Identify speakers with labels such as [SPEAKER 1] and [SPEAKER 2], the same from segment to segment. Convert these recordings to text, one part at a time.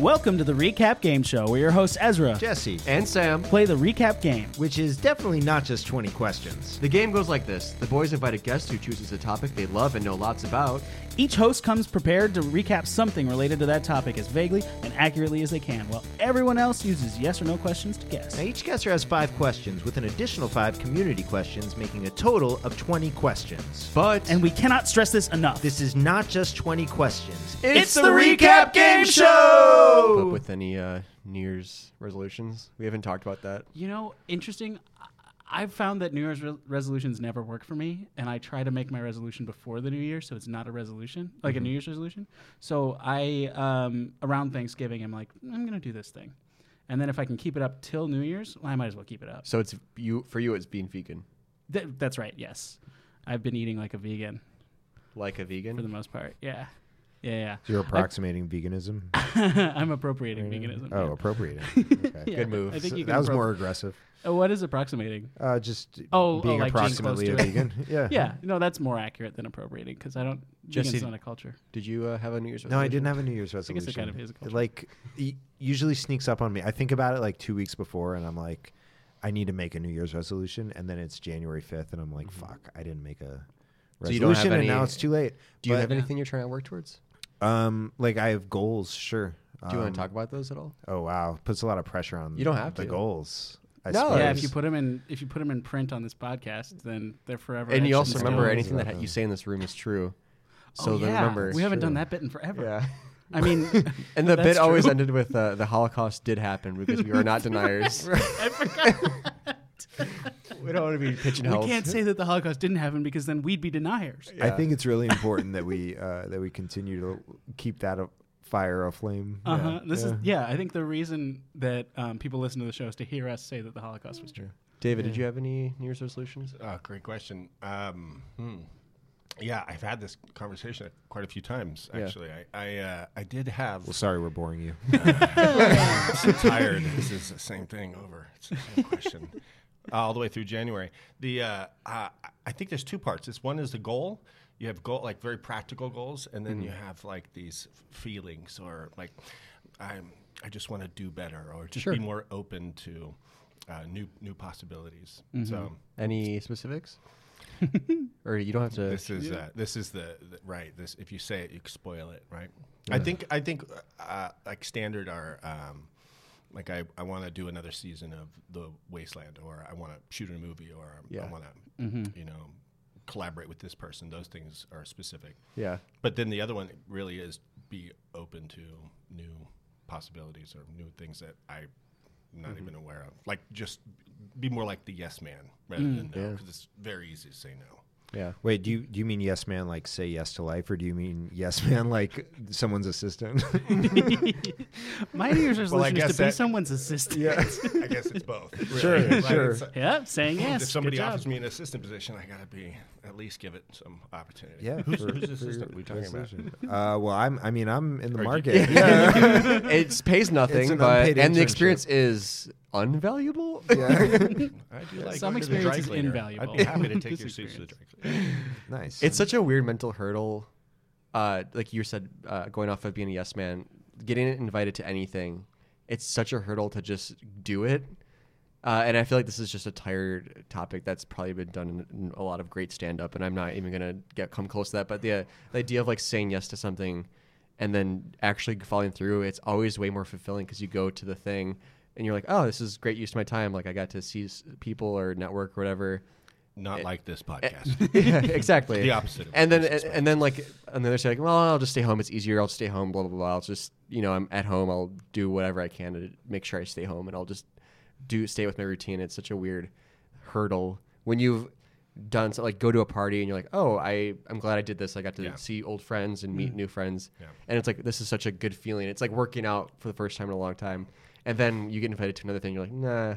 [SPEAKER 1] Welcome to the Recap Game Show, where your hosts Ezra
[SPEAKER 2] Jesse,
[SPEAKER 3] And Sam,
[SPEAKER 1] play the recap game.
[SPEAKER 2] which is definitely not just 20 questions.
[SPEAKER 3] the game goes like this. The boys invite a guest who chooses a topic they love and know lots about.
[SPEAKER 1] Each host comes prepared to recap something related to that topic as vaguely and accurately as they can, while everyone else uses yes or no questions to guess.
[SPEAKER 2] Now, each guesser has five questions, with an additional five community questions, making a total of 20 questions.
[SPEAKER 3] But
[SPEAKER 1] And we cannot stress this enough.
[SPEAKER 2] This is not just 20 questions.
[SPEAKER 1] It's the Recap Game Show!
[SPEAKER 3] But with any uh, New Year's resolutions, we haven't talked about that.
[SPEAKER 1] you know, interesting. I- I've found that New Year's re- resolutions never work for me, and I try to make my resolution before the New Year, so it's not a resolution, like a New Year's resolution. So I, um, around Thanksgiving, I'm like, I'm gonna do this thing, and then if I can keep it up till New Year's, well, I might as well keep it up.
[SPEAKER 3] So it's you for you. It's being vegan,
[SPEAKER 1] Th- that's right. Yes, I've been eating like a vegan
[SPEAKER 3] like a vegan.
[SPEAKER 1] for the most part. Yeah, yeah,
[SPEAKER 4] You're approximating veganism.
[SPEAKER 1] yeah. I'm appropriating veganism. yeah.
[SPEAKER 4] Oh, appropriating. Okay.
[SPEAKER 1] Yeah,
[SPEAKER 3] good move.
[SPEAKER 1] I think
[SPEAKER 3] So
[SPEAKER 1] you can
[SPEAKER 4] That was
[SPEAKER 1] appro-
[SPEAKER 4] more aggressive.
[SPEAKER 1] Uh, what is approximating?
[SPEAKER 4] Uh, just
[SPEAKER 1] Oh, oh,
[SPEAKER 4] being
[SPEAKER 1] like being close
[SPEAKER 4] approximately
[SPEAKER 1] to it.
[SPEAKER 4] a vegan. yeah.
[SPEAKER 1] Yeah, no, that's more accurate than appropriating because I don't.
[SPEAKER 3] Jesse-
[SPEAKER 1] Vegan's not a culture.
[SPEAKER 3] Did you uh, have a New Year's?
[SPEAKER 4] No, I
[SPEAKER 3] resolution?
[SPEAKER 4] didn't have a New Year's
[SPEAKER 1] guess
[SPEAKER 4] resolution.
[SPEAKER 1] it kind of is a culture.
[SPEAKER 4] It, like y- usually sneaks up on me. I think about it like two weeks before, and I'm like, I need to make a New Year's resolution, and then it's January 5th, and I'm like, fuck, I didn't make a
[SPEAKER 3] Mm-hmm. So you don't
[SPEAKER 4] resolution,
[SPEAKER 3] have
[SPEAKER 4] and now
[SPEAKER 3] any-
[SPEAKER 4] it's too late.
[SPEAKER 3] Do you
[SPEAKER 4] But,
[SPEAKER 3] have anything you're trying to work towards?
[SPEAKER 4] Um, like I have goals, sure.
[SPEAKER 3] Do you want to
[SPEAKER 4] Um,
[SPEAKER 3] talk about those at all?
[SPEAKER 4] Oh wow, puts a lot of pressure on
[SPEAKER 3] You don't have
[SPEAKER 4] the
[SPEAKER 3] to.
[SPEAKER 4] goals. I
[SPEAKER 3] No,
[SPEAKER 4] suppose.
[SPEAKER 1] yeah, if
[SPEAKER 3] Nice.
[SPEAKER 1] you put them in, if you put 'em in print on this podcast, then they're forever.
[SPEAKER 3] And
[SPEAKER 1] etched
[SPEAKER 3] you
[SPEAKER 1] in
[SPEAKER 3] also
[SPEAKER 1] stone.
[SPEAKER 3] remember
[SPEAKER 4] goals
[SPEAKER 3] anything
[SPEAKER 4] about
[SPEAKER 3] that
[SPEAKER 4] them.
[SPEAKER 3] you say in this room is true.
[SPEAKER 1] Oh,
[SPEAKER 3] So then
[SPEAKER 1] yeah.
[SPEAKER 3] remember.
[SPEAKER 1] we haven't done
[SPEAKER 4] true.
[SPEAKER 1] that bit in forever.
[SPEAKER 3] Yeah.
[SPEAKER 1] I mean,
[SPEAKER 3] And the bit
[SPEAKER 1] That's
[SPEAKER 3] always
[SPEAKER 1] true.
[SPEAKER 3] ended with uh, the Holocaust did happen because we are not deniers.
[SPEAKER 1] I forgot.
[SPEAKER 3] we don't want to be pigeonholed.
[SPEAKER 1] we can't say that the Holocaust didn't happen because then we'd be deniers.
[SPEAKER 4] I think it's really important that we uh, that we continue to keep that a fire aflame.
[SPEAKER 1] Uh huh. This is yeah. I think the reason that um, people listen to the show is to hear us say that the Holocaust was true.
[SPEAKER 3] David, did you have any New Year's resolutions?
[SPEAKER 5] Uh, great question. Um, hmm. Yeah, I've had this conversation quite a few times.
[SPEAKER 3] Yeah.
[SPEAKER 5] Actually, I I, uh, I did have.
[SPEAKER 4] Well, sorry, we're boring you.
[SPEAKER 5] I'm so tired. this is the same thing over. It's the same question uh, all the way through January. The uh, uh, I think there's two parts. This one is the goal. You have goal like very practical goals, and then you
[SPEAKER 3] Mm-hmm.
[SPEAKER 5] have like these feelings or like I'm I just want to do better or just
[SPEAKER 3] Sure.
[SPEAKER 5] be more open to uh, new new possibilities.
[SPEAKER 3] Mm-hmm.
[SPEAKER 5] So.
[SPEAKER 3] Any specifics? or you don't have to.
[SPEAKER 5] This is uh, this is the, the right. This if you say it, you spoil it, right? I think I think uh, like standard are um, like I, I want to do another season of The Wasteland, or I want to shoot a movie, or
[SPEAKER 3] Yeah.
[SPEAKER 5] I want to you know collaborate with this person. Those things are specific.
[SPEAKER 3] yeah.
[SPEAKER 5] But then the other one really is be open to new possibilities or new things that I'm not even aware of. Like just be more like the yes man rather than no, because it's very easy to say no.
[SPEAKER 3] Yeah.
[SPEAKER 4] Wait, do you do you mean yes man like say yes to life, or do you mean yes man like someone's assistant?
[SPEAKER 1] My New Year's
[SPEAKER 5] Well, I
[SPEAKER 1] resolution is to
[SPEAKER 5] guess
[SPEAKER 1] be
[SPEAKER 5] that-
[SPEAKER 1] someone's assistant.
[SPEAKER 5] I guess it's both. really,
[SPEAKER 4] Sure,
[SPEAKER 5] right?
[SPEAKER 4] sure.
[SPEAKER 5] It's-
[SPEAKER 1] Yeah, saying yes.
[SPEAKER 5] if somebody
[SPEAKER 1] Good job.
[SPEAKER 5] offers me an assistant position, I gotta be at least give it some opportunity.
[SPEAKER 4] yeah,
[SPEAKER 5] who's,
[SPEAKER 4] for-
[SPEAKER 5] who's
[SPEAKER 4] for
[SPEAKER 5] assistant?
[SPEAKER 4] your
[SPEAKER 5] we talking about?
[SPEAKER 4] resolution. Uh, well, I'm. I mean, I'm in the
[SPEAKER 5] Or you-
[SPEAKER 4] market. Yeah.
[SPEAKER 3] it pays nothing,
[SPEAKER 4] It's an
[SPEAKER 3] but
[SPEAKER 4] unpaid
[SPEAKER 3] and the
[SPEAKER 4] internship.
[SPEAKER 3] experience is unvaluable.
[SPEAKER 5] I do like
[SPEAKER 1] Some
[SPEAKER 5] going to the dry
[SPEAKER 1] experience is
[SPEAKER 5] cleaner. I'd
[SPEAKER 1] invaluable.
[SPEAKER 5] be happy to take
[SPEAKER 1] This
[SPEAKER 5] your suits to the dry
[SPEAKER 1] experience.
[SPEAKER 5] cleaner.
[SPEAKER 4] nice.
[SPEAKER 3] it's such a weird mental hurdle. Uh, like you said, uh, going off of being a yes man, getting invited to anything, it's such a hurdle to just do it. Uh, and I feel like this is just a tired topic that's probably been done in, in a lot of great stand up, and I'm not even gonna get come close to that. But the, uh, the idea of like saying yes to something and then actually following through, it's always way more fulfilling because you go to the thing and you're like, oh, this is great use of my time. Like I got to see s- people or network or whatever.
[SPEAKER 5] Not
[SPEAKER 1] Eh.
[SPEAKER 5] like this podcast.
[SPEAKER 3] yeah, exactly.
[SPEAKER 5] The opposite of
[SPEAKER 3] And
[SPEAKER 5] what
[SPEAKER 3] then and, and then like on the other side, like, well, I'll just stay home. It's easier. I'll stay home. Blah blah blah. I'll just you know I'm at home. I'll do whatever I can to make sure I stay home, and I'll just do stay with my routine. It's such a weird hurdle when you've done so like go to a party and you're like oh i i'm glad i did this i got to
[SPEAKER 5] Yeah. Mm.
[SPEAKER 3] see old friends and meet new friends
[SPEAKER 5] Yeah.
[SPEAKER 3] and it's like this is such a good feeling it's like working out for the first time in a long time and then you get invited to another thing you're like nah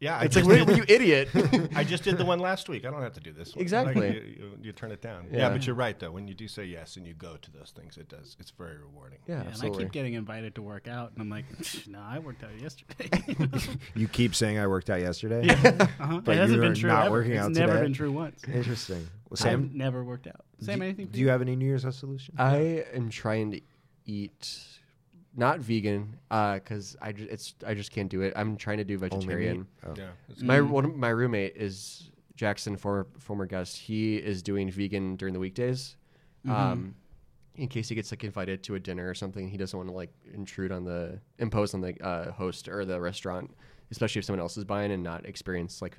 [SPEAKER 5] yeah, I
[SPEAKER 3] it's like wait,
[SPEAKER 5] just, did,
[SPEAKER 3] you idiot
[SPEAKER 5] I just did the one last week. I don't have to do this one.
[SPEAKER 3] Exactly.
[SPEAKER 5] Like, you, you, you turn it down. Yeah.
[SPEAKER 3] Yeah.
[SPEAKER 5] but you're right though. When you do say yes and you go to those things, it does. It's very rewarding.
[SPEAKER 1] Yeah,
[SPEAKER 3] yeah,
[SPEAKER 1] and I
[SPEAKER 3] absolutely
[SPEAKER 1] keep getting invited to work out, and I'm like, no, I worked out yesterday.
[SPEAKER 4] you keep saying I worked out yesterday.
[SPEAKER 1] Uh-huh.
[SPEAKER 4] But
[SPEAKER 1] it hasn't
[SPEAKER 4] you
[SPEAKER 1] been
[SPEAKER 4] are
[SPEAKER 1] true.
[SPEAKER 4] not
[SPEAKER 1] ever.
[SPEAKER 4] working
[SPEAKER 1] it's
[SPEAKER 4] out
[SPEAKER 1] never
[SPEAKER 4] today?
[SPEAKER 1] been true once.
[SPEAKER 4] Interesting. Well,
[SPEAKER 1] Sam
[SPEAKER 4] Sam,
[SPEAKER 1] never worked out. Sam,
[SPEAKER 4] do,
[SPEAKER 1] anything? for
[SPEAKER 4] do you have any New Year's resolution?
[SPEAKER 3] I am trying to eat not vegan because I ju- it's I just can't do it. I'm trying to do vegetarian.
[SPEAKER 5] Yeah.
[SPEAKER 1] Mm.
[SPEAKER 5] It's-
[SPEAKER 3] My one of my roommate is Jackson, former former guest. He is doing vegan during the weekdays,
[SPEAKER 1] Mm-hmm.
[SPEAKER 3] um, in case he gets like invited to a dinner or something. He doesn't want to like intrude on the impose on the uh, host or the restaurant, especially if someone else is buying and not experience like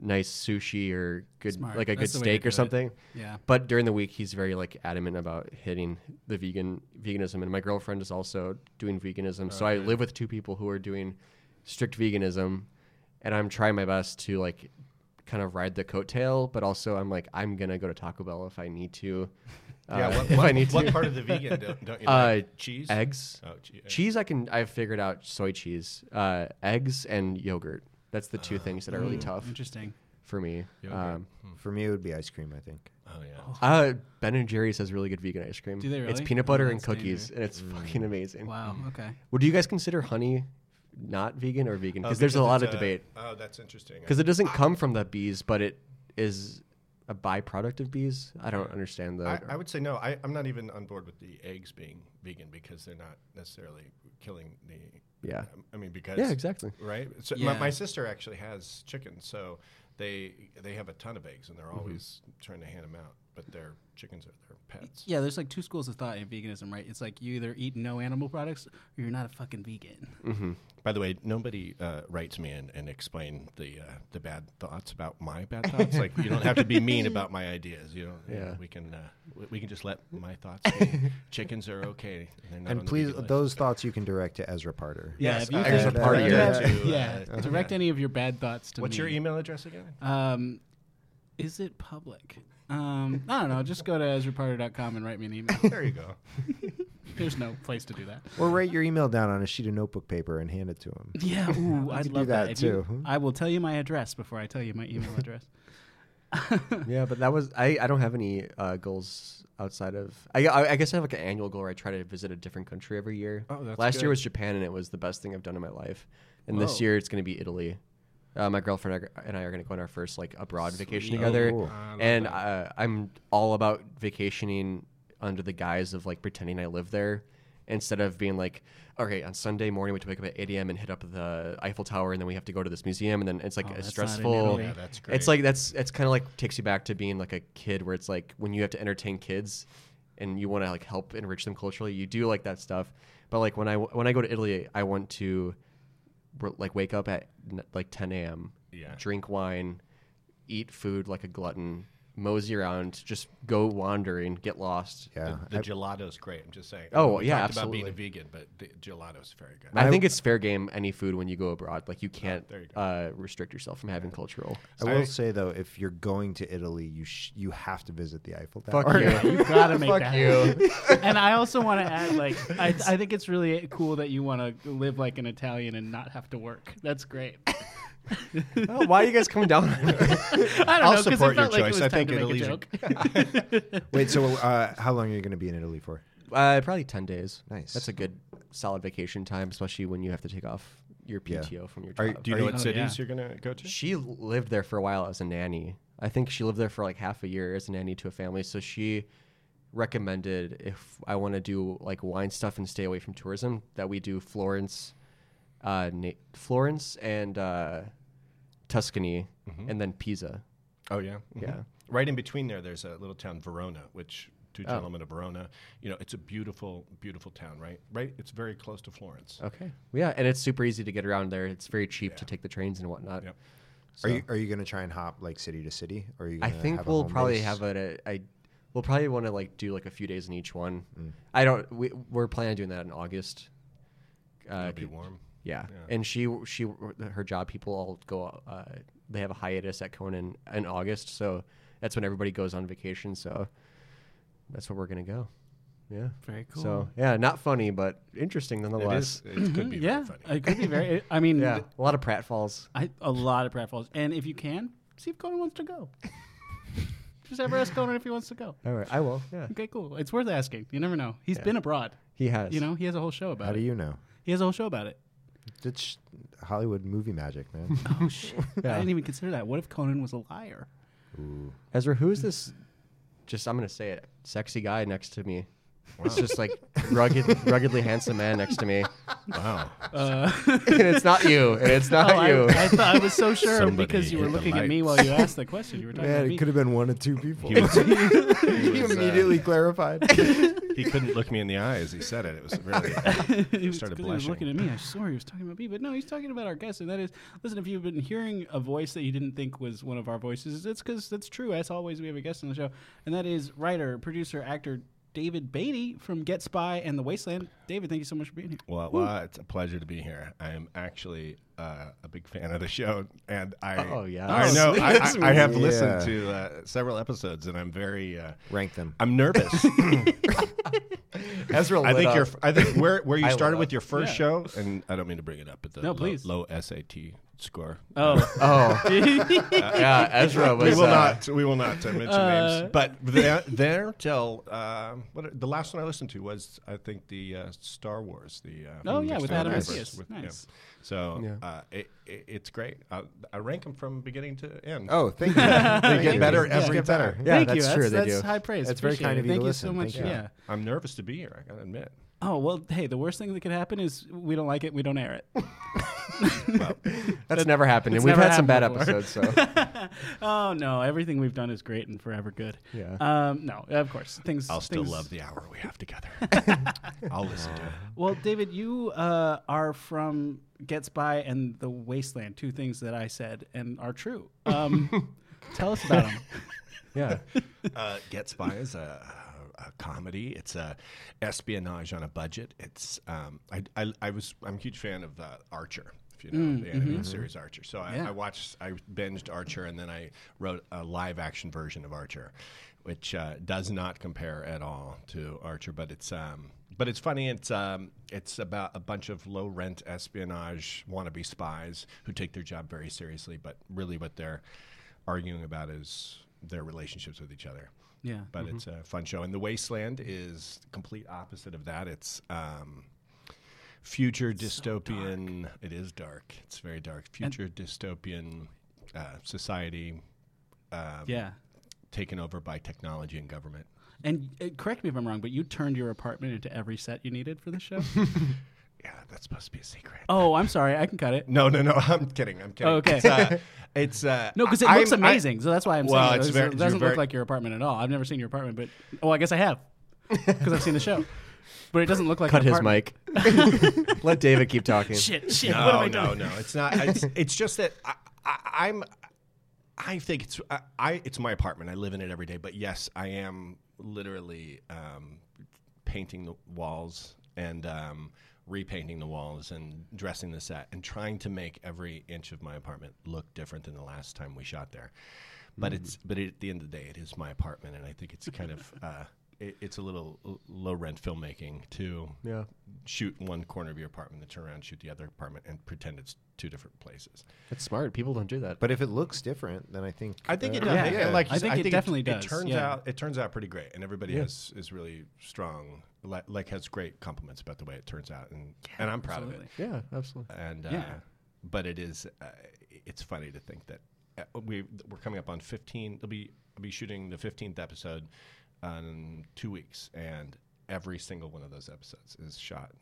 [SPEAKER 3] nice sushi or good
[SPEAKER 1] Smart.
[SPEAKER 3] like a
[SPEAKER 1] That's the
[SPEAKER 3] good
[SPEAKER 1] way to
[SPEAKER 3] steak
[SPEAKER 1] do
[SPEAKER 3] or
[SPEAKER 1] it.
[SPEAKER 3] something.
[SPEAKER 1] Yeah.
[SPEAKER 3] But during the week, he's very like adamant about hitting the vegan veganism, and my girlfriend is also doing veganism. so I live with two people who are doing strict veganism, and I'm trying my best to like kind of ride the coattail, but also I'm like I'm gonna go to Taco Bell if I need to.
[SPEAKER 5] yeah.
[SPEAKER 3] uh,
[SPEAKER 5] What,
[SPEAKER 3] if
[SPEAKER 5] what,
[SPEAKER 3] I need
[SPEAKER 5] what
[SPEAKER 3] to.
[SPEAKER 5] part of the vegan don't, don't you
[SPEAKER 3] Uh,
[SPEAKER 5] like? cheese?
[SPEAKER 3] eggs,
[SPEAKER 5] Oh, gee, eggs.
[SPEAKER 3] cheese. I can. I've figured out soy cheese, uh, eggs, and yogurt. That's the
[SPEAKER 5] Ah,
[SPEAKER 3] two things that are
[SPEAKER 5] mm.
[SPEAKER 3] really tough
[SPEAKER 1] Hmm. Interesting.
[SPEAKER 3] for me. Um,
[SPEAKER 4] For me, it would be ice cream. I think.
[SPEAKER 5] Oh yeah.
[SPEAKER 3] Uh, Ben and Jerry's has really good vegan ice cream.
[SPEAKER 1] Do they
[SPEAKER 3] It's
[SPEAKER 1] really?
[SPEAKER 3] peanut
[SPEAKER 1] Oh,
[SPEAKER 3] butter and
[SPEAKER 1] that's
[SPEAKER 3] cookies,
[SPEAKER 1] dangerous.
[SPEAKER 3] and it's fucking amazing.
[SPEAKER 1] Wow. Okay.
[SPEAKER 3] Would you guys consider honey not vegan or vegan?
[SPEAKER 5] Oh,
[SPEAKER 3] Because there's a lot of
[SPEAKER 5] it's
[SPEAKER 3] debate.
[SPEAKER 5] Oh, that's interesting.
[SPEAKER 3] Because it doesn't come from the bees, but it is a byproduct of bees. I don't understand the.
[SPEAKER 5] I, I would say no. I, I'm not even on board with the eggs being vegan because they're not necessarily killing the.
[SPEAKER 3] Yeah.
[SPEAKER 5] I mean, because
[SPEAKER 3] yeah, exactly.
[SPEAKER 5] right? So my,
[SPEAKER 1] Yeah.
[SPEAKER 5] my sister actually has chickens, so they they have a ton of eggs, and they're
[SPEAKER 3] Mm-hmm.
[SPEAKER 5] always trying to hand them out. But their chickens are their pets.
[SPEAKER 1] Yeah, there's like two schools of thought in veganism, right? It's like you either eat no animal products or you're not a fucking vegan.
[SPEAKER 3] Mm-hmm.
[SPEAKER 5] By the way, nobody uh, writes me and, and explain the uh, the bad thoughts about my bad thoughts. like you don't have to be mean about my ideas. You know,
[SPEAKER 3] Yeah.
[SPEAKER 5] we can uh, we, we can just let my thoughts. be. chickens are okay. They're not on
[SPEAKER 4] And
[SPEAKER 5] the
[SPEAKER 4] please,
[SPEAKER 5] vegan list.
[SPEAKER 4] those thoughts you can direct to Ezra Parter.
[SPEAKER 1] Yeah,
[SPEAKER 5] Yes,
[SPEAKER 1] if you
[SPEAKER 5] I-
[SPEAKER 1] can-
[SPEAKER 3] Ezra Parter.
[SPEAKER 5] Yeah.
[SPEAKER 1] Yeah,
[SPEAKER 5] To, uh,
[SPEAKER 1] yeah, direct any of your bad thoughts to
[SPEAKER 5] What's
[SPEAKER 1] me.
[SPEAKER 5] your email address again?
[SPEAKER 1] Um, is it public? Um, I don't know. Just go to ezraparter.com and write me an email.
[SPEAKER 5] there you go.
[SPEAKER 1] There's no place to do that.
[SPEAKER 4] Or write your email down on a sheet of notebook paper and hand it to him.
[SPEAKER 1] Yeah, ooh, I'd
[SPEAKER 4] could do
[SPEAKER 1] love
[SPEAKER 4] that
[SPEAKER 1] If you-
[SPEAKER 4] too, hmm?
[SPEAKER 1] I will tell you my address before I tell you my email address.
[SPEAKER 3] yeah, but that was. I, I don't have any uh, goals outside of. I, I, I guess I have like an annual goal where I try to visit a different country every year.
[SPEAKER 5] Oh, that's
[SPEAKER 3] Last
[SPEAKER 5] good.
[SPEAKER 3] year was Japan, and it was the best thing I've done in my life. And this
[SPEAKER 1] Whoa.
[SPEAKER 3] year it's going to be Italy. Uh, my girlfriend and I are going to go on our first like abroad vacation
[SPEAKER 1] Sweet.
[SPEAKER 4] Oh,
[SPEAKER 3] together,
[SPEAKER 4] cool.
[SPEAKER 5] Um,
[SPEAKER 3] and uh, I'm all about vacationing under the guise of like pretending I live there, instead of being like, okay, on Sunday morning we have to wake up at 8 a.m. and hit up the Eiffel Tower, and then we have to go to this museum, and then it's like
[SPEAKER 1] Oh,
[SPEAKER 3] a
[SPEAKER 1] that's not in
[SPEAKER 3] stressful.
[SPEAKER 1] Italy.
[SPEAKER 5] Yeah, that's great.
[SPEAKER 3] It's like that's it's kind of like takes you back to being like a kid where it's like when you have to entertain kids and you want to like help enrich them culturally, you do like that stuff. But like when I when I go to Italy, I want to re- like wake up at n- like 10 a.m.
[SPEAKER 5] Yeah.
[SPEAKER 3] drink wine, eat food like a glutton, mosey around, just go wandering, get lost.
[SPEAKER 4] Yeah.
[SPEAKER 5] The, the gelato's great. I'm just saying.
[SPEAKER 3] Oh,
[SPEAKER 5] we
[SPEAKER 3] yeah,
[SPEAKER 5] talked About being
[SPEAKER 3] absolutely.
[SPEAKER 5] a vegan, but the gelato's very good.
[SPEAKER 3] I think it's fair game any food when you go abroad. Like you can't
[SPEAKER 5] Ah, there you go.
[SPEAKER 3] uh, restrict yourself from having cultural.
[SPEAKER 4] I will say though, if you're going to Italy, you sh- you have to visit the Eiffel Tower.
[SPEAKER 3] Fuck you.
[SPEAKER 1] You gotta make that. You. and I also want to add, like, I, I think it's really cool that you want to live like an Italian and not have to work. That's great.
[SPEAKER 3] Oh, why are you guys coming down? on
[SPEAKER 1] I
[SPEAKER 3] me?
[SPEAKER 1] don't
[SPEAKER 5] I'll
[SPEAKER 1] know, 'cause it
[SPEAKER 5] support your
[SPEAKER 1] felt like it
[SPEAKER 5] choice.
[SPEAKER 1] was
[SPEAKER 5] I
[SPEAKER 1] time
[SPEAKER 5] think
[SPEAKER 1] to
[SPEAKER 5] it'll
[SPEAKER 1] make a
[SPEAKER 5] easy.
[SPEAKER 1] joke.
[SPEAKER 4] Wait, so uh, how long are you going to be in Italy for?
[SPEAKER 3] Uh, probably ten days.
[SPEAKER 4] Nice.
[SPEAKER 3] That's a good solid vacation time, especially when you have to take off your
[SPEAKER 4] Yeah.
[SPEAKER 3] PTO from your
[SPEAKER 5] Are, you-
[SPEAKER 3] job.
[SPEAKER 5] do you know what
[SPEAKER 1] Oh,
[SPEAKER 5] cities
[SPEAKER 1] yeah.
[SPEAKER 5] you're gonna go to?
[SPEAKER 3] she lived there for a while as a nanny. I think she lived there for like half a year as a nanny to a family. So she recommended if I want to do like wine stuff and stay away from tourism, that we do Florence, uh, Na- Florence and uh, Tuscany, and then Pisa.
[SPEAKER 5] Oh yeah,
[SPEAKER 3] Yeah.
[SPEAKER 5] Right in between there, there's a little town, Verona, which two gentlemen of Verona. You know, it's a beautiful, beautiful town, right? Right. It's very close to Florence.
[SPEAKER 3] Okay. Yeah, and it's super easy to get around there. It's very cheap to take the trains and whatnot.
[SPEAKER 5] Yep.
[SPEAKER 4] Are you are you going to try and hop like city to city? Or are you?
[SPEAKER 3] I
[SPEAKER 4] gonna
[SPEAKER 3] think
[SPEAKER 4] have a
[SPEAKER 3] we'll
[SPEAKER 4] home
[SPEAKER 3] probably
[SPEAKER 4] base?
[SPEAKER 3] have a, a, I we'll probably want to like do like a few days in each one.
[SPEAKER 4] Mm.
[SPEAKER 3] I don't. We, we're planning on doing that in August. Uh,
[SPEAKER 5] It'll be warm.
[SPEAKER 3] yeah. and she she her job people all go. Uh, they have a hiatus at Conan in August, so that's when everybody goes on vacation. So that's where we're gonna go. Yeah.
[SPEAKER 1] Very cool.
[SPEAKER 3] So yeah, not funny, but interesting
[SPEAKER 5] It
[SPEAKER 3] nonetheless.
[SPEAKER 5] is. It could be
[SPEAKER 1] yeah,
[SPEAKER 5] very funny.
[SPEAKER 1] it could be very. I mean,
[SPEAKER 3] Yeah, a lot of pratfalls.
[SPEAKER 1] I, a lot of pratfalls. And if you can, see if Conan wants to go. Just ever ask Conan if he wants to go.
[SPEAKER 3] All right, I will. Yeah,
[SPEAKER 1] Okay, cool. It's worth asking. You never know. He's been abroad.
[SPEAKER 3] he has.
[SPEAKER 1] You know, he has a whole show about
[SPEAKER 4] How do
[SPEAKER 1] it.
[SPEAKER 4] you know?
[SPEAKER 1] He has a whole show about it.
[SPEAKER 4] It's sh- Hollywood movie magic, man.
[SPEAKER 1] Oh shit!
[SPEAKER 3] Yeah.
[SPEAKER 1] I didn't even consider that. What if Conan was a liar?
[SPEAKER 3] Ezra, who is this? Just I'm gonna say it. Sexy guy next to me. It's just like rugged, ruggedly handsome man next to me,
[SPEAKER 5] Wow.
[SPEAKER 3] and it's not you, and it's not
[SPEAKER 1] Uh, Oh, I,
[SPEAKER 3] you.
[SPEAKER 1] I thought I was so sure
[SPEAKER 5] Somebody
[SPEAKER 1] because you
[SPEAKER 5] hit
[SPEAKER 1] were
[SPEAKER 5] the
[SPEAKER 1] looking at me
[SPEAKER 5] lights.
[SPEAKER 1] while you asked the question. You were talking
[SPEAKER 4] Man,
[SPEAKER 1] about
[SPEAKER 4] it
[SPEAKER 1] me.
[SPEAKER 4] could have been one of two people.
[SPEAKER 5] He, was,
[SPEAKER 4] he
[SPEAKER 5] was, uh,
[SPEAKER 4] immediately clarified.
[SPEAKER 5] he couldn't look me in the eye as he said it. It was really.
[SPEAKER 1] he was,
[SPEAKER 5] started
[SPEAKER 1] 'cause he was
[SPEAKER 5] blushing.
[SPEAKER 1] looking at me. I swore he was talking about me, but no, he's talking about our guest, and that is listen. If you've been hearing a voice that you didn't think was one of our voices, it's because that's true. As always, we have a guest on the show, and that is writer, producer, actor David Beatty from Get Spy and The Wasteland. David, thank you so much for being here.
[SPEAKER 5] Well, well, it's a pleasure to be here. I am actually uh, a big fan of the show, and I
[SPEAKER 3] Oh, yeah.
[SPEAKER 5] I
[SPEAKER 3] Oh,
[SPEAKER 5] know
[SPEAKER 3] sweet.
[SPEAKER 5] I, I- I have
[SPEAKER 4] Yeah.
[SPEAKER 5] listened to uh, several episodes, and I'm very uh,
[SPEAKER 4] Rank them.
[SPEAKER 5] I'm nervous.
[SPEAKER 3] Ezra,
[SPEAKER 5] I
[SPEAKER 3] lit
[SPEAKER 5] think
[SPEAKER 3] up.
[SPEAKER 5] your f- I think where where you
[SPEAKER 3] I
[SPEAKER 5] started
[SPEAKER 3] lit
[SPEAKER 5] with
[SPEAKER 3] up.
[SPEAKER 5] your first
[SPEAKER 1] Yeah.
[SPEAKER 5] show, and I don't mean to bring it up, but the
[SPEAKER 1] No,
[SPEAKER 5] low-
[SPEAKER 1] please.
[SPEAKER 5] low, SAT score.
[SPEAKER 1] Oh,
[SPEAKER 3] Oh, yeah, Ezra
[SPEAKER 5] we
[SPEAKER 3] was.
[SPEAKER 5] will
[SPEAKER 3] uh,
[SPEAKER 5] not. We will not uh, mention
[SPEAKER 1] Uh,
[SPEAKER 5] names. But there, there till um what, the last one I listened to was I think the uh, Star Wars. The uh,
[SPEAKER 1] Oh, yeah, with
[SPEAKER 5] Star
[SPEAKER 1] Adam
[SPEAKER 5] Wars
[SPEAKER 1] Macias. Nice.
[SPEAKER 5] So
[SPEAKER 3] Yeah.
[SPEAKER 5] uh, it, it, it's great. I, I rank them from beginning to end.
[SPEAKER 4] Oh, thank you. they
[SPEAKER 5] get better every
[SPEAKER 4] get better.
[SPEAKER 5] time.
[SPEAKER 4] Yeah,
[SPEAKER 1] thank
[SPEAKER 3] that's
[SPEAKER 1] you.
[SPEAKER 3] true,
[SPEAKER 1] That's,
[SPEAKER 3] they
[SPEAKER 1] that's
[SPEAKER 3] do.
[SPEAKER 1] high praise.
[SPEAKER 4] That's very
[SPEAKER 1] Appreciate
[SPEAKER 4] kind
[SPEAKER 1] it.
[SPEAKER 4] of you
[SPEAKER 1] Thank
[SPEAKER 4] to
[SPEAKER 1] you so
[SPEAKER 4] listen.
[SPEAKER 1] much.
[SPEAKER 4] Thank you.
[SPEAKER 1] yeah.
[SPEAKER 5] I'm nervous to be here. I gotta admit.
[SPEAKER 1] Oh well, hey, the worst thing that could happen is we don't like it, we don't air it.
[SPEAKER 3] That's never happened,
[SPEAKER 1] it's
[SPEAKER 3] and we've
[SPEAKER 1] never
[SPEAKER 3] had some bad
[SPEAKER 1] happened before.
[SPEAKER 3] episodes. So
[SPEAKER 1] oh no, everything we've done is great and forever good.
[SPEAKER 3] Yeah.
[SPEAKER 1] Um, no, of course things.
[SPEAKER 5] I'll still
[SPEAKER 1] things-
[SPEAKER 5] love the hour we have together. I'll listen to it.
[SPEAKER 1] Well, David, you uh, are from Gets By and The Wasteland, two things that I said and are true. Um, tell us about them.
[SPEAKER 3] yeah,
[SPEAKER 5] uh, Gets By is a, a comedy. It's a espionage on a budget. It's um, I, I, I was I'm a huge fan of uh, Archer. If you know the animated series Archer, so I,
[SPEAKER 1] Yeah.
[SPEAKER 5] I watched I binged Archer and then I wrote a live action version of Archer, which uh, does not compare at all to Archer, but it's um, but it's funny. It's um, it's about a bunch of low rent espionage wannabe spies who take their job very seriously, but really what they're arguing about is their relationships with each other.
[SPEAKER 1] Yeah. Mm-hmm.
[SPEAKER 5] But it's a fun show. And The Wasteland is complete opposite of that. It's um, future dystopian. it is dark. It's very dark. Future dystopian uh, society uh,
[SPEAKER 1] Yeah.
[SPEAKER 5] taken over by technology and government.
[SPEAKER 1] And uh, correct me if I'm wrong, but you turned your apartment into every set you needed for the show.
[SPEAKER 5] Yeah, that's supposed to be a secret.
[SPEAKER 1] oh, I'm sorry, I can cut it.
[SPEAKER 5] No, no, no. I'm kidding. I'm kidding.
[SPEAKER 1] Okay.
[SPEAKER 5] It's, uh, it's uh,
[SPEAKER 1] No, because it
[SPEAKER 5] I'm-
[SPEAKER 1] looks
[SPEAKER 5] I-
[SPEAKER 1] amazing, so that's why I'm
[SPEAKER 5] Well,
[SPEAKER 1] saying
[SPEAKER 5] it's
[SPEAKER 1] it,
[SPEAKER 5] very-
[SPEAKER 1] it doesn't
[SPEAKER 5] very-
[SPEAKER 1] look like your apartment at all. I've never seen your apartment, but oh, I guess I have because I've seen the show. But it doesn't look like
[SPEAKER 3] cut
[SPEAKER 1] an
[SPEAKER 3] his
[SPEAKER 1] apartment.
[SPEAKER 3] mic. Let David keep talking.
[SPEAKER 1] Shit, shit.
[SPEAKER 5] no,
[SPEAKER 1] what am I
[SPEAKER 5] no,
[SPEAKER 1] doing?
[SPEAKER 5] no. It's not. It's, it's just that I, I, I'm. I think it's I, I. It's my apartment. I live in it every day. But yes, I am literally um, painting the walls and um, repainting the walls and dressing the set and trying to make every inch of my apartment look different than the last time we shot there. But it's
[SPEAKER 1] Mm.
[SPEAKER 5] but at the end of the day, it is my apartment, and I think it's kind of. Uh, it, it's a little low rent filmmaking too
[SPEAKER 3] Yeah.
[SPEAKER 5] shoot one corner of your apartment, then turn around, and shoot the other apartment, and pretend it's two different places.
[SPEAKER 3] That's smart. People don't do that.
[SPEAKER 4] But if it looks different, then I think
[SPEAKER 5] I think it
[SPEAKER 4] uh,
[SPEAKER 5] does.
[SPEAKER 1] Yeah.
[SPEAKER 5] And
[SPEAKER 1] Yeah.
[SPEAKER 5] Like you
[SPEAKER 1] I
[SPEAKER 5] said,
[SPEAKER 1] think it definitely does,
[SPEAKER 5] It turns
[SPEAKER 1] yeah.
[SPEAKER 5] out it turns out pretty great, and everybody has is really strong. Like, like has great compliments about the way it turns out, and and I'm proud
[SPEAKER 1] absolutely.
[SPEAKER 5] of
[SPEAKER 3] yeah, absolutely.
[SPEAKER 5] it. And uh,
[SPEAKER 1] Yeah.
[SPEAKER 5] but it is uh, it's funny to think that uh, we we're coming up on 15. They'll be I'll be shooting the 15th episode in two weeks, and every single one of those episodes is shot.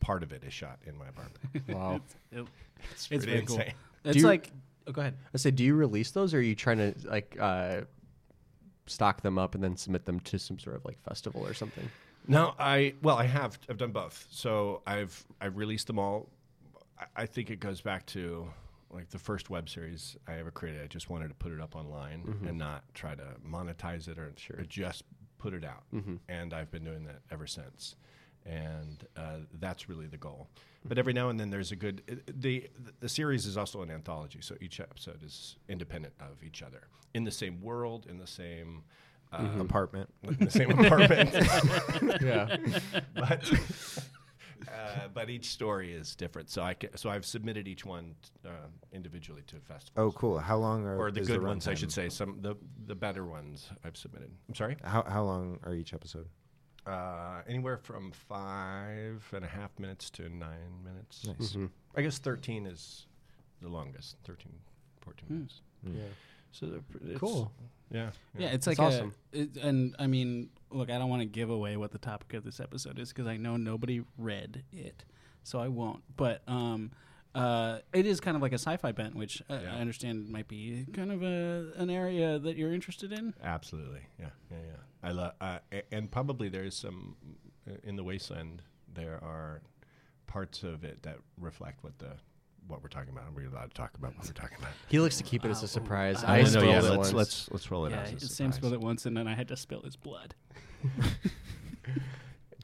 [SPEAKER 5] Part of it is shot in my apartment.
[SPEAKER 3] Wow.
[SPEAKER 1] It-
[SPEAKER 5] It's,
[SPEAKER 1] It's
[SPEAKER 5] pretty
[SPEAKER 1] very cool.
[SPEAKER 5] insane.
[SPEAKER 1] It's
[SPEAKER 3] you-
[SPEAKER 1] like, oh, go ahead.
[SPEAKER 3] I say, do you release those, or are you trying to like uh, stock them up and then submit them to some sort of like festival or something?
[SPEAKER 5] No, I well, I have I've done both. So I've I've released them all. I- I think it goes back to like the first web series I ever created. I just wanted to put it up online and not try to monetize it or, or just put it out. And I've been doing that ever since. And uh, that's really the goal. But every now and then there's a good it- the the series is also an anthology, so each episode is independent of each other in the same world, in the same uh,
[SPEAKER 4] apartment.
[SPEAKER 5] in the same apartment.
[SPEAKER 3] Yeah.
[SPEAKER 5] but uh, but each story is different. So I ca- so I've submitted each one uh, individually to festivals.
[SPEAKER 4] Oh, cool. How long are
[SPEAKER 5] Or the
[SPEAKER 4] is
[SPEAKER 5] good
[SPEAKER 4] the
[SPEAKER 5] ones, I should
[SPEAKER 4] runtime?
[SPEAKER 5] say. Some the the better ones I've submitted. I'm sorry.
[SPEAKER 4] How how long are each episode?
[SPEAKER 5] Uh, anywhere from five and a half minutes to nine minutes. I guess thirteen is the longest. 13, 14 minutes.
[SPEAKER 3] yeah.
[SPEAKER 5] Hmm. So they're pr- it's,
[SPEAKER 3] Cool.
[SPEAKER 5] Yeah.
[SPEAKER 1] Yeah, it's like
[SPEAKER 3] That's
[SPEAKER 1] a-
[SPEAKER 3] awesome.
[SPEAKER 1] it- and I mean, look, I don't want to give away what the topic of this episode is because I know nobody read it, so I won't. But um, uh, it is kind of like a sci-fi bent, which uh,
[SPEAKER 5] Yeah.
[SPEAKER 1] I understand might be kind of a, an area that you're interested in.
[SPEAKER 5] Absolutely. Yeah. Yeah. Yeah. I love, uh, a- and probably there's some in the wasteland. There are parts of it that reflect what the what we're talking about. We're allowed to talk about what we're talking about.
[SPEAKER 3] He likes to keep it as a surprise.
[SPEAKER 1] Wow. No,
[SPEAKER 3] I,
[SPEAKER 1] no,
[SPEAKER 3] spoiled
[SPEAKER 1] yeah,
[SPEAKER 3] it
[SPEAKER 5] let's,
[SPEAKER 3] once.
[SPEAKER 5] let's let's roll it
[SPEAKER 1] yeah,
[SPEAKER 5] out. as a
[SPEAKER 1] Sam
[SPEAKER 5] surprise.
[SPEAKER 1] spilled it once, and then I had to spill his blood.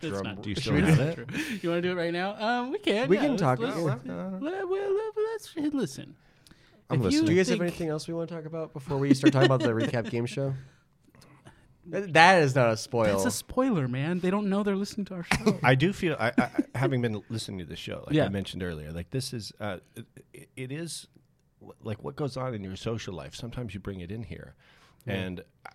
[SPEAKER 1] That's
[SPEAKER 3] Drum-
[SPEAKER 1] not
[SPEAKER 5] Do you
[SPEAKER 1] true.
[SPEAKER 5] still
[SPEAKER 1] That's
[SPEAKER 5] have
[SPEAKER 1] not
[SPEAKER 5] it?
[SPEAKER 1] true. You want to do it right now? Um, we can.
[SPEAKER 3] We
[SPEAKER 1] yeah,
[SPEAKER 3] can
[SPEAKER 1] let's-
[SPEAKER 3] talk-
[SPEAKER 1] Let's,
[SPEAKER 3] yeah,
[SPEAKER 1] let, well, well, let's listen.
[SPEAKER 4] I'm
[SPEAKER 1] If you
[SPEAKER 4] listening.
[SPEAKER 3] Do you guys have
[SPEAKER 1] think-
[SPEAKER 3] anything else we want to talk about before we start talking about the recap game show? Th- That is not a spoil.
[SPEAKER 1] That's a spoiler, man. They don't know they're listening to our show.
[SPEAKER 5] I do feel I, I I- having been listening to the show, like
[SPEAKER 1] Yeah.
[SPEAKER 5] I mentioned earlier, like this is uh, it, it is w- like what goes on in your social life. Sometimes you bring it in here, and I-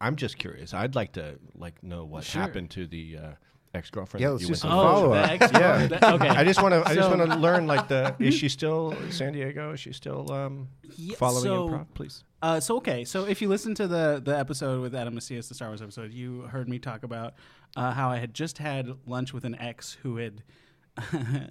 [SPEAKER 5] I'm just curious. I'd like to like know what
[SPEAKER 1] Sure.
[SPEAKER 5] happened to the uh, ex girlfriend.
[SPEAKER 4] Yeah,
[SPEAKER 5] that
[SPEAKER 4] let's
[SPEAKER 5] you
[SPEAKER 4] do
[SPEAKER 5] went
[SPEAKER 4] some
[SPEAKER 5] to-
[SPEAKER 4] follow
[SPEAKER 1] the
[SPEAKER 4] up.
[SPEAKER 1] ex-
[SPEAKER 4] Yeah.
[SPEAKER 1] the- okay.
[SPEAKER 5] I just want to. I just
[SPEAKER 1] So-
[SPEAKER 5] want to learn. Like the is she still San Diego? Is she still um,
[SPEAKER 1] Yeah,
[SPEAKER 5] following
[SPEAKER 1] so-
[SPEAKER 5] improv? Please.
[SPEAKER 1] Uh, so okay, so if you listen to the the episode with Adam Macias, the Star Wars episode, you heard me talk about uh, how I had just had lunch with an ex who had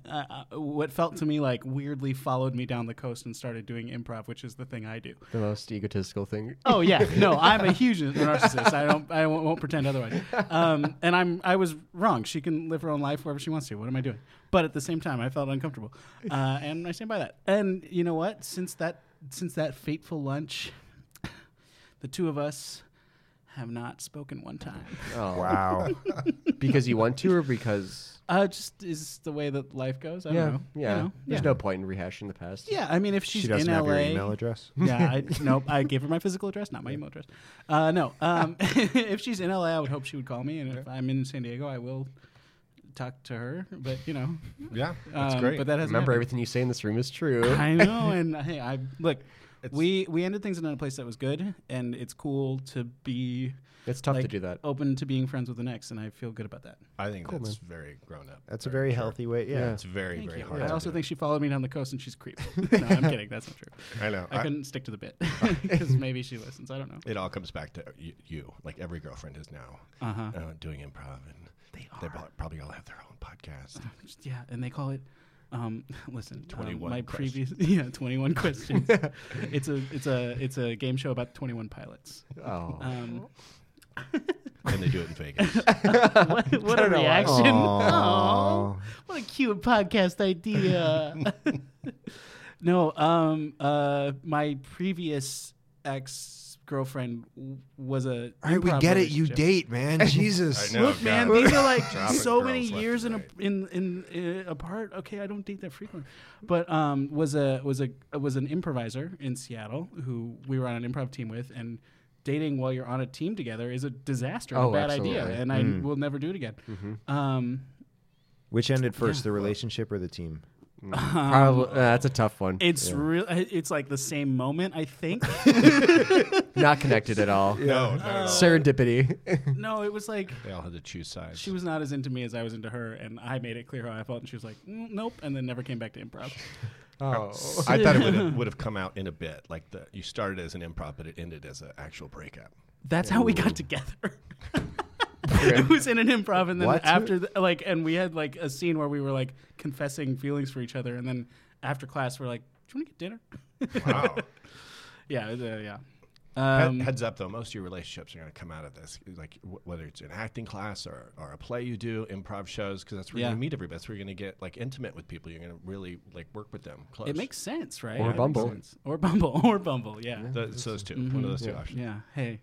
[SPEAKER 1] uh, what felt to me like weirdly followed me down the coast and started doing improv, which is the thing I do.
[SPEAKER 3] the most egotistical thing.
[SPEAKER 1] Oh yeah, no, I'm a huge narcissist. I don't, I won't, won't pretend otherwise. Um, and I'm, I was wrong. She can live her own life wherever she wants to. What am I doing? But at the same time, I felt uncomfortable, uh, and I stand by that. And you know what? Since that, since that fateful lunch, the two of us have not spoken one time.
[SPEAKER 3] Oh.
[SPEAKER 4] Wow.
[SPEAKER 3] Because you want to, or because
[SPEAKER 1] Uh, just is the way that life goes. I don't know. you
[SPEAKER 3] yeah.
[SPEAKER 1] know?
[SPEAKER 3] There's
[SPEAKER 1] yeah.
[SPEAKER 3] no point in rehashing the past.
[SPEAKER 1] Yeah, I mean, if she's
[SPEAKER 4] she doesn't
[SPEAKER 1] in
[SPEAKER 4] have
[SPEAKER 1] LA,
[SPEAKER 4] your email address.
[SPEAKER 1] yeah, I, nope. I gave her my physical address, not my email address. Uh, no. Um, if she's in LA, I would hope she would call me, and if I'm in San Diego, I will talk to her. But you know,
[SPEAKER 5] Yeah, that's
[SPEAKER 1] um,
[SPEAKER 5] great.
[SPEAKER 1] But that hasn't
[SPEAKER 3] Remember,
[SPEAKER 1] happened.
[SPEAKER 3] everything you say in this room is true.
[SPEAKER 1] I know, and hey, I look. we we ended things in a place that was good, and it's cool to be
[SPEAKER 3] It's tough to
[SPEAKER 1] like, Oh.
[SPEAKER 3] do that.
[SPEAKER 1] Open to being friends with an ex, and I feel good about that.
[SPEAKER 5] I think that's very grown up.
[SPEAKER 4] That's a very healthy way. Yeah.
[SPEAKER 5] It's very
[SPEAKER 1] Thank
[SPEAKER 5] very
[SPEAKER 1] you.
[SPEAKER 5] hard.
[SPEAKER 1] I
[SPEAKER 5] to
[SPEAKER 1] also
[SPEAKER 5] do.
[SPEAKER 1] think she followed me down the coast, and she's creepy. no, I'm kidding. That's not true.
[SPEAKER 5] I know.
[SPEAKER 1] I, couldn't stick to the bit because maybe she listens. I don't know.
[SPEAKER 5] it all comes back to you. you. Like every girlfriend is now
[SPEAKER 1] Uh-huh.
[SPEAKER 5] uh, doing improv, and they, pro- probably all have their own podcast.
[SPEAKER 1] Just- Yeah, and they call it. Um, listen, um,
[SPEAKER 5] 21
[SPEAKER 1] my
[SPEAKER 5] questions.
[SPEAKER 1] previous yeah, twenty one questions. it's a it's a it's a game show about twenty one pilots.
[SPEAKER 3] Oh.
[SPEAKER 1] Um,
[SPEAKER 5] and they do it in Vegas.
[SPEAKER 1] what, what a reaction!
[SPEAKER 4] Aw.
[SPEAKER 1] Aw, what a cute podcast idea. no, um, uh, my previous ex girlfriend was a.
[SPEAKER 4] All right, we
[SPEAKER 1] improv
[SPEAKER 4] get it. You
[SPEAKER 1] relationship.
[SPEAKER 4] date, man. Jesus.
[SPEAKER 5] I know.
[SPEAKER 1] Look,
[SPEAKER 5] Oh, God.
[SPEAKER 1] man, these are like
[SPEAKER 5] Dropping
[SPEAKER 1] so
[SPEAKER 5] girls
[SPEAKER 1] many
[SPEAKER 5] left
[SPEAKER 1] years in
[SPEAKER 5] and
[SPEAKER 1] a,
[SPEAKER 5] right.
[SPEAKER 1] in in uh, apart. Okay, I don't date that frequently, but um, was a was a was an improviser in Seattle who we were on an improv team with, and dating while you're on a team together is a disaster, and
[SPEAKER 3] Oh,
[SPEAKER 1] a bad idea,
[SPEAKER 3] absolutely.
[SPEAKER 1] and I
[SPEAKER 5] Mm.
[SPEAKER 1] will never do it again.
[SPEAKER 5] Mm-hmm.
[SPEAKER 1] Um,
[SPEAKER 4] Which ended first, the relationship or the team?
[SPEAKER 3] Probably, uh, that's a tough one.
[SPEAKER 1] it's real. It's like the same moment. I think.
[SPEAKER 3] Not connected at all.
[SPEAKER 5] no, no,
[SPEAKER 3] Serendipity.
[SPEAKER 1] no, it was like.
[SPEAKER 5] they all had to choose sides.
[SPEAKER 1] She was not as into me as I was into her, and I made it clear how I felt, and she was like, "Mm, "Nope," and then never came back to improv.
[SPEAKER 3] oh.
[SPEAKER 5] I thought it would have, would have come out in a bit, like the you started as an improv, but it ended as an actual breakup.
[SPEAKER 1] That's how we got together. it was in an improv, and then
[SPEAKER 4] What?
[SPEAKER 1] after, the, like, and we had like a scene where we were like confessing feelings for each other, and then after class, we're like, "Do you want to get dinner?"
[SPEAKER 5] Wow.
[SPEAKER 1] yeah, it was, uh, yeah.
[SPEAKER 5] He-
[SPEAKER 1] Um,
[SPEAKER 5] Heads up though, most of your relationships are going to come out of this, like w- whether it's an acting class or, or a play you do, improv shows, because that's where you're
[SPEAKER 1] Yeah.
[SPEAKER 5] going to meet everybody. That's where you're going to get like intimate with people. You're going to really like work with them close.
[SPEAKER 1] it makes sense, right?
[SPEAKER 3] Or
[SPEAKER 1] It makes
[SPEAKER 3] Bumble.
[SPEAKER 1] sense. or Bumble, or Bumble. Yeah,
[SPEAKER 5] Th- it's those 2 one of those two options.
[SPEAKER 1] Mm-hmm. yeah. Hey,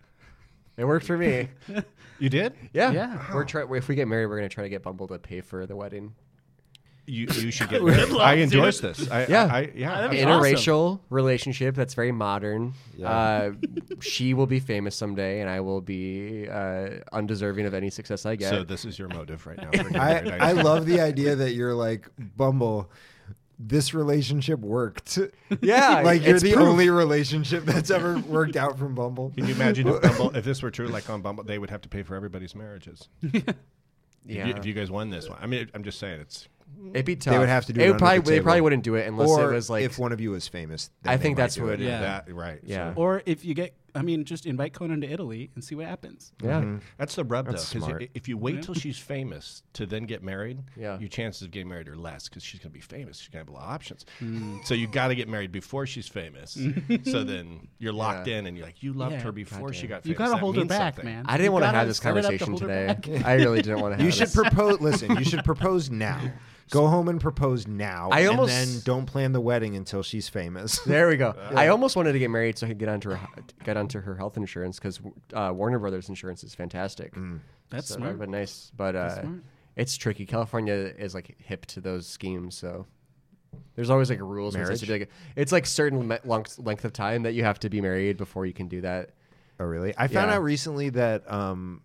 [SPEAKER 3] It worked for me.
[SPEAKER 5] You did?
[SPEAKER 3] Yeah.
[SPEAKER 1] Yeah.
[SPEAKER 3] We're try- if we get married, we're going to try to get Bumble to pay for the wedding.
[SPEAKER 5] You you should get.
[SPEAKER 1] Good luck,
[SPEAKER 5] I endorse
[SPEAKER 1] dude.
[SPEAKER 5] this. I,
[SPEAKER 3] Yeah.
[SPEAKER 5] I, I- yeah.
[SPEAKER 1] That'd be
[SPEAKER 5] I-
[SPEAKER 1] awesome.
[SPEAKER 3] Interracial relationship that's very modern. Uh, she will be famous someday, and I will be uh, undeserving of any success I get.
[SPEAKER 5] So this is your motive right now. for getting
[SPEAKER 4] I,
[SPEAKER 5] married.
[SPEAKER 4] I love the idea that you're like, Bumble, this relationship worked.
[SPEAKER 3] yeah.
[SPEAKER 4] like, you're
[SPEAKER 3] it's
[SPEAKER 4] the
[SPEAKER 3] proof.
[SPEAKER 4] only relationship that's ever worked out from Bumble.
[SPEAKER 5] Can you imagine if Bumble, if this were true, like on Bumble, they would have to pay for everybody's marriages. If, you,
[SPEAKER 3] Yeah.
[SPEAKER 5] if you guys won this one, I mean, I'm just saying it's.
[SPEAKER 3] It'd be tough.
[SPEAKER 4] would have to do it
[SPEAKER 3] would
[SPEAKER 4] under
[SPEAKER 3] probably,
[SPEAKER 4] the
[SPEAKER 3] They
[SPEAKER 4] table.
[SPEAKER 3] probably wouldn't do it unless
[SPEAKER 4] Or
[SPEAKER 3] it was like.
[SPEAKER 4] if one of you is famous. then
[SPEAKER 3] I
[SPEAKER 4] they
[SPEAKER 3] think
[SPEAKER 4] might
[SPEAKER 3] that's
[SPEAKER 4] do
[SPEAKER 3] what.
[SPEAKER 4] it.
[SPEAKER 1] Yeah.
[SPEAKER 5] That, right.
[SPEAKER 3] Yeah.
[SPEAKER 5] So
[SPEAKER 1] or if you get I mean, just invite Conan to Italy and see what happens.
[SPEAKER 3] Yeah.
[SPEAKER 5] That's the rub,
[SPEAKER 4] That's
[SPEAKER 5] though.
[SPEAKER 4] smart.
[SPEAKER 5] Because if you wait
[SPEAKER 1] Yeah.
[SPEAKER 5] till she's famous to then get married,
[SPEAKER 3] Yeah.
[SPEAKER 5] your chances of getting married are less because she's going to be famous. She's going to have a lot of options.
[SPEAKER 1] Mm.
[SPEAKER 5] So you got to get married before she's famous. so then you're locked in, and you're like, you loved
[SPEAKER 1] Yeah.
[SPEAKER 5] her before she got famous.
[SPEAKER 1] You gotta
[SPEAKER 5] That
[SPEAKER 1] hold her
[SPEAKER 5] means
[SPEAKER 1] back,
[SPEAKER 5] something.
[SPEAKER 1] man.
[SPEAKER 3] I
[SPEAKER 1] You
[SPEAKER 3] didn't want to
[SPEAKER 1] gotta
[SPEAKER 3] have this
[SPEAKER 1] set it up to
[SPEAKER 3] conversation
[SPEAKER 1] hold her
[SPEAKER 3] today.
[SPEAKER 1] back.
[SPEAKER 3] I really didn't want to have
[SPEAKER 4] You should
[SPEAKER 3] this.
[SPEAKER 4] propose. Listen, you should propose now. Go home and propose now.
[SPEAKER 3] I almost-
[SPEAKER 4] and then don't plan the wedding until she's famous.
[SPEAKER 3] There we go. I almost wanted to get married so I could get onto her get onto her health insurance because uh, Warner Brothers insurance is fantastic.
[SPEAKER 4] Mm.
[SPEAKER 1] That's
[SPEAKER 3] so
[SPEAKER 1] smart.
[SPEAKER 3] But nice, but uh,
[SPEAKER 1] smart.
[SPEAKER 3] it's tricky. California is like hip to those schemes, so there's always like rules. where It's, supposed to be, like, it's like certain me- long- length of time that you have to be married before you can do that.
[SPEAKER 4] Oh, really? I found
[SPEAKER 3] Yeah.
[SPEAKER 4] out recently that um,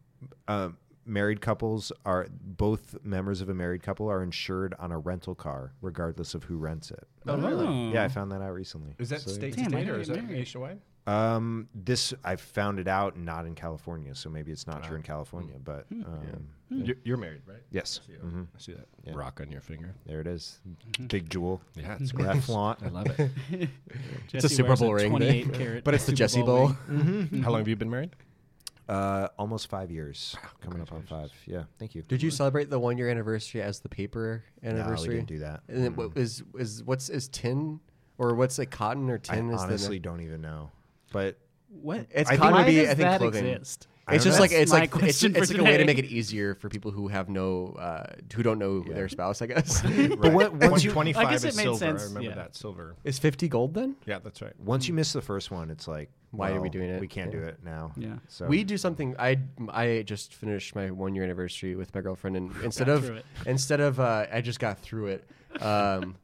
[SPEAKER 4] uh, married couples are both members of a married couple are insured on a rental car, regardless of who rents it.
[SPEAKER 1] Oh, really?
[SPEAKER 4] Yeah, I found that out recently.
[SPEAKER 5] Is that
[SPEAKER 4] So-
[SPEAKER 5] state
[SPEAKER 1] Damn,
[SPEAKER 5] to
[SPEAKER 1] I
[SPEAKER 5] state or
[SPEAKER 1] didn't
[SPEAKER 5] is
[SPEAKER 1] get
[SPEAKER 5] that
[SPEAKER 1] married.
[SPEAKER 5] nationwide?
[SPEAKER 4] Um, this I found it out not in California, so maybe it's not true in California, but
[SPEAKER 1] Hmm.
[SPEAKER 4] um,
[SPEAKER 5] You're, you're married, right?
[SPEAKER 4] yes, Mm-hmm.
[SPEAKER 5] Yeah. I see that rock on your finger.
[SPEAKER 4] there it is.
[SPEAKER 1] Mm-hmm.
[SPEAKER 4] Big jewel.
[SPEAKER 5] Yeah, it's great.
[SPEAKER 4] That flaunt.
[SPEAKER 5] I love it.
[SPEAKER 3] It's a
[SPEAKER 1] Jesse
[SPEAKER 3] Super
[SPEAKER 1] wears
[SPEAKER 3] Bowl ring, but-
[SPEAKER 1] 28 carat
[SPEAKER 3] But it's the
[SPEAKER 1] Super
[SPEAKER 3] Jesse Bowl.
[SPEAKER 1] ring.
[SPEAKER 5] How long have you been married?
[SPEAKER 4] Uh, almost five years. Coming up on five. Yeah. Thank you.
[SPEAKER 3] Did you celebrate the one year anniversary as the paper
[SPEAKER 4] No, we
[SPEAKER 3] anniversary?
[SPEAKER 4] didn't do that. Mm.
[SPEAKER 3] And then what is is what's is tin or what's like cotton or
[SPEAKER 4] I
[SPEAKER 3] tin? is
[SPEAKER 4] honestly
[SPEAKER 3] the,
[SPEAKER 4] don't even know, but
[SPEAKER 1] What?
[SPEAKER 3] It's
[SPEAKER 1] Why
[SPEAKER 3] cotton would be,
[SPEAKER 1] does
[SPEAKER 3] I think,
[SPEAKER 1] that
[SPEAKER 3] clothing.
[SPEAKER 1] exist?
[SPEAKER 4] I
[SPEAKER 3] it's
[SPEAKER 4] don't
[SPEAKER 3] just
[SPEAKER 4] know.
[SPEAKER 3] like it's
[SPEAKER 1] That's
[SPEAKER 3] like
[SPEAKER 1] my
[SPEAKER 3] it's,
[SPEAKER 1] question
[SPEAKER 3] it's
[SPEAKER 1] for
[SPEAKER 3] like a way to
[SPEAKER 1] today.
[SPEAKER 3] make it easier for people who have no uh, who don't know their spouse. I guess
[SPEAKER 4] but what, once you
[SPEAKER 5] 25
[SPEAKER 1] I guess
[SPEAKER 5] is
[SPEAKER 1] it made
[SPEAKER 5] silver.
[SPEAKER 1] sense,
[SPEAKER 5] I remember
[SPEAKER 1] yeah.
[SPEAKER 5] that silver.
[SPEAKER 3] is fifty gold then?
[SPEAKER 5] Yeah, that's right.
[SPEAKER 4] once you miss the first one, it's like
[SPEAKER 3] Why are we
[SPEAKER 4] well,
[SPEAKER 3] doing it?
[SPEAKER 4] We can't
[SPEAKER 3] Yeah.
[SPEAKER 4] do it now.
[SPEAKER 1] Yeah.
[SPEAKER 4] So
[SPEAKER 3] We do something. I I just finished my one year anniversary with my girlfriend, and instead
[SPEAKER 1] Got
[SPEAKER 3] of
[SPEAKER 1] through it.
[SPEAKER 3] instead of uh, I just got through it. Um,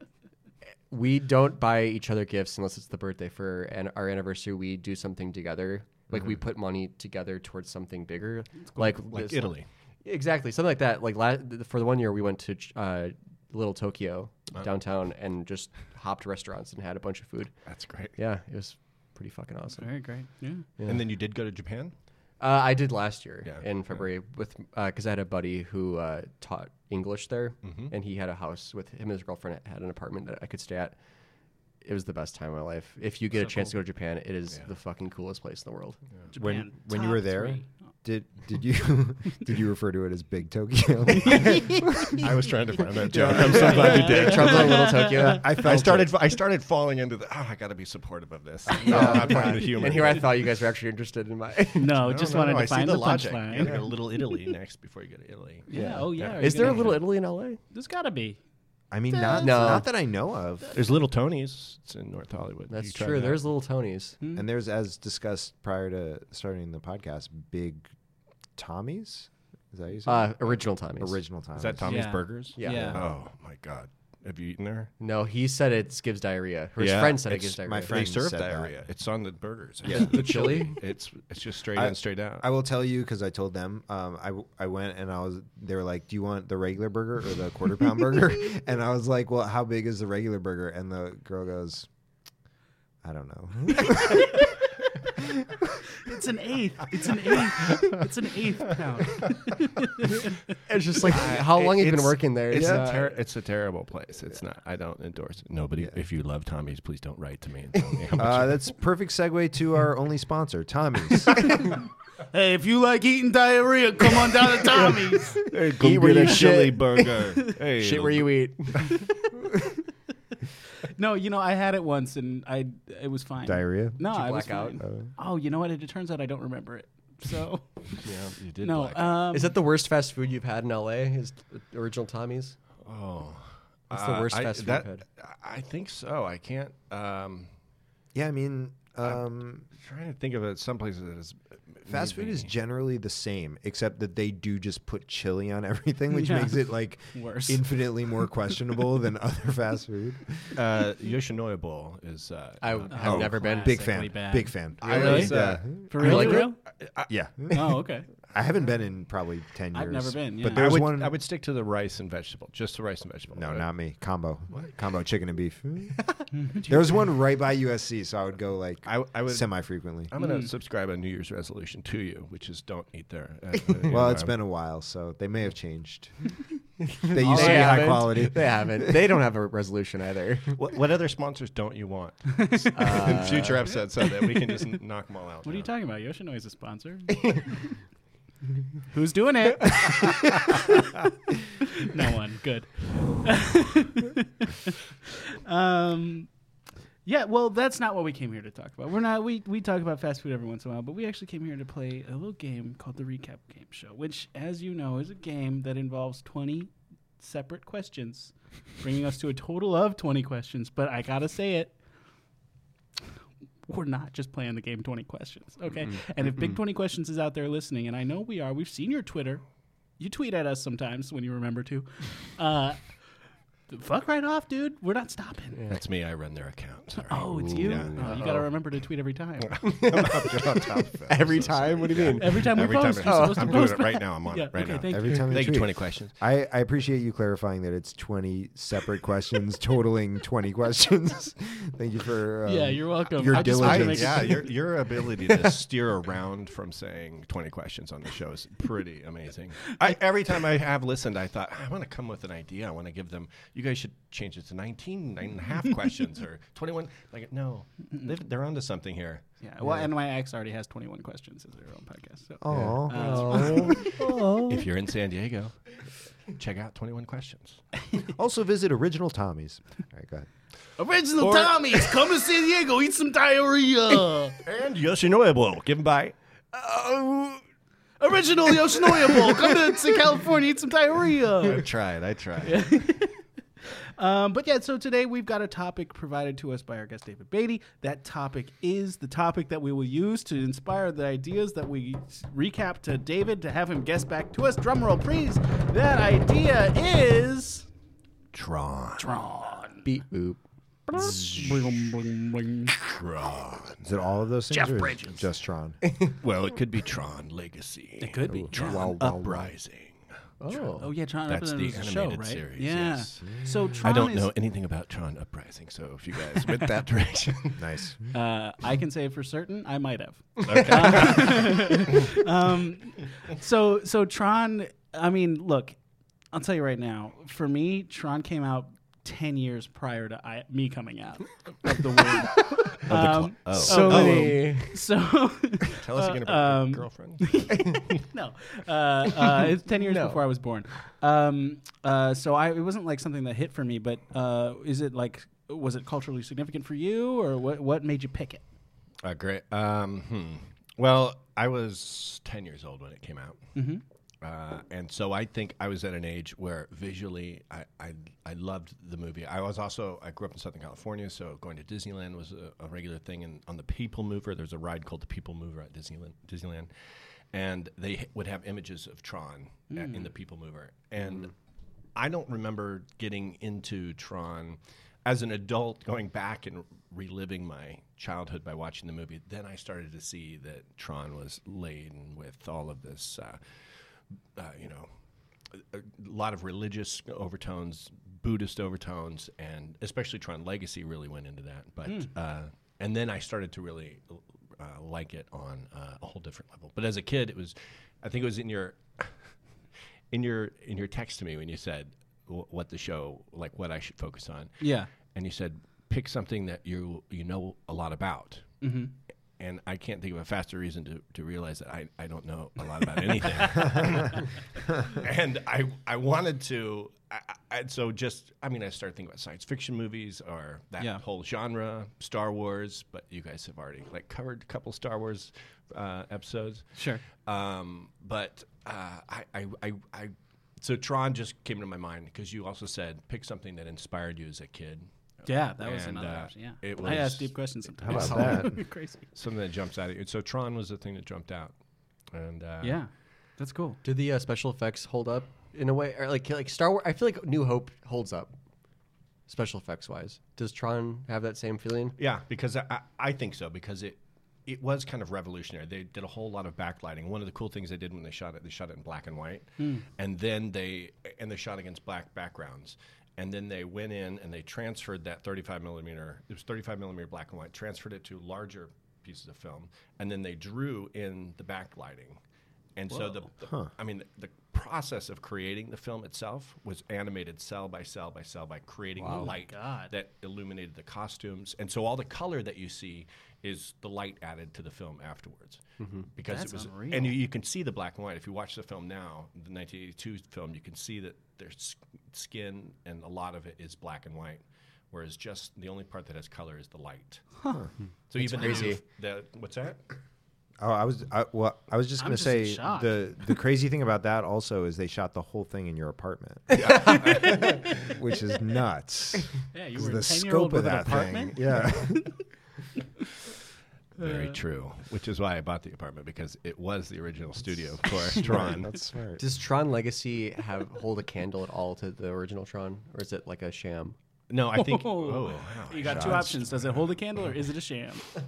[SPEAKER 3] we don't buy each other gifts unless it's the birthday for an, our anniversary. We do something together. Like we put money together towards something bigger, like
[SPEAKER 5] Like
[SPEAKER 3] this-
[SPEAKER 5] Italy.
[SPEAKER 3] Exactly, something like that. Like la- th- for the one year we went to ch- uh, Little Tokyo downtown and just hopped restaurants and had a bunch of food.
[SPEAKER 5] That's great.
[SPEAKER 3] Yeah, it was pretty fucking awesome.
[SPEAKER 1] Very great. Yeah.
[SPEAKER 5] And then you did go to Japan?
[SPEAKER 3] Uh, I did last year
[SPEAKER 5] Yeah,
[SPEAKER 3] in February with because I had a buddy who uh, taught English there,
[SPEAKER 5] Mm-hmm.
[SPEAKER 3] and he had a house with him and his girlfriend had an apartment that I could stay at. It was the best time of my life. If you get a chance to go to Japan, it is the fucking coolest place in the world.
[SPEAKER 4] when
[SPEAKER 1] Japan,
[SPEAKER 4] when you
[SPEAKER 1] top
[SPEAKER 4] were there,
[SPEAKER 1] three.
[SPEAKER 4] did did you did you refer to it as Big Tokyo?
[SPEAKER 5] I was trying to find that joke. I'm so glad you did.
[SPEAKER 3] Trouble in Little Tokyo.
[SPEAKER 4] I felt
[SPEAKER 5] I
[SPEAKER 4] it.
[SPEAKER 5] started. I started falling into the. Oh, I got to be supportive of this. No, I'm not finding the humor.
[SPEAKER 3] and here I thought you guys were actually interested in my.
[SPEAKER 1] No, just wanted to
[SPEAKER 5] I see
[SPEAKER 1] find
[SPEAKER 5] the,
[SPEAKER 1] the,
[SPEAKER 5] logic. You gotta
[SPEAKER 1] punchline.
[SPEAKER 5] go to Little Italy next before you go to Italy.
[SPEAKER 1] Yeah. Oh yeah. Are
[SPEAKER 3] Is
[SPEAKER 1] you
[SPEAKER 3] there a
[SPEAKER 1] gonna-
[SPEAKER 3] Little Italy in LA?
[SPEAKER 1] There's gotta be.
[SPEAKER 4] I mean, not
[SPEAKER 3] No.
[SPEAKER 4] not that I know of.
[SPEAKER 5] There's Little Tony's. It's in North Hollywood.
[SPEAKER 3] That's
[SPEAKER 5] You try
[SPEAKER 3] true.
[SPEAKER 5] that.
[SPEAKER 3] There's Little Tony's.
[SPEAKER 4] And there's, as discussed prior to starting the podcast, Big Tommy's. Is that how you say?
[SPEAKER 3] Uh,
[SPEAKER 4] it?
[SPEAKER 3] original Tommy's.
[SPEAKER 4] Original Tommy's.
[SPEAKER 5] Is that Tommy's
[SPEAKER 1] Yeah.
[SPEAKER 5] Burgers?
[SPEAKER 3] Yeah.
[SPEAKER 1] Yeah.
[SPEAKER 5] Oh my God. Have you eaten there?
[SPEAKER 3] No, he said it gives diarrhea. Her
[SPEAKER 5] Yeah,
[SPEAKER 3] friend said it
[SPEAKER 5] it's
[SPEAKER 3] gives diarrhea.
[SPEAKER 4] my
[SPEAKER 5] They
[SPEAKER 4] friend-
[SPEAKER 5] serve
[SPEAKER 4] said that.
[SPEAKER 5] diarrhea. It's on the burgers. It's
[SPEAKER 3] Yeah.
[SPEAKER 5] the
[SPEAKER 3] Chili?
[SPEAKER 5] chili. It's it's just straight
[SPEAKER 4] I-
[SPEAKER 5] in, straight out.
[SPEAKER 4] I will tell you because I told them. Um, I, w- I went and I was. They were like, "Do you want the regular burger or the quarter pound burger?" and I was like, "Well, how big is the regular burger?" And the girl goes, "I don't know."
[SPEAKER 1] It's an eighth. It's an eighth. it's an eighth pound.
[SPEAKER 3] It's just like how long
[SPEAKER 5] It-
[SPEAKER 3] you've been
[SPEAKER 5] it's-
[SPEAKER 3] working there.
[SPEAKER 5] It's,
[SPEAKER 3] yeah.
[SPEAKER 5] a ter- it's a terrible place. It's not. I don't endorse it. Nobody. If you love Tommy's, please don't write to me and tell me how much.
[SPEAKER 4] uh, that's perfect segue to our only sponsor, Tommy's.
[SPEAKER 1] Hey, if you like eating diarrhea, come on down to Tommy's.
[SPEAKER 5] Hey,
[SPEAKER 3] Eat where you
[SPEAKER 5] chili
[SPEAKER 3] shit.
[SPEAKER 5] burger. Hey,
[SPEAKER 3] Shit where you eat.
[SPEAKER 1] no, you know I had it once and I it was fine.
[SPEAKER 4] Diarrhea.
[SPEAKER 1] No,
[SPEAKER 3] Did you
[SPEAKER 1] I was
[SPEAKER 3] black out?
[SPEAKER 1] fine. Oh, you know what? It, it turns out I don't remember it. So
[SPEAKER 5] Yeah, you did.
[SPEAKER 1] no.
[SPEAKER 3] uh,
[SPEAKER 5] black.
[SPEAKER 1] Um,
[SPEAKER 3] Is that the worst fast food you've had in LA? Is original Tommy's?
[SPEAKER 5] oh,
[SPEAKER 3] That's the worst
[SPEAKER 5] I,
[SPEAKER 3] fast food
[SPEAKER 5] that-
[SPEAKER 3] I've
[SPEAKER 5] I think so. I can't. Um,
[SPEAKER 4] Yeah, I mean, um,
[SPEAKER 5] trying to think of it. Some places that is
[SPEAKER 4] fast food is generally the same, except that they do just put chili on everything, which
[SPEAKER 1] Yeah.
[SPEAKER 4] makes it like
[SPEAKER 1] Worse.
[SPEAKER 4] infinitely more questionable than other fast food.
[SPEAKER 5] uh, Yoshinoya Bowl is. Uh,
[SPEAKER 3] I have never been.
[SPEAKER 4] Big fan,
[SPEAKER 1] Classically bad.
[SPEAKER 4] big fan.
[SPEAKER 5] I
[SPEAKER 1] Really?
[SPEAKER 5] was,
[SPEAKER 4] yeah.
[SPEAKER 5] uh,
[SPEAKER 1] for real?
[SPEAKER 3] like it.
[SPEAKER 1] real?
[SPEAKER 4] yeah.
[SPEAKER 1] Oh, okay.
[SPEAKER 4] I haven't been in probably ten years.
[SPEAKER 1] I've never been, yeah.
[SPEAKER 4] But
[SPEAKER 1] I
[SPEAKER 5] I
[SPEAKER 4] there's
[SPEAKER 5] would,
[SPEAKER 4] one.
[SPEAKER 5] I would stick to the rice and vegetable, just the rice and vegetable.
[SPEAKER 4] No,
[SPEAKER 5] Uh,
[SPEAKER 4] not me. Combo, combo chicken and beef. there was one right by USC, so I would go like
[SPEAKER 5] I, I would.
[SPEAKER 4] semi frequently.
[SPEAKER 5] I'm going to subscribe a New Year's resolution to you, which is don't eat there. Uh,
[SPEAKER 4] Well, it's been a while, so they may have changed. They used to be high
[SPEAKER 3] haven't.
[SPEAKER 4] quality.
[SPEAKER 3] They haven't. They don't have a resolution either.
[SPEAKER 5] What, what other sponsors don't you want in future episodes so that we can just knock them all out?
[SPEAKER 1] What are you
[SPEAKER 5] now?
[SPEAKER 1] talking about? Yoshinoi is a sponsor. Who's doing it? no one. Good. um, yeah, well, that's not what we came here to talk about. We're not. We we talk about fast food every once in a while, but we actually came here to play a little game called the Recap Game Show, which, as you know, is a game that involves twenty separate questions, bringing us to a total of twenty questions. But I gotta say it we're not just playing the game 20 questions okay
[SPEAKER 5] Mm-hmm.
[SPEAKER 1] and if big 20 questions is out there listening and i know we are we've seen your twitter you tweet at us sometimes when you remember to uh fuck right off dude we're not stopping
[SPEAKER 5] That's me. I run their account. Sorry.
[SPEAKER 1] oh it's you
[SPEAKER 5] Yeah.
[SPEAKER 1] Oh, you gotta remember to tweet every time
[SPEAKER 3] Every time? What do you mean?
[SPEAKER 1] every time we
[SPEAKER 5] Every
[SPEAKER 1] post
[SPEAKER 5] time.
[SPEAKER 1] you're
[SPEAKER 5] Oh,
[SPEAKER 1] supposed to
[SPEAKER 5] I'm doing
[SPEAKER 1] post
[SPEAKER 5] it right now. I'm on
[SPEAKER 1] yeah,
[SPEAKER 5] it right
[SPEAKER 1] okay,
[SPEAKER 5] now.
[SPEAKER 1] thank
[SPEAKER 4] Every
[SPEAKER 1] you.
[SPEAKER 4] time you
[SPEAKER 5] Thank you.
[SPEAKER 4] tweet.
[SPEAKER 5] 20 questions.
[SPEAKER 4] I, I appreciate you clarifying that it's 20 separate questions totaling 20 questions. Thank you for um,
[SPEAKER 1] Yeah, you're welcome.
[SPEAKER 4] Your
[SPEAKER 1] I just wanted to
[SPEAKER 4] diligence.
[SPEAKER 1] make it
[SPEAKER 5] yeah, your, your ability to steer around from saying 20 questions on the show is pretty amazing. I, every time I have listened, I thought, I want to come with an idea. I want to give them, you guys should change it to 19, nine and a half questions or 21. Like, no, they've, they're onto something here.
[SPEAKER 1] yeah well and my ex already has 21 questions as their own podcast so
[SPEAKER 4] Aw.
[SPEAKER 3] Uh, Oh.
[SPEAKER 5] If you're in San Diego, check out 21 questions.
[SPEAKER 4] Also visit Original Tommy's. All right, go ahead.
[SPEAKER 1] original tommy's come to san diego eat some diarrhea
[SPEAKER 5] And Yoshinoya Blow, given by Oh.
[SPEAKER 1] Original Yoshinoya Bowl. Come to, to California, eat some diarrhea.
[SPEAKER 5] I tried. I tried.
[SPEAKER 1] Um, but yeah, so today we've got a topic provided to us by our guest David Beatty. That topic is the topic that we will use to inspire the ideas that we s- recap to David to have him guess back to us. Drum roll, please. That idea is
[SPEAKER 5] Tron.
[SPEAKER 1] Tron.
[SPEAKER 3] Beep boop.
[SPEAKER 5] Tron.
[SPEAKER 4] Is it all of those things?
[SPEAKER 1] Jeff
[SPEAKER 4] or is it
[SPEAKER 1] Bridges.
[SPEAKER 4] Just Tron.
[SPEAKER 5] Well, it could be Tron Legacy. It uh,
[SPEAKER 1] Could be Tron.
[SPEAKER 4] Wow, wow, wow.
[SPEAKER 5] Uprising.
[SPEAKER 1] Oh yeah, Tron.
[SPEAKER 5] That's
[SPEAKER 1] Uprising
[SPEAKER 5] the
[SPEAKER 1] was a show,
[SPEAKER 5] animated
[SPEAKER 1] right?
[SPEAKER 5] series,
[SPEAKER 1] Yeah.
[SPEAKER 5] yes.
[SPEAKER 1] So Tron
[SPEAKER 5] I don't
[SPEAKER 1] is,
[SPEAKER 5] know anything about Tron Uprising, so if you guys went that direction,
[SPEAKER 4] Nice.
[SPEAKER 1] Uh, I can say for certain I might have. um, so so Tron. I mean, look, I'll tell you right now. For me, Tron came out ten years prior to I, me coming out of the womb. um,
[SPEAKER 3] So
[SPEAKER 1] Oh.
[SPEAKER 3] many.
[SPEAKER 1] so
[SPEAKER 5] tell us again about
[SPEAKER 1] um,
[SPEAKER 5] your girlfriend.
[SPEAKER 1] no, uh, uh, it's ten years
[SPEAKER 3] No.
[SPEAKER 1] before I was born. Um, uh, so I it wasn't like something that hit for me. But uh, is it like was it culturally significant for you, or what? What made you pick it?
[SPEAKER 5] uh, great. Um, hmm. Well, I was ten years old when it came out, uh, and so I think I was at an age where visually I, I I loved the movie. I was also I grew up in Southern California, so going to Disneyland was a, a regular thing. And on the People Mover, there's a ride called the People Mover at Disneyland. Disneyland, and they h- would have images of Tron a- in the People Mover, and I don't remember getting into Tron as an adult, going back and reliving my childhood by watching the movie. Then I started to see that Tron was laden with all of this, uh, uh, you know, a, a lot of religious overtones, Buddhist overtones, and especially Tron Legacy really went into that. But uh, and then I started to really uh, like it on uh, a whole different level. But as a kid, it was, I think it was in your in your in your text to me when you said wh- what the show like what I should focus on.
[SPEAKER 1] Yeah.
[SPEAKER 5] And you said pick something that you you know a lot about. Mm-hmm. And I can't think of a faster reason to, to realize that I, I don't know a lot about anything. and I I wanted to. I, I, and so just I mean I started thinking about science fiction movies or that
[SPEAKER 1] Yeah.
[SPEAKER 5] whole genre, Star Wars. But you guys have already like covered a couple Star Wars uh, episodes.
[SPEAKER 1] Sure.
[SPEAKER 5] Um, but uh, I, I, I, I, so Tron just came to my mind because you also said pick something that inspired you as a kid.
[SPEAKER 1] Yeah, that was
[SPEAKER 5] And,
[SPEAKER 1] another
[SPEAKER 5] uh,
[SPEAKER 1] option. Yeah,
[SPEAKER 5] it
[SPEAKER 1] I
[SPEAKER 5] was-
[SPEAKER 1] ask deep questions sometimes.
[SPEAKER 4] How about that?
[SPEAKER 1] Crazy.
[SPEAKER 5] Something that jumps out at you. So Tron was the thing that jumped out. And uh,
[SPEAKER 1] Yeah, that's cool.
[SPEAKER 3] Do the uh, special effects hold up in a way? Or like, like Star Wars? I feel like New Hope holds up special effects wise. Does Tron have that same feeling?
[SPEAKER 5] Yeah, because I, I- I think so because it it was kind of revolutionary. They did a whole lot of backlighting. One of the cool things they did when they shot it, they shot it in black and white, and then they and they shot against black backgrounds. And then they went in and they transferred that 35 millimeter. It was 35 millimeter black and white. Transferred it to larger pieces of film, and then they drew in the backlighting. And so the, the- I mean the, the process of creating the film itself was animated cell by cell by cell by creating the light
[SPEAKER 1] Oh God.
[SPEAKER 5] that illuminated the costumes. And so all the color that you see is the light added to the film afterwards. Because
[SPEAKER 1] That's
[SPEAKER 5] it was
[SPEAKER 1] unreal.
[SPEAKER 5] and you, you can see the black and white. If you watch the film now, the 1982 film, you can see that there's s- skin and a lot of it is black and white. Whereas just the only part that has color is the light. So even
[SPEAKER 3] crazy.
[SPEAKER 5] The, what's that?
[SPEAKER 4] Oh, I was I, well. I was just
[SPEAKER 1] I'm
[SPEAKER 4] gonna
[SPEAKER 1] just in
[SPEAKER 4] say
[SPEAKER 1] shock.
[SPEAKER 4] the the crazy thing about that also is they shot the whole thing in your apartment, which is nuts.
[SPEAKER 1] Yeah, you
[SPEAKER 4] 'Cause
[SPEAKER 1] were
[SPEAKER 4] the
[SPEAKER 1] a ten year old
[SPEAKER 4] scope of
[SPEAKER 1] with an
[SPEAKER 4] that
[SPEAKER 1] apartment.
[SPEAKER 4] thing, yeah.
[SPEAKER 5] Very true. Which is why I bought the apartment because it was the original studio for Tron.
[SPEAKER 4] That's smart.
[SPEAKER 3] Does Tron Legacy have hold a candle at all to the original Tron, or is it like a sham?
[SPEAKER 5] No, I think.
[SPEAKER 1] Oh,
[SPEAKER 5] Oh, wow.
[SPEAKER 1] you got two options. Does it hold a candle or is it a sham?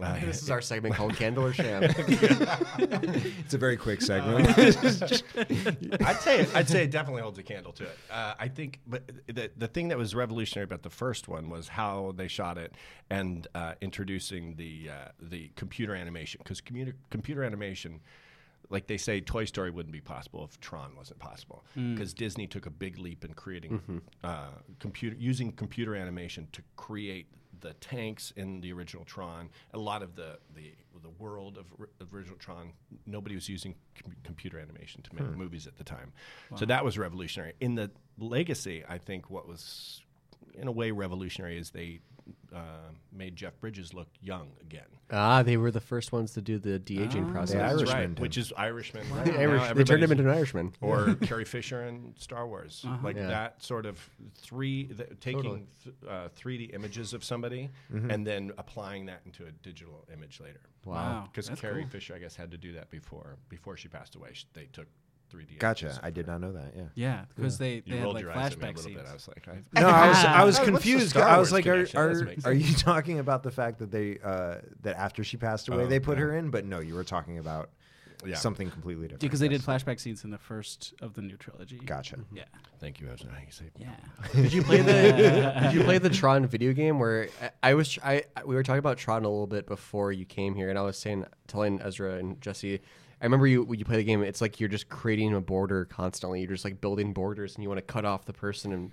[SPEAKER 5] Uh,
[SPEAKER 3] This is our segment called Candle or Sham.
[SPEAKER 4] It's a very quick segment.
[SPEAKER 5] I'd say it, I'd say it definitely holds a candle to it. Uh, I think, but the the thing that was revolutionary about the first one was how they shot it and uh, introducing the uh, the computer animation because computer computer animation. Like they say, Toy Story wouldn't be possible if Tron wasn't possible,
[SPEAKER 1] Hmm.
[SPEAKER 5] because Disney took a big leap in creating uh, computer using computer animation to create the tanks in the original Tron. A lot of the the, the world of, ri- of original Tron, nobody was using com- computer animation to make movies at the time. So that was revolutionary. In the Legacy, I think what was in a way revolutionary is they uh, made Jeff Bridges look young again.
[SPEAKER 3] ah, they were the first ones to do Ah, the de aging process.
[SPEAKER 4] The
[SPEAKER 5] That's
[SPEAKER 4] Irishman
[SPEAKER 5] right,
[SPEAKER 4] did.
[SPEAKER 5] which is Irishman. Right?
[SPEAKER 3] The
[SPEAKER 5] Now
[SPEAKER 3] Irish, they turned him
[SPEAKER 5] everybody's-
[SPEAKER 3] into an Irishman.
[SPEAKER 5] or Carrie Fisher in Star Wars,
[SPEAKER 4] Uh-huh.
[SPEAKER 5] like
[SPEAKER 3] Yeah.
[SPEAKER 5] that sort of three th- taking th- uh, 3D images of somebody
[SPEAKER 4] Mm-hmm.
[SPEAKER 5] and then applying that into a digital image later.
[SPEAKER 1] Wow,
[SPEAKER 5] because
[SPEAKER 1] that's
[SPEAKER 5] Carrie
[SPEAKER 1] cool.
[SPEAKER 5] Fisher, I guess, had to do that before before she passed away. Sh they took 3D.
[SPEAKER 4] Gotcha.
[SPEAKER 5] images.
[SPEAKER 4] I did not know that. Yeah.
[SPEAKER 1] Yeah, because they,
[SPEAKER 5] You
[SPEAKER 1] they had
[SPEAKER 5] rolled
[SPEAKER 1] like
[SPEAKER 5] your eyes at me a
[SPEAKER 1] flashback
[SPEAKER 5] little
[SPEAKER 1] scenes.
[SPEAKER 5] bit. I was like, I,
[SPEAKER 4] No, I was I was
[SPEAKER 5] Ah, what's the
[SPEAKER 4] confused.
[SPEAKER 5] Star
[SPEAKER 4] I was
[SPEAKER 5] Wars
[SPEAKER 4] like, are,
[SPEAKER 5] connection? This
[SPEAKER 4] are,
[SPEAKER 5] makes
[SPEAKER 4] are you talking about the fact that they uh, that after she passed away
[SPEAKER 5] Oh,
[SPEAKER 4] they put
[SPEAKER 5] yeah.
[SPEAKER 4] her in? But no, you were talking about
[SPEAKER 5] Yeah.
[SPEAKER 4] something completely different.
[SPEAKER 1] Because they
[SPEAKER 4] Yes.
[SPEAKER 1] did flashback scenes in the first of the new trilogy.
[SPEAKER 4] Gotcha.
[SPEAKER 1] Yeah.
[SPEAKER 5] thank you. I was like, you saved me.
[SPEAKER 1] Yeah.
[SPEAKER 3] Did you play the Did you play the Tron video game where I, I was tr- I I- we were talking about Tron a little bit before you came here, and I was saying telling Ezra and Jesse. I remember you when you play the game. It's like you're just creating a border constantly. You're just like building borders, and you want to cut off the person and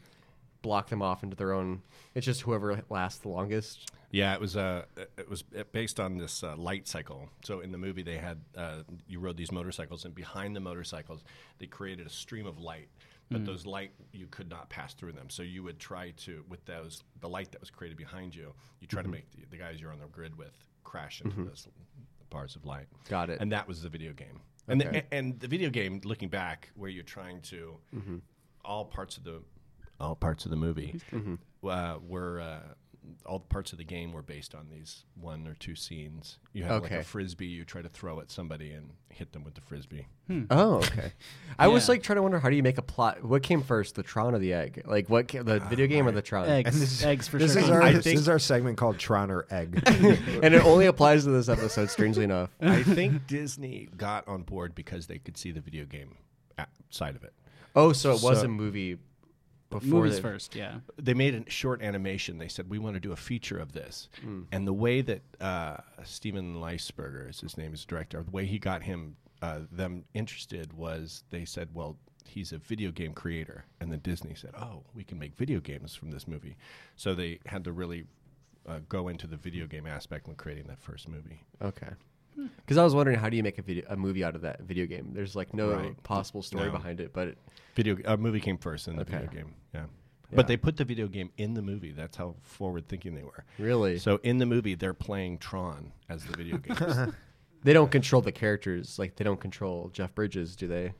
[SPEAKER 3] block them off into their own. It's just whoever lasts the longest.
[SPEAKER 5] Yeah, it was uh, it was based on this uh, light cycle. So in the movie, they had uh, you rode these motorcycles, and behind the motorcycles, they created a stream of light. But those light, you could not pass through them. So you would try to with those the light that was created behind you. You try to make the, the guys you're on the grid with crash into those bars of light.
[SPEAKER 3] Got it.
[SPEAKER 5] And that was the video game. And the, and the video game, looking back, where you're trying to all parts of the all parts of the movie uh, were uh, all parts of the game were based on these one or two scenes. You have like
[SPEAKER 3] Okay.
[SPEAKER 5] a frisbee you try to throw at somebody and hit them with the frisbee.
[SPEAKER 1] Hmm.
[SPEAKER 3] Oh, okay. I was
[SPEAKER 1] Yeah.
[SPEAKER 3] like trying to wonder how do you make a plot? What came first, the Tron or the egg? Like what ca- the video game or the Tron?
[SPEAKER 1] Eggs.
[SPEAKER 4] this-
[SPEAKER 1] eggs for
[SPEAKER 4] This
[SPEAKER 1] sure.
[SPEAKER 4] is our
[SPEAKER 5] I
[SPEAKER 4] this
[SPEAKER 5] think-
[SPEAKER 4] is our segment called Tron or Egg.
[SPEAKER 3] And it only applies to this episode, strangely enough.
[SPEAKER 5] I think Disney got on board because they could see the video game a- side of it.
[SPEAKER 3] Oh, so it was
[SPEAKER 4] So-
[SPEAKER 3] a movie before
[SPEAKER 1] Movies
[SPEAKER 3] they-
[SPEAKER 1] first, yeah.
[SPEAKER 5] They made a short animation. They said we want to do a feature of this,
[SPEAKER 3] Hmm.
[SPEAKER 5] and the way that uh, Steven Leisberger is his name is director. The way he got him uh, them interested was they said, well. He's a video game creator, and then Disney said, "Oh, we can make video games from this movie." So they had to really uh, go into the video game aspect when creating that first movie.
[SPEAKER 3] Okay.
[SPEAKER 1] Hmm.
[SPEAKER 3] Because I was wondering, how do you make a video, a movie out of that video game? There's like no
[SPEAKER 5] Right.
[SPEAKER 3] possible story
[SPEAKER 5] No.
[SPEAKER 3] behind it, but
[SPEAKER 5] Video a movie came first, and the
[SPEAKER 3] Okay.
[SPEAKER 5] video game. Yeah.
[SPEAKER 3] Yeah.
[SPEAKER 5] but they put the video game in the movie. That's how forward thinking they were.
[SPEAKER 3] Really?
[SPEAKER 5] So in the movie, they're playing Tron as the video game.
[SPEAKER 3] they don't control the characters. Like they don't control Jeff Bridges, do they?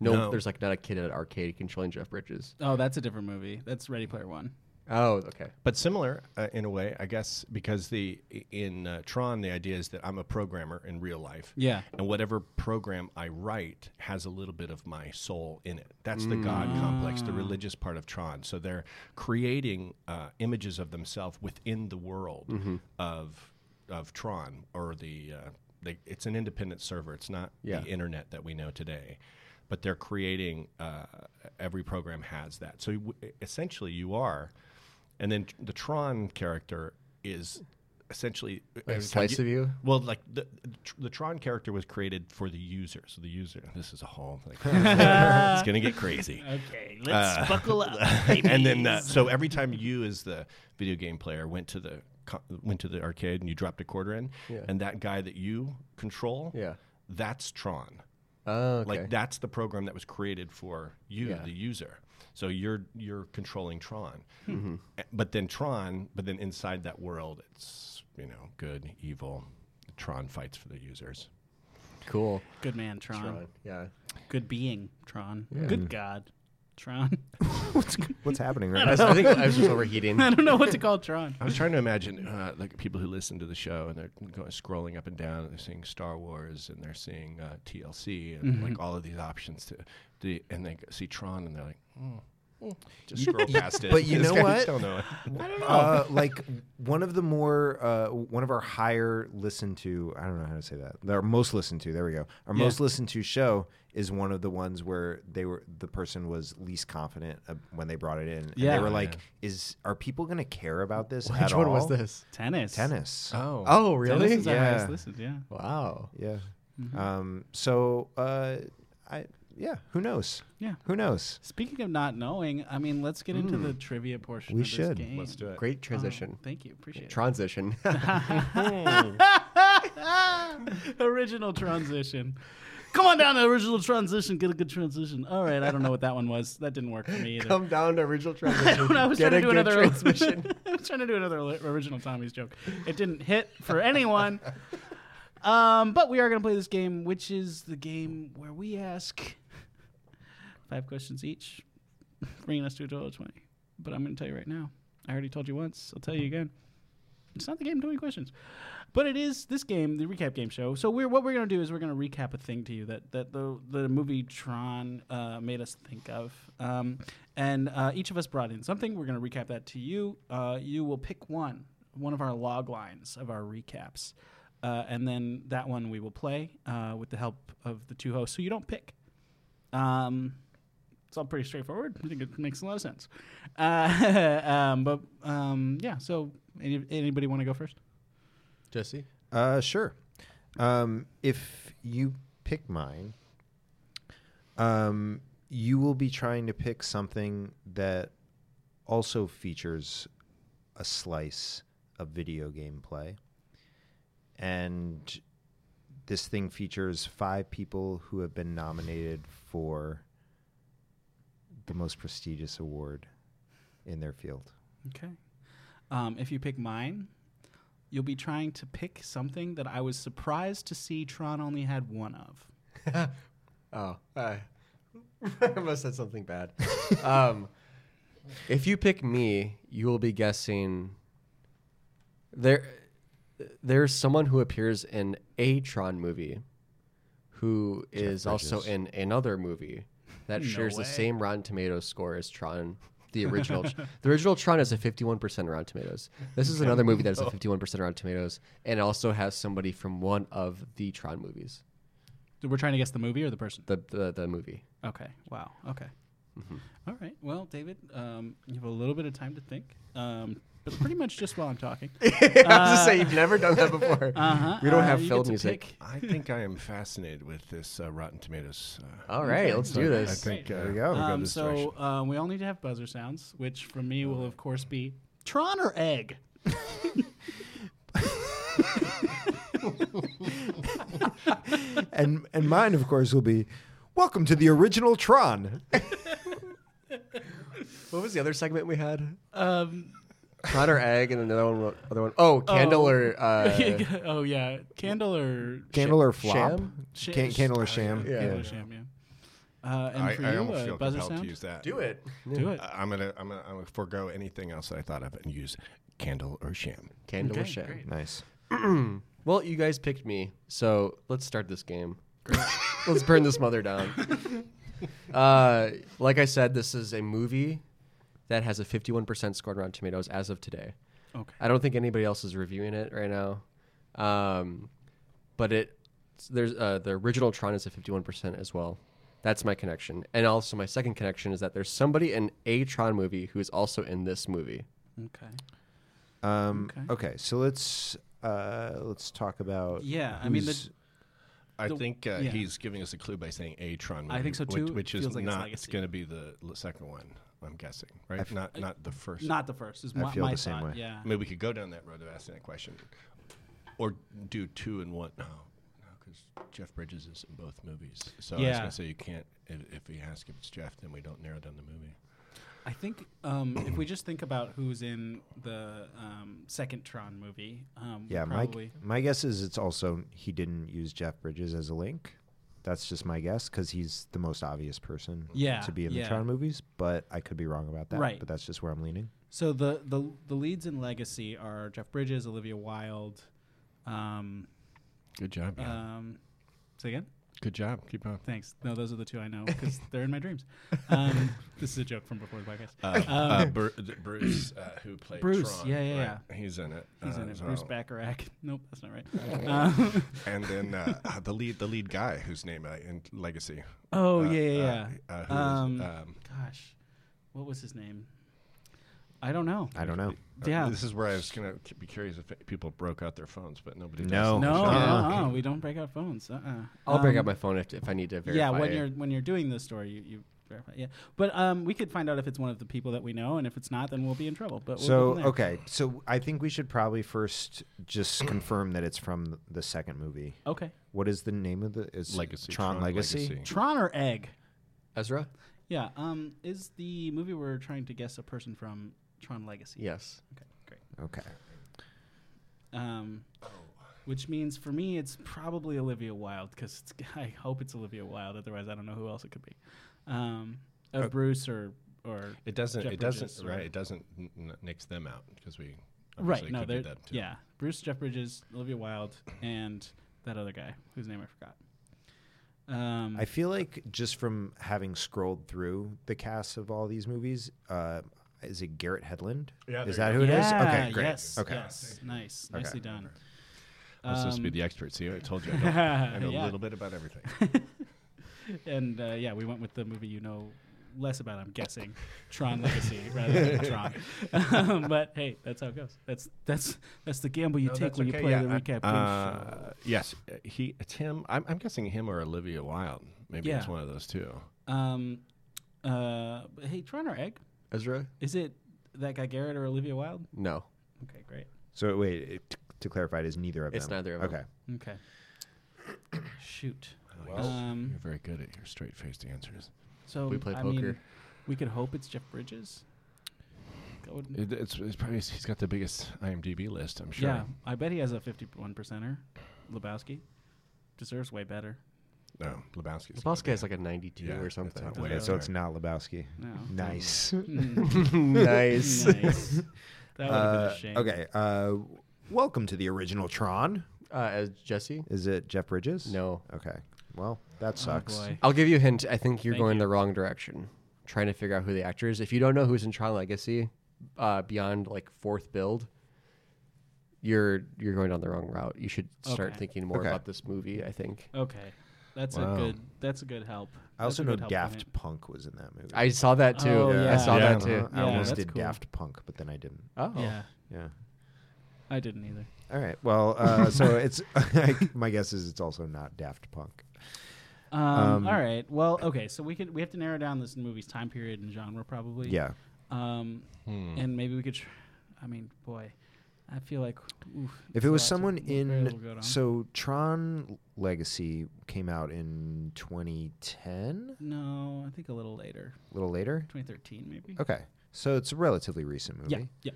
[SPEAKER 3] No,
[SPEAKER 5] No.
[SPEAKER 3] there's like not a kid at an arcade controlling Jeff Bridges.
[SPEAKER 1] Oh, that's a different movie. That's Ready Player One.
[SPEAKER 3] Oh, okay.
[SPEAKER 5] but similar uh, in a way, I guess, because the in uh, Tron, the idea is that I'm a programmer in real life.
[SPEAKER 1] Yeah.
[SPEAKER 5] And whatever program I write has a little bit of my soul in it. That's the God
[SPEAKER 3] Mm.
[SPEAKER 5] complex, the religious part of Tron. So they're creating uh, images of themselves within the world
[SPEAKER 3] Mm-hmm.
[SPEAKER 5] of of Tron or the. Uh, they, it's an independent server. It's not
[SPEAKER 3] Yeah.
[SPEAKER 5] the internet that we know today, but they're creating. Uh, every program has that. So you- essentially, you are, and then the Tron character is essentially uh,
[SPEAKER 3] a
[SPEAKER 5] every time
[SPEAKER 3] slice of you?
[SPEAKER 5] Well, like the the Tron character was created for the user, so the user. This is a whole. Like, it's gonna get crazy.
[SPEAKER 1] Okay, let's
[SPEAKER 5] Uh,
[SPEAKER 1] buckle up.
[SPEAKER 5] and then uh,
[SPEAKER 1] babies.
[SPEAKER 5] so every time you as the video game player went to the co- went to the arcade and you dropped a quarter in
[SPEAKER 3] Yeah.
[SPEAKER 5] and that guy that you control
[SPEAKER 3] Yeah.
[SPEAKER 5] that's tron
[SPEAKER 3] Oh, okay.
[SPEAKER 5] like that's the program that was created for you
[SPEAKER 3] Yeah.
[SPEAKER 5] the user so you're you're controlling tron
[SPEAKER 3] Hmm.
[SPEAKER 5] A- but then tron but then inside that world it's you know good evil tron fights for the users
[SPEAKER 3] Cool.
[SPEAKER 1] good man, Tron.
[SPEAKER 5] Um,
[SPEAKER 3] Tron. Yeah.
[SPEAKER 1] Good being, Tron. Good
[SPEAKER 4] Mm.
[SPEAKER 1] God, Tron.
[SPEAKER 4] what's what's happening right
[SPEAKER 3] I,
[SPEAKER 4] now?
[SPEAKER 3] was, I think I was just overheating.
[SPEAKER 1] I don't know what to call Tron.
[SPEAKER 5] I was trying to imagine uh, like people who listen to the show and they're going, scrolling up and down and they're seeing Star Wars and they're seeing uh, TLC and like
[SPEAKER 4] Mm-hmm.
[SPEAKER 5] all of these options to, to and they see Tron and they're like, hmm, just scroll past it.
[SPEAKER 4] but you
[SPEAKER 5] It's
[SPEAKER 4] know
[SPEAKER 5] kinda-
[SPEAKER 4] what?
[SPEAKER 5] don't know.
[SPEAKER 4] Uh, like one of the more uh, one of our higher listened to I don't know how to say that our most listened to there we go our most listened to show is one of the ones where they were the person was least confident uh, when they brought it in and
[SPEAKER 1] Yeah.
[SPEAKER 4] they
[SPEAKER 1] Oh,
[SPEAKER 4] were like is are people gonna care about this
[SPEAKER 3] Which
[SPEAKER 4] at
[SPEAKER 3] one was
[SPEAKER 4] all?"
[SPEAKER 3] this?
[SPEAKER 1] Tennis.
[SPEAKER 4] tennis
[SPEAKER 5] Oh,
[SPEAKER 3] Oh,
[SPEAKER 1] Tennis
[SPEAKER 3] really?
[SPEAKER 1] is our
[SPEAKER 4] Yeah.
[SPEAKER 1] highest listed, yeah.
[SPEAKER 3] Wow.
[SPEAKER 4] yeah um so uh I yeah who knows
[SPEAKER 1] Yeah.
[SPEAKER 4] who knows
[SPEAKER 1] Speaking of not knowing, I mean, let's get into the trivia portion.
[SPEAKER 4] Mm. We
[SPEAKER 1] of
[SPEAKER 4] should.
[SPEAKER 1] This game.
[SPEAKER 5] let's do it.
[SPEAKER 3] Great
[SPEAKER 1] Oh,
[SPEAKER 3] transition.
[SPEAKER 1] thank you. Appreciate it.
[SPEAKER 3] Transition.
[SPEAKER 1] original transition. Come on down to original transition. Get a good transition. All right, I don't know what that one was. That didn't work for me either.
[SPEAKER 3] Come down to original transition.
[SPEAKER 1] When I was
[SPEAKER 3] Get
[SPEAKER 1] trying
[SPEAKER 3] a
[SPEAKER 1] to do
[SPEAKER 3] good
[SPEAKER 1] another
[SPEAKER 3] transmission.
[SPEAKER 1] I was trying to do another li- original Tommy's joke. It didn't hit for anyone. Um, but we are going to play this game, which is the game where we ask five questions each, bringing us to a total of twenty. But I'm going to tell you right now. I already told you once. I'll tell you again. It's not the game 20 questions. But it is this game, the recap game show. So we're what we're gonna do is we're gonna recap a thing to you that that the the movie Tron uh, made us think of, um, and uh, each of us brought in something. We're gonna recap that to you. Uh, you will pick one, one of our log lines of our recaps, uh, and then that one we will play uh, with the help of the two hosts. So you don't pick. Um, it's all pretty straightforward. I think it makes a lot of sense. Uh, um, but um, yeah, so any, anybody want to go first?
[SPEAKER 3] Jesse.
[SPEAKER 4] Uh, sure. Um, if you pick mine, um, you will be trying to pick something that also features a slice of video game play. And this thing features five people who have been nominated for the most prestigious award in their field.
[SPEAKER 1] Okay. Um, if you pick mine, you'll be trying to pick something that I was surprised to see Tron only had one of.
[SPEAKER 3] Oh, uh, I must have said something bad. um, if you pick me, you will be guessing. There, there's someone who appears in a Tron movie, who is also in another movie that
[SPEAKER 1] No
[SPEAKER 3] shares
[SPEAKER 1] way.
[SPEAKER 3] the same Rotten Tomatoes score as Tron. The original, the original Tron is a 51% Rotten Tomatoes. This is another movie that is a 51% Rotten Tomatoes, and also has somebody from one of the Tron movies,
[SPEAKER 1] We're trying to guess the movie or the person.
[SPEAKER 3] the the, the movie.
[SPEAKER 1] Okay. Wow. Okay.
[SPEAKER 3] Mm-hmm.
[SPEAKER 1] All right. Well, David, um, you have a little bit of time to think, um, but pretty much just while I'm talking.
[SPEAKER 3] I was just saying you've never done that before.
[SPEAKER 1] Uh-huh,
[SPEAKER 3] We don't
[SPEAKER 1] uh,
[SPEAKER 3] have
[SPEAKER 1] you
[SPEAKER 3] filled
[SPEAKER 1] get to
[SPEAKER 3] music.
[SPEAKER 1] pick.
[SPEAKER 5] I think I am fascinated with this uh, Rotten Tomatoes.
[SPEAKER 4] Oh,
[SPEAKER 5] Uh,
[SPEAKER 3] All right, let's do
[SPEAKER 5] I
[SPEAKER 3] this.
[SPEAKER 5] think uh,
[SPEAKER 4] There we go.
[SPEAKER 5] we'll
[SPEAKER 1] Um,
[SPEAKER 5] this
[SPEAKER 1] so
[SPEAKER 5] direction.
[SPEAKER 1] uh, we all need to have buzzer sounds, which for me will of course be Tron or egg.
[SPEAKER 4] and and mine, of course, will be welcome to the original Tron.
[SPEAKER 3] What was the other segment we had?
[SPEAKER 1] Um,
[SPEAKER 3] Tron or egg, and then the other one. Other one. Oh, candle or uh,
[SPEAKER 1] oh yeah, candle or
[SPEAKER 4] Candle or flop?
[SPEAKER 3] sham?
[SPEAKER 1] Sh-
[SPEAKER 4] Can-
[SPEAKER 1] sh-
[SPEAKER 4] candle or sham?
[SPEAKER 3] yeah.
[SPEAKER 1] Candle or sham, yeah. Uh, and
[SPEAKER 5] I,
[SPEAKER 1] for
[SPEAKER 5] I
[SPEAKER 1] you,
[SPEAKER 5] almost
[SPEAKER 1] uh,
[SPEAKER 5] feel
[SPEAKER 1] buzzer
[SPEAKER 5] compelled
[SPEAKER 1] sound.
[SPEAKER 5] to use that.
[SPEAKER 3] do it.
[SPEAKER 1] Do it.
[SPEAKER 5] I- I'm gonna, I'm gonna, I'm gonna forego anything else that I thought of and use candle or sham.
[SPEAKER 3] Candle or
[SPEAKER 1] Okay,
[SPEAKER 3] sham.
[SPEAKER 1] great.
[SPEAKER 4] Nice.
[SPEAKER 3] Well, you guys picked me, so let's start this game. let's burn this mother down. Uh, like I said, this is a movie that has a 51% score on Rotten Tomatoes as of today.
[SPEAKER 1] Okay.
[SPEAKER 3] I don't think anybody else is reviewing it right now. Um, but it there's uh, the original Tron is at 51% as well. That's my connection. And also my second connection is that there's somebody in a Tron movie who is also in this movie.
[SPEAKER 1] Okay.
[SPEAKER 4] Um,
[SPEAKER 1] Okay.
[SPEAKER 4] okay. so let's uh, let's talk about
[SPEAKER 1] Yeah, I mean, the-
[SPEAKER 4] who's-
[SPEAKER 5] I
[SPEAKER 1] The-
[SPEAKER 5] think uh,
[SPEAKER 1] yeah.
[SPEAKER 5] he's giving us a clue by saying Atron.
[SPEAKER 1] I think so
[SPEAKER 5] which-
[SPEAKER 1] too.
[SPEAKER 5] Which, is
[SPEAKER 1] Feels like it's
[SPEAKER 5] not. It's,
[SPEAKER 1] legacy.
[SPEAKER 5] going to be the l- second one. I'm guessing, right?
[SPEAKER 4] f-
[SPEAKER 5] not not the first.
[SPEAKER 1] not the first. Is
[SPEAKER 4] I
[SPEAKER 1] my,
[SPEAKER 4] feel
[SPEAKER 1] my
[SPEAKER 4] the same
[SPEAKER 1] thought,
[SPEAKER 4] way.
[SPEAKER 1] Yeah.
[SPEAKER 5] Maybe we could go down that road of asking that question, or do two and one. No, no, because Jeff Bridges is in both movies. So I was
[SPEAKER 1] Yeah.
[SPEAKER 5] gonna say you can't. If, if we ask if it's Jeff, then we don't narrow down the movie.
[SPEAKER 1] I think um, if we just think about who's in the um, second Tron movie, um,
[SPEAKER 4] yeah. My
[SPEAKER 1] probably.
[SPEAKER 4] my guess is it's also he didn't use Jeff Bridges as a link. That's just my guess because he's the most obvious person
[SPEAKER 1] Yeah,
[SPEAKER 4] to be in
[SPEAKER 1] yeah.
[SPEAKER 4] the Tron movies, but I could be wrong about that.
[SPEAKER 1] Right.
[SPEAKER 4] But that's just where I'm leaning.
[SPEAKER 1] So the, the the leads in Legacy are Jeff Bridges, Olivia Wilde. Um,
[SPEAKER 5] Good job. Yeah.
[SPEAKER 1] um, say again.
[SPEAKER 5] Good job. Keep on.
[SPEAKER 1] Thanks. No, those are the two I know because they're in my dreams. Um, this is a joke from before the podcast.
[SPEAKER 5] Uh,
[SPEAKER 1] Um,
[SPEAKER 5] uh, Bru- th- Bruce, uh, who played
[SPEAKER 1] Bruce,
[SPEAKER 5] Tron,
[SPEAKER 1] yeah, yeah,
[SPEAKER 5] right? he's in it.
[SPEAKER 1] He's
[SPEAKER 5] uh,
[SPEAKER 1] in it.
[SPEAKER 5] as
[SPEAKER 1] Bruce
[SPEAKER 5] well.
[SPEAKER 1] Bacharach. Nope, that's not right. Um,
[SPEAKER 5] and then uh, uh, the lead the lead guy whose name I, in Legacy.
[SPEAKER 1] oh
[SPEAKER 5] Uh,
[SPEAKER 1] yeah, yeah,
[SPEAKER 5] uh,
[SPEAKER 1] yeah.
[SPEAKER 5] uh, who
[SPEAKER 1] Um,
[SPEAKER 5] is- um,
[SPEAKER 1] Gosh, what was his name? I don't know.
[SPEAKER 4] I don't know.
[SPEAKER 1] Yeah.
[SPEAKER 5] uh, This is where I was gonna c- be curious if people broke out their phones, but nobody.
[SPEAKER 4] No.
[SPEAKER 5] does.
[SPEAKER 1] no,
[SPEAKER 4] Uh-uh.
[SPEAKER 5] Uh-huh.
[SPEAKER 1] uh-uh, we don't break out phones. Uh-uh.
[SPEAKER 3] I'll break out
[SPEAKER 1] Um,
[SPEAKER 3] my phone if, if I need to verify.
[SPEAKER 1] Yeah, when
[SPEAKER 3] it.
[SPEAKER 1] you're when you're doing the story, you, you verify. Yeah, but um, we could find out if it's one of the people that we know, and if it's not, then we'll be in trouble. But we'll go
[SPEAKER 4] So
[SPEAKER 1] from there.
[SPEAKER 4] okay, so I think we should probably first just confirm that it's from the second movie.
[SPEAKER 1] okay,
[SPEAKER 4] What is the name of the? It's
[SPEAKER 5] Legacy.
[SPEAKER 4] Tron, Legacy.
[SPEAKER 1] Tron or Egg?
[SPEAKER 3] Ezra.
[SPEAKER 1] Yeah. Um, is the movie we're trying to guess a person from Tron Legacy?
[SPEAKER 3] Yes.
[SPEAKER 1] Okay, great.
[SPEAKER 4] Okay.
[SPEAKER 1] Um, which means for me, it's probably Olivia Wilde because I hope it's Olivia Wilde. Otherwise, I don't know who else it could be. Um, uh,
[SPEAKER 4] Oh.
[SPEAKER 1] Bruce or or
[SPEAKER 5] It doesn't.
[SPEAKER 1] Jeff
[SPEAKER 5] it doesn't.
[SPEAKER 1] Bridges,
[SPEAKER 5] Right.
[SPEAKER 1] right.
[SPEAKER 5] It doesn't n- n- nix them out because we.
[SPEAKER 1] right.
[SPEAKER 5] obviously
[SPEAKER 1] No,
[SPEAKER 5] could do
[SPEAKER 1] they're
[SPEAKER 5] that too.
[SPEAKER 1] yeah. Bruce Jeff Bridges, Olivia Wilde, and that other guy whose name I forgot. Um,
[SPEAKER 4] I feel like just from having scrolled through the cast of all these movies, uh, is it Garrett Hedlund?
[SPEAKER 5] Yeah,
[SPEAKER 4] is that
[SPEAKER 5] there
[SPEAKER 4] who
[SPEAKER 5] you
[SPEAKER 4] it is?
[SPEAKER 1] yeah,
[SPEAKER 4] Okay, great.
[SPEAKER 1] Yes,
[SPEAKER 4] Okay.
[SPEAKER 1] yes. nice,
[SPEAKER 4] Okay.
[SPEAKER 1] nicely done.
[SPEAKER 5] I'm supposed to be
[SPEAKER 1] Um,
[SPEAKER 5] the expert. See, I told you. I know, I know
[SPEAKER 1] Yeah.
[SPEAKER 5] a little bit about everything.
[SPEAKER 1] and uh, yeah, we went with the movie you know less about. I'm guessing Tron Legacy rather than Tron. Um, but hey, that's how it goes. That's that's that's the gamble you
[SPEAKER 5] No,
[SPEAKER 1] take
[SPEAKER 5] that's
[SPEAKER 1] when
[SPEAKER 5] okay,
[SPEAKER 1] you play
[SPEAKER 5] yeah,
[SPEAKER 1] the
[SPEAKER 5] I-
[SPEAKER 1] recap. game
[SPEAKER 5] Uh, yes, uh, he. It's him. I'm, I'm guessing him or Olivia Wilde. Maybe it's
[SPEAKER 1] Yeah.
[SPEAKER 5] one of those two.
[SPEAKER 1] show. Um, uh, but hey, Tron or Egg?
[SPEAKER 3] Ezra.
[SPEAKER 1] Is it that guy Garrett or Olivia Wilde?
[SPEAKER 3] No.
[SPEAKER 1] Okay, great.
[SPEAKER 4] So wait, it- t- to clarify, it is neither of
[SPEAKER 3] It's
[SPEAKER 4] them.
[SPEAKER 3] neither of
[SPEAKER 4] okay.
[SPEAKER 3] them.
[SPEAKER 1] Okay. Shoot.
[SPEAKER 5] Well,
[SPEAKER 1] Um,
[SPEAKER 5] you're very good at your straight-faced answers.
[SPEAKER 1] So
[SPEAKER 3] We play
[SPEAKER 1] I
[SPEAKER 3] poker.
[SPEAKER 1] mean, we could hope it's Jeff Bridges. That would-
[SPEAKER 5] It, it's, it's probably he's got the biggest IMDb list. I'm sure.
[SPEAKER 1] Yeah, I bet he has a fifty-one percenter. Lebowski deserves way better.
[SPEAKER 5] No, Oh, Lebowski's.
[SPEAKER 3] Lebowski has like a 92
[SPEAKER 5] Yeah,
[SPEAKER 3] or
[SPEAKER 5] that's
[SPEAKER 3] something.
[SPEAKER 5] not
[SPEAKER 1] Way
[SPEAKER 4] Okay,
[SPEAKER 1] up
[SPEAKER 4] so
[SPEAKER 5] there.
[SPEAKER 4] it's not Lebowski.
[SPEAKER 1] No.
[SPEAKER 4] Nice.
[SPEAKER 1] Mm.
[SPEAKER 3] nice.
[SPEAKER 1] nice. That would have been
[SPEAKER 4] Uh,
[SPEAKER 1] a shame. Oh,
[SPEAKER 4] okay. Uh, welcome to the original Tron.
[SPEAKER 3] Uh, as Jesse.
[SPEAKER 4] Is it Jeff Bridges?
[SPEAKER 3] No.
[SPEAKER 4] Okay. Well, that
[SPEAKER 1] Oh,
[SPEAKER 4] sucks.
[SPEAKER 1] boy.
[SPEAKER 3] I'll give you a hint. I think you're
[SPEAKER 1] Thank
[SPEAKER 3] going
[SPEAKER 1] you.
[SPEAKER 3] the wrong direction. Trying to figure out who the actor is. If you don't know who's in Tron Legacy, uh, beyond like fourth build, you're you're going down the wrong route. You should start
[SPEAKER 1] Okay.
[SPEAKER 3] thinking more
[SPEAKER 4] Okay.
[SPEAKER 3] about this movie. I think
[SPEAKER 1] Okay. That's
[SPEAKER 5] Wow.
[SPEAKER 1] a good. That's a good help.
[SPEAKER 4] I also
[SPEAKER 1] That's a
[SPEAKER 4] know
[SPEAKER 1] good help
[SPEAKER 4] Daft
[SPEAKER 1] point.
[SPEAKER 4] Punk was in that movie.
[SPEAKER 3] I saw that too.
[SPEAKER 1] Oh,
[SPEAKER 3] I
[SPEAKER 1] yeah.
[SPEAKER 3] saw
[SPEAKER 5] Yeah,
[SPEAKER 3] that too.
[SPEAKER 4] Uh-huh. I
[SPEAKER 1] Yeah,
[SPEAKER 4] almost
[SPEAKER 1] that's
[SPEAKER 4] did
[SPEAKER 1] cool.
[SPEAKER 4] Daft Punk, but then I didn't.
[SPEAKER 3] Oh,
[SPEAKER 1] Yeah,
[SPEAKER 4] Yeah.
[SPEAKER 1] I didn't either.
[SPEAKER 4] All right. Well, uh, so it's my guess is it's also not Daft Punk.
[SPEAKER 1] Um,
[SPEAKER 4] Um,
[SPEAKER 1] all right. Well, okay. So we could we have to narrow down this movie's time period and genre probably.
[SPEAKER 4] Yeah.
[SPEAKER 1] Um,
[SPEAKER 5] Hmm.
[SPEAKER 1] and maybe we could. Tr- I mean, boy, I feel like oof,
[SPEAKER 4] If
[SPEAKER 1] it's
[SPEAKER 4] it
[SPEAKER 1] a lot
[SPEAKER 4] was
[SPEAKER 1] to-
[SPEAKER 4] someone
[SPEAKER 1] what variable to go
[SPEAKER 4] in
[SPEAKER 1] down.
[SPEAKER 4] so Tron Legacy came out in 2010,
[SPEAKER 1] No, I think a little later,
[SPEAKER 4] a little later.
[SPEAKER 1] 2013 maybe.
[SPEAKER 4] Okay. So it's a relatively recent
[SPEAKER 1] Yeah.
[SPEAKER 4] movie.
[SPEAKER 1] Yeah.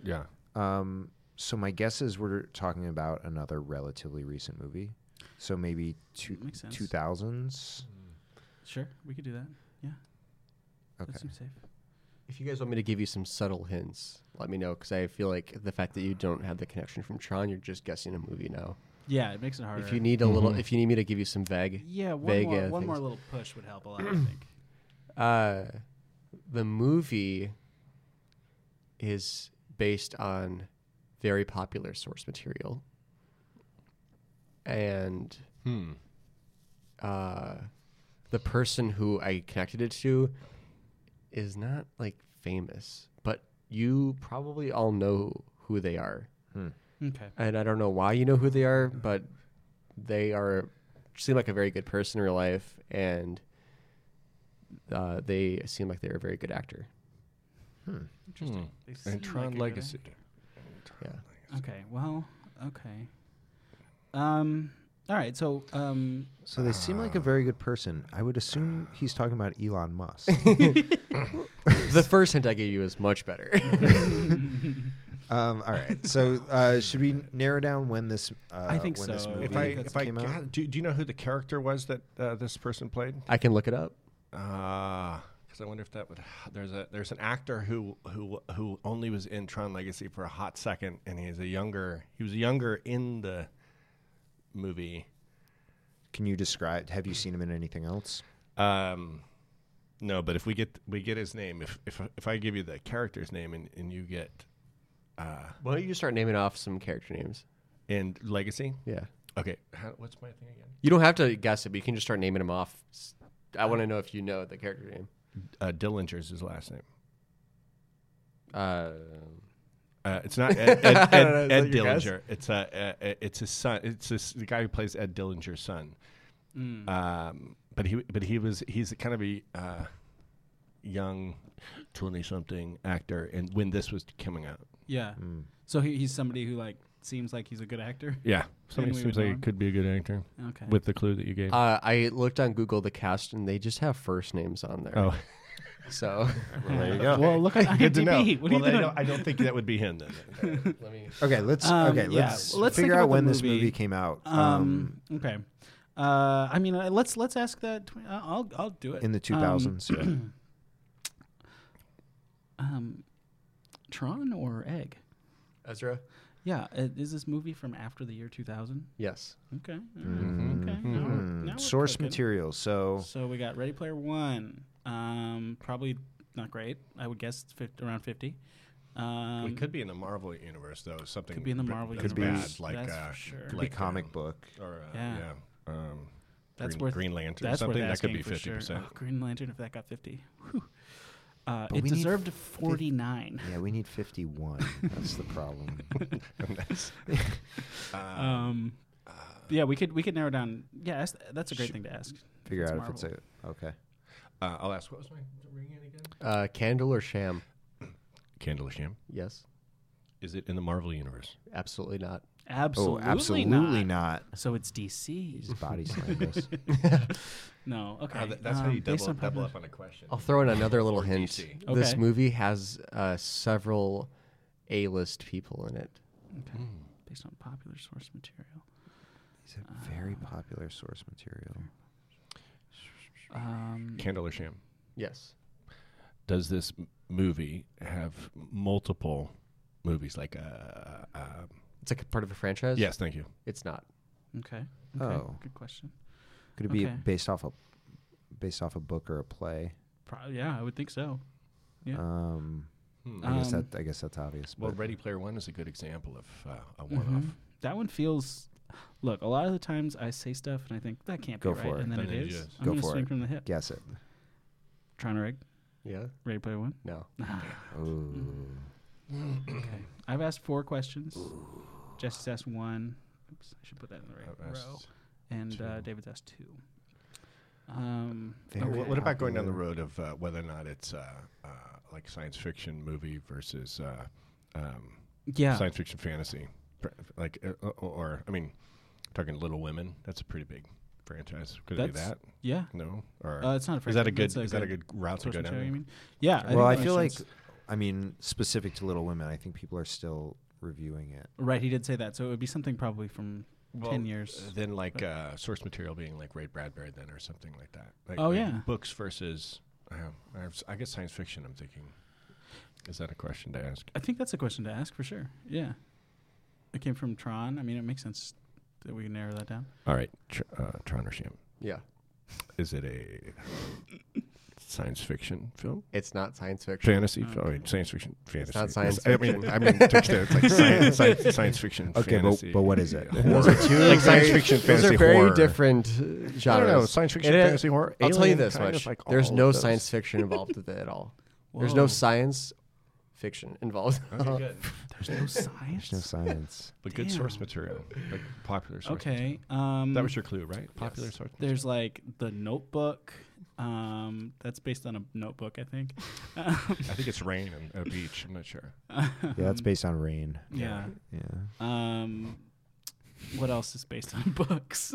[SPEAKER 5] Yeah.
[SPEAKER 4] Um so my guess is we're talking about another relatively recent movie. So maybe two,
[SPEAKER 1] Makes sense.
[SPEAKER 4] 2000s.
[SPEAKER 1] Sure, we could do that. Yeah. That
[SPEAKER 4] Okay.
[SPEAKER 1] seems safe.
[SPEAKER 3] If you guys want me to give you some subtle hints, let me know because I feel like the fact that you don't have the connection from Tron, you're just guessing a movie now.
[SPEAKER 1] Yeah, it makes it harder.
[SPEAKER 3] If you need a little,
[SPEAKER 5] Mhm.
[SPEAKER 3] if you need me to give you some vague,
[SPEAKER 1] yeah, one
[SPEAKER 3] vague,
[SPEAKER 1] more
[SPEAKER 3] uh,
[SPEAKER 1] one more
[SPEAKER 3] things.
[SPEAKER 1] little push would help a lot. I think.
[SPEAKER 3] uh, the movie is based on very popular source material, and
[SPEAKER 5] Hmm.
[SPEAKER 3] uh, the person who I connected it to is not like famous, but you probably all know who they are.
[SPEAKER 1] Okay.
[SPEAKER 3] and I don't know why you know who they are, but they are seem like a very good person in real life, and uh, they seem like they're a very good actor.
[SPEAKER 1] Interesting. They seem
[SPEAKER 5] Hmm. And Tron
[SPEAKER 1] like a good
[SPEAKER 5] Legacy.
[SPEAKER 1] idea.
[SPEAKER 3] Yeah,
[SPEAKER 1] Okay. Well. Okay. Um. All right. So. Um.
[SPEAKER 2] So they seem like a
[SPEAKER 4] very good person. I would assume he's talking about Elon Musk.
[SPEAKER 3] the first hint I gave you is much better.
[SPEAKER 4] um, all right. So uh, should we narrow down when this? Uh,
[SPEAKER 1] I think
[SPEAKER 4] when This
[SPEAKER 1] so.
[SPEAKER 4] movie
[SPEAKER 5] If I
[SPEAKER 1] that's
[SPEAKER 5] if I
[SPEAKER 4] came out?
[SPEAKER 5] got, do, do you know who the character was that uh, this person played?
[SPEAKER 3] I can look it up.
[SPEAKER 5] because I wonder if that would there's a there's an actor who who who only was in Tron Legacy for a hot second, and he's a younger he was younger in the movie.
[SPEAKER 4] Can you describe? Have you seen him in anything else?
[SPEAKER 5] Um, no, but if we get we get his name, if if if I give you the character's name and, and you get uh
[SPEAKER 3] Why don't you start naming off some character names?
[SPEAKER 5] in Legacy,
[SPEAKER 3] Yeah,
[SPEAKER 5] okay, how, what's my thing again?
[SPEAKER 3] you don't have to guess it, but you can just start naming them off. S- I want to know if you know the character name.
[SPEAKER 5] Uh, Dillinger's his last name.
[SPEAKER 3] Uh,
[SPEAKER 5] Uh, it's not Ed, Ed, Ed,
[SPEAKER 3] don't know, is
[SPEAKER 5] Ed
[SPEAKER 3] that your guess?
[SPEAKER 5] Dillinger. It's a, uh, uh, it's his son. It's this, the guy who plays Ed Dillinger's son.
[SPEAKER 1] mm,
[SPEAKER 5] Um, but he but he was he's kind of a uh, young twenty something actor, and when this was coming out,
[SPEAKER 4] Hmm.
[SPEAKER 1] yeah. So he, he's somebody who like seems like he's a good actor.
[SPEAKER 5] yeah,
[SPEAKER 1] Somebody seems like it
[SPEAKER 5] could be a good actor
[SPEAKER 1] Okay.
[SPEAKER 5] the clue that you gave.
[SPEAKER 3] uh, I looked on Google the cast, and they just have first names on there.
[SPEAKER 5] oh,
[SPEAKER 3] So
[SPEAKER 4] There you go.
[SPEAKER 5] well, look,
[SPEAKER 1] at
[SPEAKER 5] good to know.
[SPEAKER 1] IMDb. What are
[SPEAKER 5] well,
[SPEAKER 1] you
[SPEAKER 5] I
[SPEAKER 1] doing?
[SPEAKER 5] don't, I don't think that would be him then.
[SPEAKER 3] let me.
[SPEAKER 4] Okay, let's
[SPEAKER 1] Um,
[SPEAKER 4] okay
[SPEAKER 1] yeah,
[SPEAKER 4] let's,
[SPEAKER 1] well, let's think
[SPEAKER 4] figure
[SPEAKER 1] about
[SPEAKER 4] out
[SPEAKER 1] the
[SPEAKER 4] when this
[SPEAKER 1] movie.
[SPEAKER 4] movie came out. Um,
[SPEAKER 1] Um. okay. Uh. I mean, uh, let's let's ask that. Tw- uh, I'll I'll do it
[SPEAKER 4] in the two
[SPEAKER 1] Um,
[SPEAKER 4] thousands. yeah.
[SPEAKER 1] um Tron or Egg?
[SPEAKER 3] Ezra.
[SPEAKER 1] Yeah, uh, is this movie from after the year 2000?
[SPEAKER 3] Yes.
[SPEAKER 1] Okay. all right,
[SPEAKER 4] Mhm.
[SPEAKER 1] Okay. now we're-
[SPEAKER 4] Hmm,
[SPEAKER 1] now we're
[SPEAKER 4] Source
[SPEAKER 1] cooking.
[SPEAKER 4] material. So
[SPEAKER 1] So we got Ready Player 1. Um probably not great. I would guess 50, around 50. Um
[SPEAKER 5] we could be in the Marvel universe though. Something
[SPEAKER 1] be in the
[SPEAKER 5] b-
[SPEAKER 1] Marvel
[SPEAKER 5] that's
[SPEAKER 1] universe,
[SPEAKER 5] Bad, like
[SPEAKER 1] that's
[SPEAKER 5] uh,
[SPEAKER 1] for sure. Could
[SPEAKER 5] Could
[SPEAKER 1] be
[SPEAKER 5] like,
[SPEAKER 4] comic
[SPEAKER 5] um,
[SPEAKER 4] book.
[SPEAKER 5] or uh,
[SPEAKER 1] Yeah.
[SPEAKER 5] yeah. Um,
[SPEAKER 1] that's
[SPEAKER 5] Green,
[SPEAKER 1] worth
[SPEAKER 5] Green Lantern.
[SPEAKER 1] that's
[SPEAKER 5] something
[SPEAKER 1] worth
[SPEAKER 5] that could
[SPEAKER 1] asking
[SPEAKER 5] be
[SPEAKER 1] for
[SPEAKER 5] fifty percent.
[SPEAKER 1] Sure. Oh, Green Lantern if that got 50. Whew. Uh,
[SPEAKER 4] But
[SPEAKER 1] it
[SPEAKER 4] we need
[SPEAKER 1] deserved
[SPEAKER 4] fif-
[SPEAKER 1] 49.
[SPEAKER 4] Yeah, we need fifty one. That's the problem.
[SPEAKER 1] Oh,
[SPEAKER 5] Uh,
[SPEAKER 1] Um yeah, we could we could narrow down. Yeah, ask, that's a great thing to ask.
[SPEAKER 4] Figure
[SPEAKER 1] It's
[SPEAKER 4] out if
[SPEAKER 1] Marvel.
[SPEAKER 4] it's a okay.
[SPEAKER 5] Uh, I'll ask. What was my ring in again?
[SPEAKER 3] Uh, candle or sham?
[SPEAKER 5] Candle Sham.
[SPEAKER 3] Yes.
[SPEAKER 5] Is it in the Marvel universe?
[SPEAKER 3] Absolutely not.
[SPEAKER 1] Absolutely,
[SPEAKER 4] oh, absolutely
[SPEAKER 1] not.
[SPEAKER 4] not.
[SPEAKER 1] So it's DC.
[SPEAKER 4] Just body slammed us.
[SPEAKER 1] No, okay.
[SPEAKER 5] Uh, that's how
[SPEAKER 1] um,
[SPEAKER 5] you
[SPEAKER 1] based
[SPEAKER 5] double,
[SPEAKER 1] on
[SPEAKER 5] double
[SPEAKER 1] popular-
[SPEAKER 5] up on a question.
[SPEAKER 3] I'll throw in another little
[SPEAKER 5] Or
[SPEAKER 3] hint.
[SPEAKER 5] DC.
[SPEAKER 3] This
[SPEAKER 1] Okay.
[SPEAKER 3] movie has uh, several A-list people in it.
[SPEAKER 1] Okay.
[SPEAKER 4] Hmm.
[SPEAKER 1] Based on popular source material.
[SPEAKER 4] He's a very
[SPEAKER 1] Uh,
[SPEAKER 4] popular source material.
[SPEAKER 1] Um,
[SPEAKER 5] Candle or Sham.
[SPEAKER 3] Yes.
[SPEAKER 5] Does this m- movie have multiple movies? Like, uh, um
[SPEAKER 3] It's like a part of a franchise.
[SPEAKER 5] yes, thank you.
[SPEAKER 3] It's not.
[SPEAKER 1] okay. okay.
[SPEAKER 4] Oh.
[SPEAKER 1] Good question.
[SPEAKER 4] Could it be
[SPEAKER 1] Okay.
[SPEAKER 4] based off a based off a book or a play?
[SPEAKER 1] Pro- yeah, I would think so. Yeah.
[SPEAKER 4] Um, I guess
[SPEAKER 1] Um,
[SPEAKER 4] that I guess that's obvious.
[SPEAKER 5] Well,
[SPEAKER 4] but-
[SPEAKER 5] Ready Player One is a good example of uh, a
[SPEAKER 1] mhm.
[SPEAKER 5] one-off.
[SPEAKER 1] That one feels. Look, a lot of the times I say stuff and I think that can't
[SPEAKER 4] Go
[SPEAKER 1] be
[SPEAKER 4] for
[SPEAKER 1] right,
[SPEAKER 4] it.
[SPEAKER 1] and then
[SPEAKER 5] Then
[SPEAKER 1] it
[SPEAKER 5] it
[SPEAKER 1] is.
[SPEAKER 5] is.
[SPEAKER 1] I'm
[SPEAKER 4] Go
[SPEAKER 1] gonna
[SPEAKER 4] for
[SPEAKER 1] swing
[SPEAKER 4] it.
[SPEAKER 1] from the hip.
[SPEAKER 4] guess it.
[SPEAKER 1] Trying to rig.
[SPEAKER 3] Yeah.
[SPEAKER 1] Ready to play one.
[SPEAKER 3] No.
[SPEAKER 4] Ooh.
[SPEAKER 1] Mm. Okay. I've asked four questions. Jesse's asked one. Oops, I should put that in the right
[SPEAKER 5] I've asked
[SPEAKER 1] row. And uh, David's asked two. Um,
[SPEAKER 4] Very
[SPEAKER 1] okay.
[SPEAKER 5] What, what about going down the
[SPEAKER 4] popular.
[SPEAKER 5] road of uh, whether or not it's uh, uh, like science fiction movie versus uh, um,
[SPEAKER 1] Yeah.
[SPEAKER 5] science fiction fantasy? Fr- Like, uh, or, or I mean, talking Little Women. That's a pretty big franchise. Could it be
[SPEAKER 1] That's-
[SPEAKER 5] that?
[SPEAKER 1] Yeah.
[SPEAKER 5] No, or
[SPEAKER 1] Uh, it's not a
[SPEAKER 5] is that a
[SPEAKER 1] franchise,
[SPEAKER 5] good
[SPEAKER 1] it's
[SPEAKER 5] is
[SPEAKER 1] a
[SPEAKER 5] that a
[SPEAKER 1] good
[SPEAKER 5] good route to
[SPEAKER 1] Source
[SPEAKER 5] go down?
[SPEAKER 1] material, you
[SPEAKER 5] there?
[SPEAKER 1] mean? Yeah.
[SPEAKER 4] well, I
[SPEAKER 1] think that
[SPEAKER 4] feel like,
[SPEAKER 1] makes sense.
[SPEAKER 4] I mean, specific to Little Women, I think people are still reviewing it.
[SPEAKER 1] Right, he did say that. So it would be something probably from 10 years.
[SPEAKER 5] uh, Then like uh, source material being like Ray Bradbury, then or something like that. Like,
[SPEAKER 1] Oh,
[SPEAKER 5] like
[SPEAKER 1] yeah.
[SPEAKER 5] books versus uh, I have- I guess science fiction. I'm thinking, is that a question to ask?
[SPEAKER 1] I think that's a question to ask for sure. Yeah. It came from Tron. I mean, it makes sense that we can narrow that down.
[SPEAKER 5] All right, tr- uh, Tron or Sham.
[SPEAKER 3] Yeah.
[SPEAKER 5] Is it a science fiction film?
[SPEAKER 3] It's not science fiction.
[SPEAKER 5] Fantasy, film? I mean,
[SPEAKER 1] Okay.
[SPEAKER 5] science fiction, fantasy.
[SPEAKER 3] not science
[SPEAKER 5] I mean,
[SPEAKER 3] fiction.
[SPEAKER 5] I mean, to extent, it's like science, science, science fiction.
[SPEAKER 4] Okay, but,
[SPEAKER 5] fantasy,
[SPEAKER 4] but what is it?
[SPEAKER 5] horror.
[SPEAKER 3] very-
[SPEAKER 5] like science fiction,
[SPEAKER 3] Those
[SPEAKER 5] fantasy,
[SPEAKER 3] are very
[SPEAKER 5] horror.
[SPEAKER 3] different uh, genres.
[SPEAKER 5] I don't know, science fiction,
[SPEAKER 3] It is-
[SPEAKER 5] fantasy, horror.
[SPEAKER 3] I'll tell you
[SPEAKER 5] alien,
[SPEAKER 3] this
[SPEAKER 5] kind of
[SPEAKER 3] much:
[SPEAKER 5] like
[SPEAKER 3] there's
[SPEAKER 5] all
[SPEAKER 3] no
[SPEAKER 5] of those.
[SPEAKER 3] science fiction involved with it at all. There's no
[SPEAKER 1] Whoa.
[SPEAKER 3] science fiction involved.
[SPEAKER 1] There's no science.
[SPEAKER 4] No science.
[SPEAKER 5] But good
[SPEAKER 1] Damn.
[SPEAKER 5] source material, like popular source.
[SPEAKER 1] okay.
[SPEAKER 5] material.
[SPEAKER 1] Um,
[SPEAKER 5] that was your clue, right? Popular source. material.
[SPEAKER 1] There's like the Notebook. Um, that's based on a notebook, I think. Um,
[SPEAKER 5] I think it's rain and a beach. I'm not sure.
[SPEAKER 4] Yeah, that's based on rain.
[SPEAKER 1] yeah.
[SPEAKER 4] Yeah.
[SPEAKER 1] Um, what else is based on books?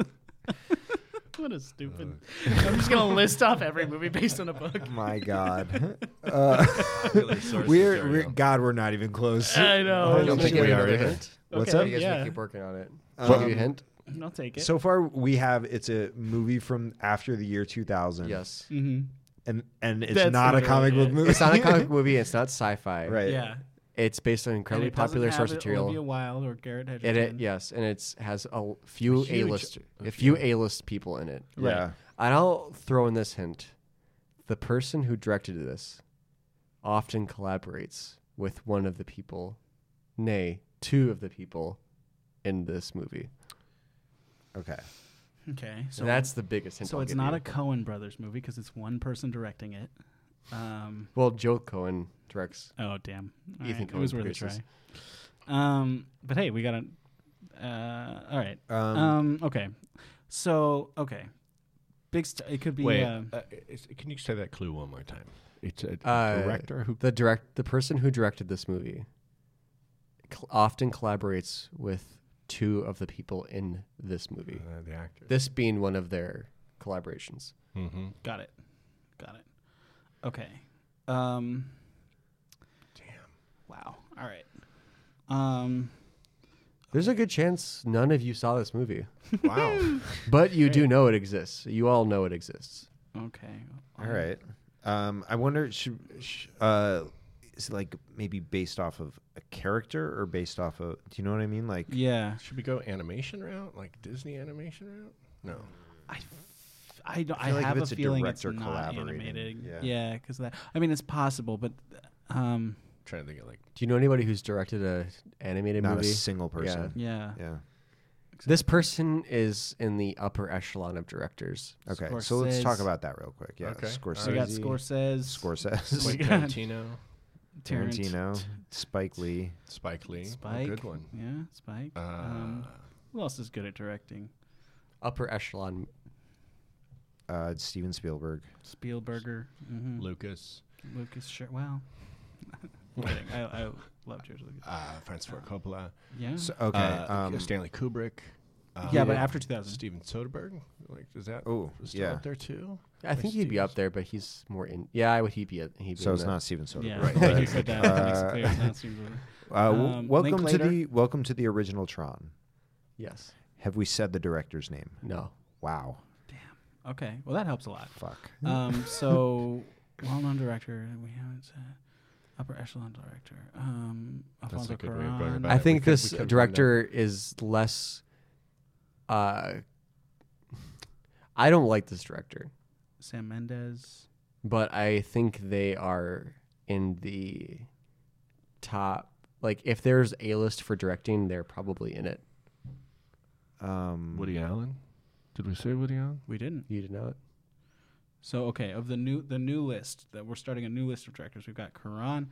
[SPEAKER 1] what a stupid. I'm just gonna list off every movie based on a book.
[SPEAKER 4] My God. Uh,
[SPEAKER 5] Popular source
[SPEAKER 4] we're,
[SPEAKER 5] material.
[SPEAKER 4] we're God. We're not even close.
[SPEAKER 1] I
[SPEAKER 5] Oh,
[SPEAKER 1] know.
[SPEAKER 3] I don't think
[SPEAKER 4] Give
[SPEAKER 3] we
[SPEAKER 4] it
[SPEAKER 3] are
[SPEAKER 4] another
[SPEAKER 3] either.
[SPEAKER 4] hint. What's
[SPEAKER 1] Okay.
[SPEAKER 3] You guys
[SPEAKER 1] Yeah.
[SPEAKER 3] may keep working on it.
[SPEAKER 4] Um,
[SPEAKER 3] Give you a hint?
[SPEAKER 1] I'll take it.
[SPEAKER 4] So far, we have it's a movie from after the year 2000.
[SPEAKER 3] Yes.
[SPEAKER 1] hmm
[SPEAKER 4] and and it's
[SPEAKER 1] That's
[SPEAKER 4] not a
[SPEAKER 1] literally
[SPEAKER 4] comic book
[SPEAKER 1] it.
[SPEAKER 4] movie.
[SPEAKER 3] It's not a comic movie. It's not sci-fi.
[SPEAKER 4] right?
[SPEAKER 1] yeah.
[SPEAKER 3] It's based on
[SPEAKER 1] And
[SPEAKER 3] incredibly
[SPEAKER 1] it doesn't
[SPEAKER 3] uh, popular
[SPEAKER 1] have
[SPEAKER 3] source
[SPEAKER 1] it-
[SPEAKER 3] material.
[SPEAKER 1] Olivia Wilde or Garrett
[SPEAKER 3] It,
[SPEAKER 1] Hedgerton.
[SPEAKER 3] it yes, and it's has a few
[SPEAKER 5] Huge-
[SPEAKER 3] A list,
[SPEAKER 5] a
[SPEAKER 3] a few A list people in it.
[SPEAKER 1] Right.
[SPEAKER 4] Yeah.
[SPEAKER 3] And I'll throw in this hint: the person who directed this often collaborates with one of the people, nay, two of the people, in this movie.
[SPEAKER 4] Okay.
[SPEAKER 1] Okay. So
[SPEAKER 3] So that's the biggest hint.
[SPEAKER 1] so
[SPEAKER 3] I'll
[SPEAKER 1] it's
[SPEAKER 3] give
[SPEAKER 1] not
[SPEAKER 3] you.
[SPEAKER 1] a Cohen Brothers movie because it's one person directing it. Um.
[SPEAKER 3] well. Joe Cohen directs.
[SPEAKER 1] Oh damn! All
[SPEAKER 3] Ethan
[SPEAKER 1] right, it was
[SPEAKER 3] Coen
[SPEAKER 1] worth a try.
[SPEAKER 3] produces.
[SPEAKER 1] Um, but hey, we got a. Uh, all right.
[SPEAKER 4] Um,
[SPEAKER 1] Um, Okay. So okay, big. St- it could be.
[SPEAKER 5] Wait,
[SPEAKER 1] uh,
[SPEAKER 5] uh, it's- can you say that clue one more time? It's a
[SPEAKER 3] Uh,
[SPEAKER 5] director who
[SPEAKER 3] The direct the person who directed this movie cl- often collaborates with two of the people in this movie.
[SPEAKER 5] uh, the actor.
[SPEAKER 3] this being one of their collaborations.
[SPEAKER 5] Mm-hmm.
[SPEAKER 1] got it. Got it. Okay. Um.
[SPEAKER 5] Damn.
[SPEAKER 1] Wow. All right. Um.
[SPEAKER 3] There's a good chance none of you saw this movie,
[SPEAKER 5] Wow.
[SPEAKER 3] but you do know it exists. You all know it exists.
[SPEAKER 1] Okay.
[SPEAKER 4] all right. Um, I wonder should, sh uh, is it like maybe based off of a character or based off of? Do you know what I mean? Like
[SPEAKER 1] Yeah.
[SPEAKER 5] Should we go animation route, like Disney animation route? No.
[SPEAKER 1] I, f- I, don't, I,
[SPEAKER 4] feel like if
[SPEAKER 1] have
[SPEAKER 4] it's
[SPEAKER 1] a
[SPEAKER 4] a
[SPEAKER 1] feeling it's
[SPEAKER 4] director
[SPEAKER 1] not
[SPEAKER 4] collaborating,
[SPEAKER 1] animated.
[SPEAKER 4] yeah.
[SPEAKER 1] Yeah, because that. I mean, it's possible, but um,
[SPEAKER 5] trying to think of like
[SPEAKER 3] Do you know anybody who's directed a animated
[SPEAKER 4] not
[SPEAKER 3] movie?
[SPEAKER 4] a single person.
[SPEAKER 1] yeah.
[SPEAKER 4] Yeah.
[SPEAKER 3] this person is in the upper echelon of directors.
[SPEAKER 4] Okay. So let's talk
[SPEAKER 1] Scorsese.
[SPEAKER 4] about that real quick. Yeah.
[SPEAKER 5] Okay.
[SPEAKER 4] Scorsese.
[SPEAKER 1] So we got Scorsese,
[SPEAKER 4] Scorsese.
[SPEAKER 1] Wait.
[SPEAKER 5] Quentin
[SPEAKER 1] God.
[SPEAKER 5] Tarantino,
[SPEAKER 1] Tarant-
[SPEAKER 4] Tarantino. Spike Lee.
[SPEAKER 5] Spike Lee. Oh,
[SPEAKER 1] Spike.
[SPEAKER 5] Good one.
[SPEAKER 1] Yeah, Spike.
[SPEAKER 5] Uh,
[SPEAKER 1] um, who else is good at directing?
[SPEAKER 3] Upper echelon.
[SPEAKER 4] Uh, Steven Spielberg.
[SPEAKER 1] Mm-hmm. Spielberger, mhm,
[SPEAKER 5] Lucas.
[SPEAKER 1] Lucas. Sure. Wow. I'm kidding. I, I love George Lucas.
[SPEAKER 5] Uh, Francis Ford Coppola.
[SPEAKER 1] Yeah.
[SPEAKER 4] So, okay.
[SPEAKER 5] Uh,
[SPEAKER 4] um,
[SPEAKER 5] Stanley Kubrick. Uh,
[SPEAKER 1] yeah, but after 2000.
[SPEAKER 5] Steven Soderbergh. Like, is that
[SPEAKER 4] Oh,
[SPEAKER 5] still
[SPEAKER 4] yeah.
[SPEAKER 5] up there too?
[SPEAKER 3] I think he'd be up there, but he's more in. Yeah, I would. He'd be. a- He'd be
[SPEAKER 4] so
[SPEAKER 3] in
[SPEAKER 4] it's
[SPEAKER 3] the-
[SPEAKER 4] not Steven Soderbergh.
[SPEAKER 1] yeah.
[SPEAKER 5] right.
[SPEAKER 1] I think you said that. that makes it
[SPEAKER 4] Uh,
[SPEAKER 1] clear it's not Spielberg.
[SPEAKER 4] Uh, w-
[SPEAKER 1] Um,
[SPEAKER 4] welcome to
[SPEAKER 1] Linklater.
[SPEAKER 4] the welcome to the original Tron.
[SPEAKER 3] Yes.
[SPEAKER 4] Have we said the director's name?
[SPEAKER 3] No.
[SPEAKER 4] Wow.
[SPEAKER 1] Okay. Well, that helps a lot.
[SPEAKER 4] Fuck.
[SPEAKER 1] Um, so, well-known director. We haven't said upper echelon director. Um, Alfonso
[SPEAKER 5] a good way of going
[SPEAKER 1] Cuarón.
[SPEAKER 5] about Uh,
[SPEAKER 3] I
[SPEAKER 5] we
[SPEAKER 3] think
[SPEAKER 5] could- we
[SPEAKER 3] this
[SPEAKER 5] could find
[SPEAKER 3] director is less. Uh, I don't like this director.
[SPEAKER 1] Sam Mendes.
[SPEAKER 3] but I think they are in the top. Like, if there's a list for directing, they're probably in it.
[SPEAKER 4] Um,
[SPEAKER 5] Woody Allen. Did we say Woody Allen?
[SPEAKER 1] We didn't.
[SPEAKER 3] You did not.
[SPEAKER 1] So okay, of the new the new list that we're starting a new list of directors. We've got Karan,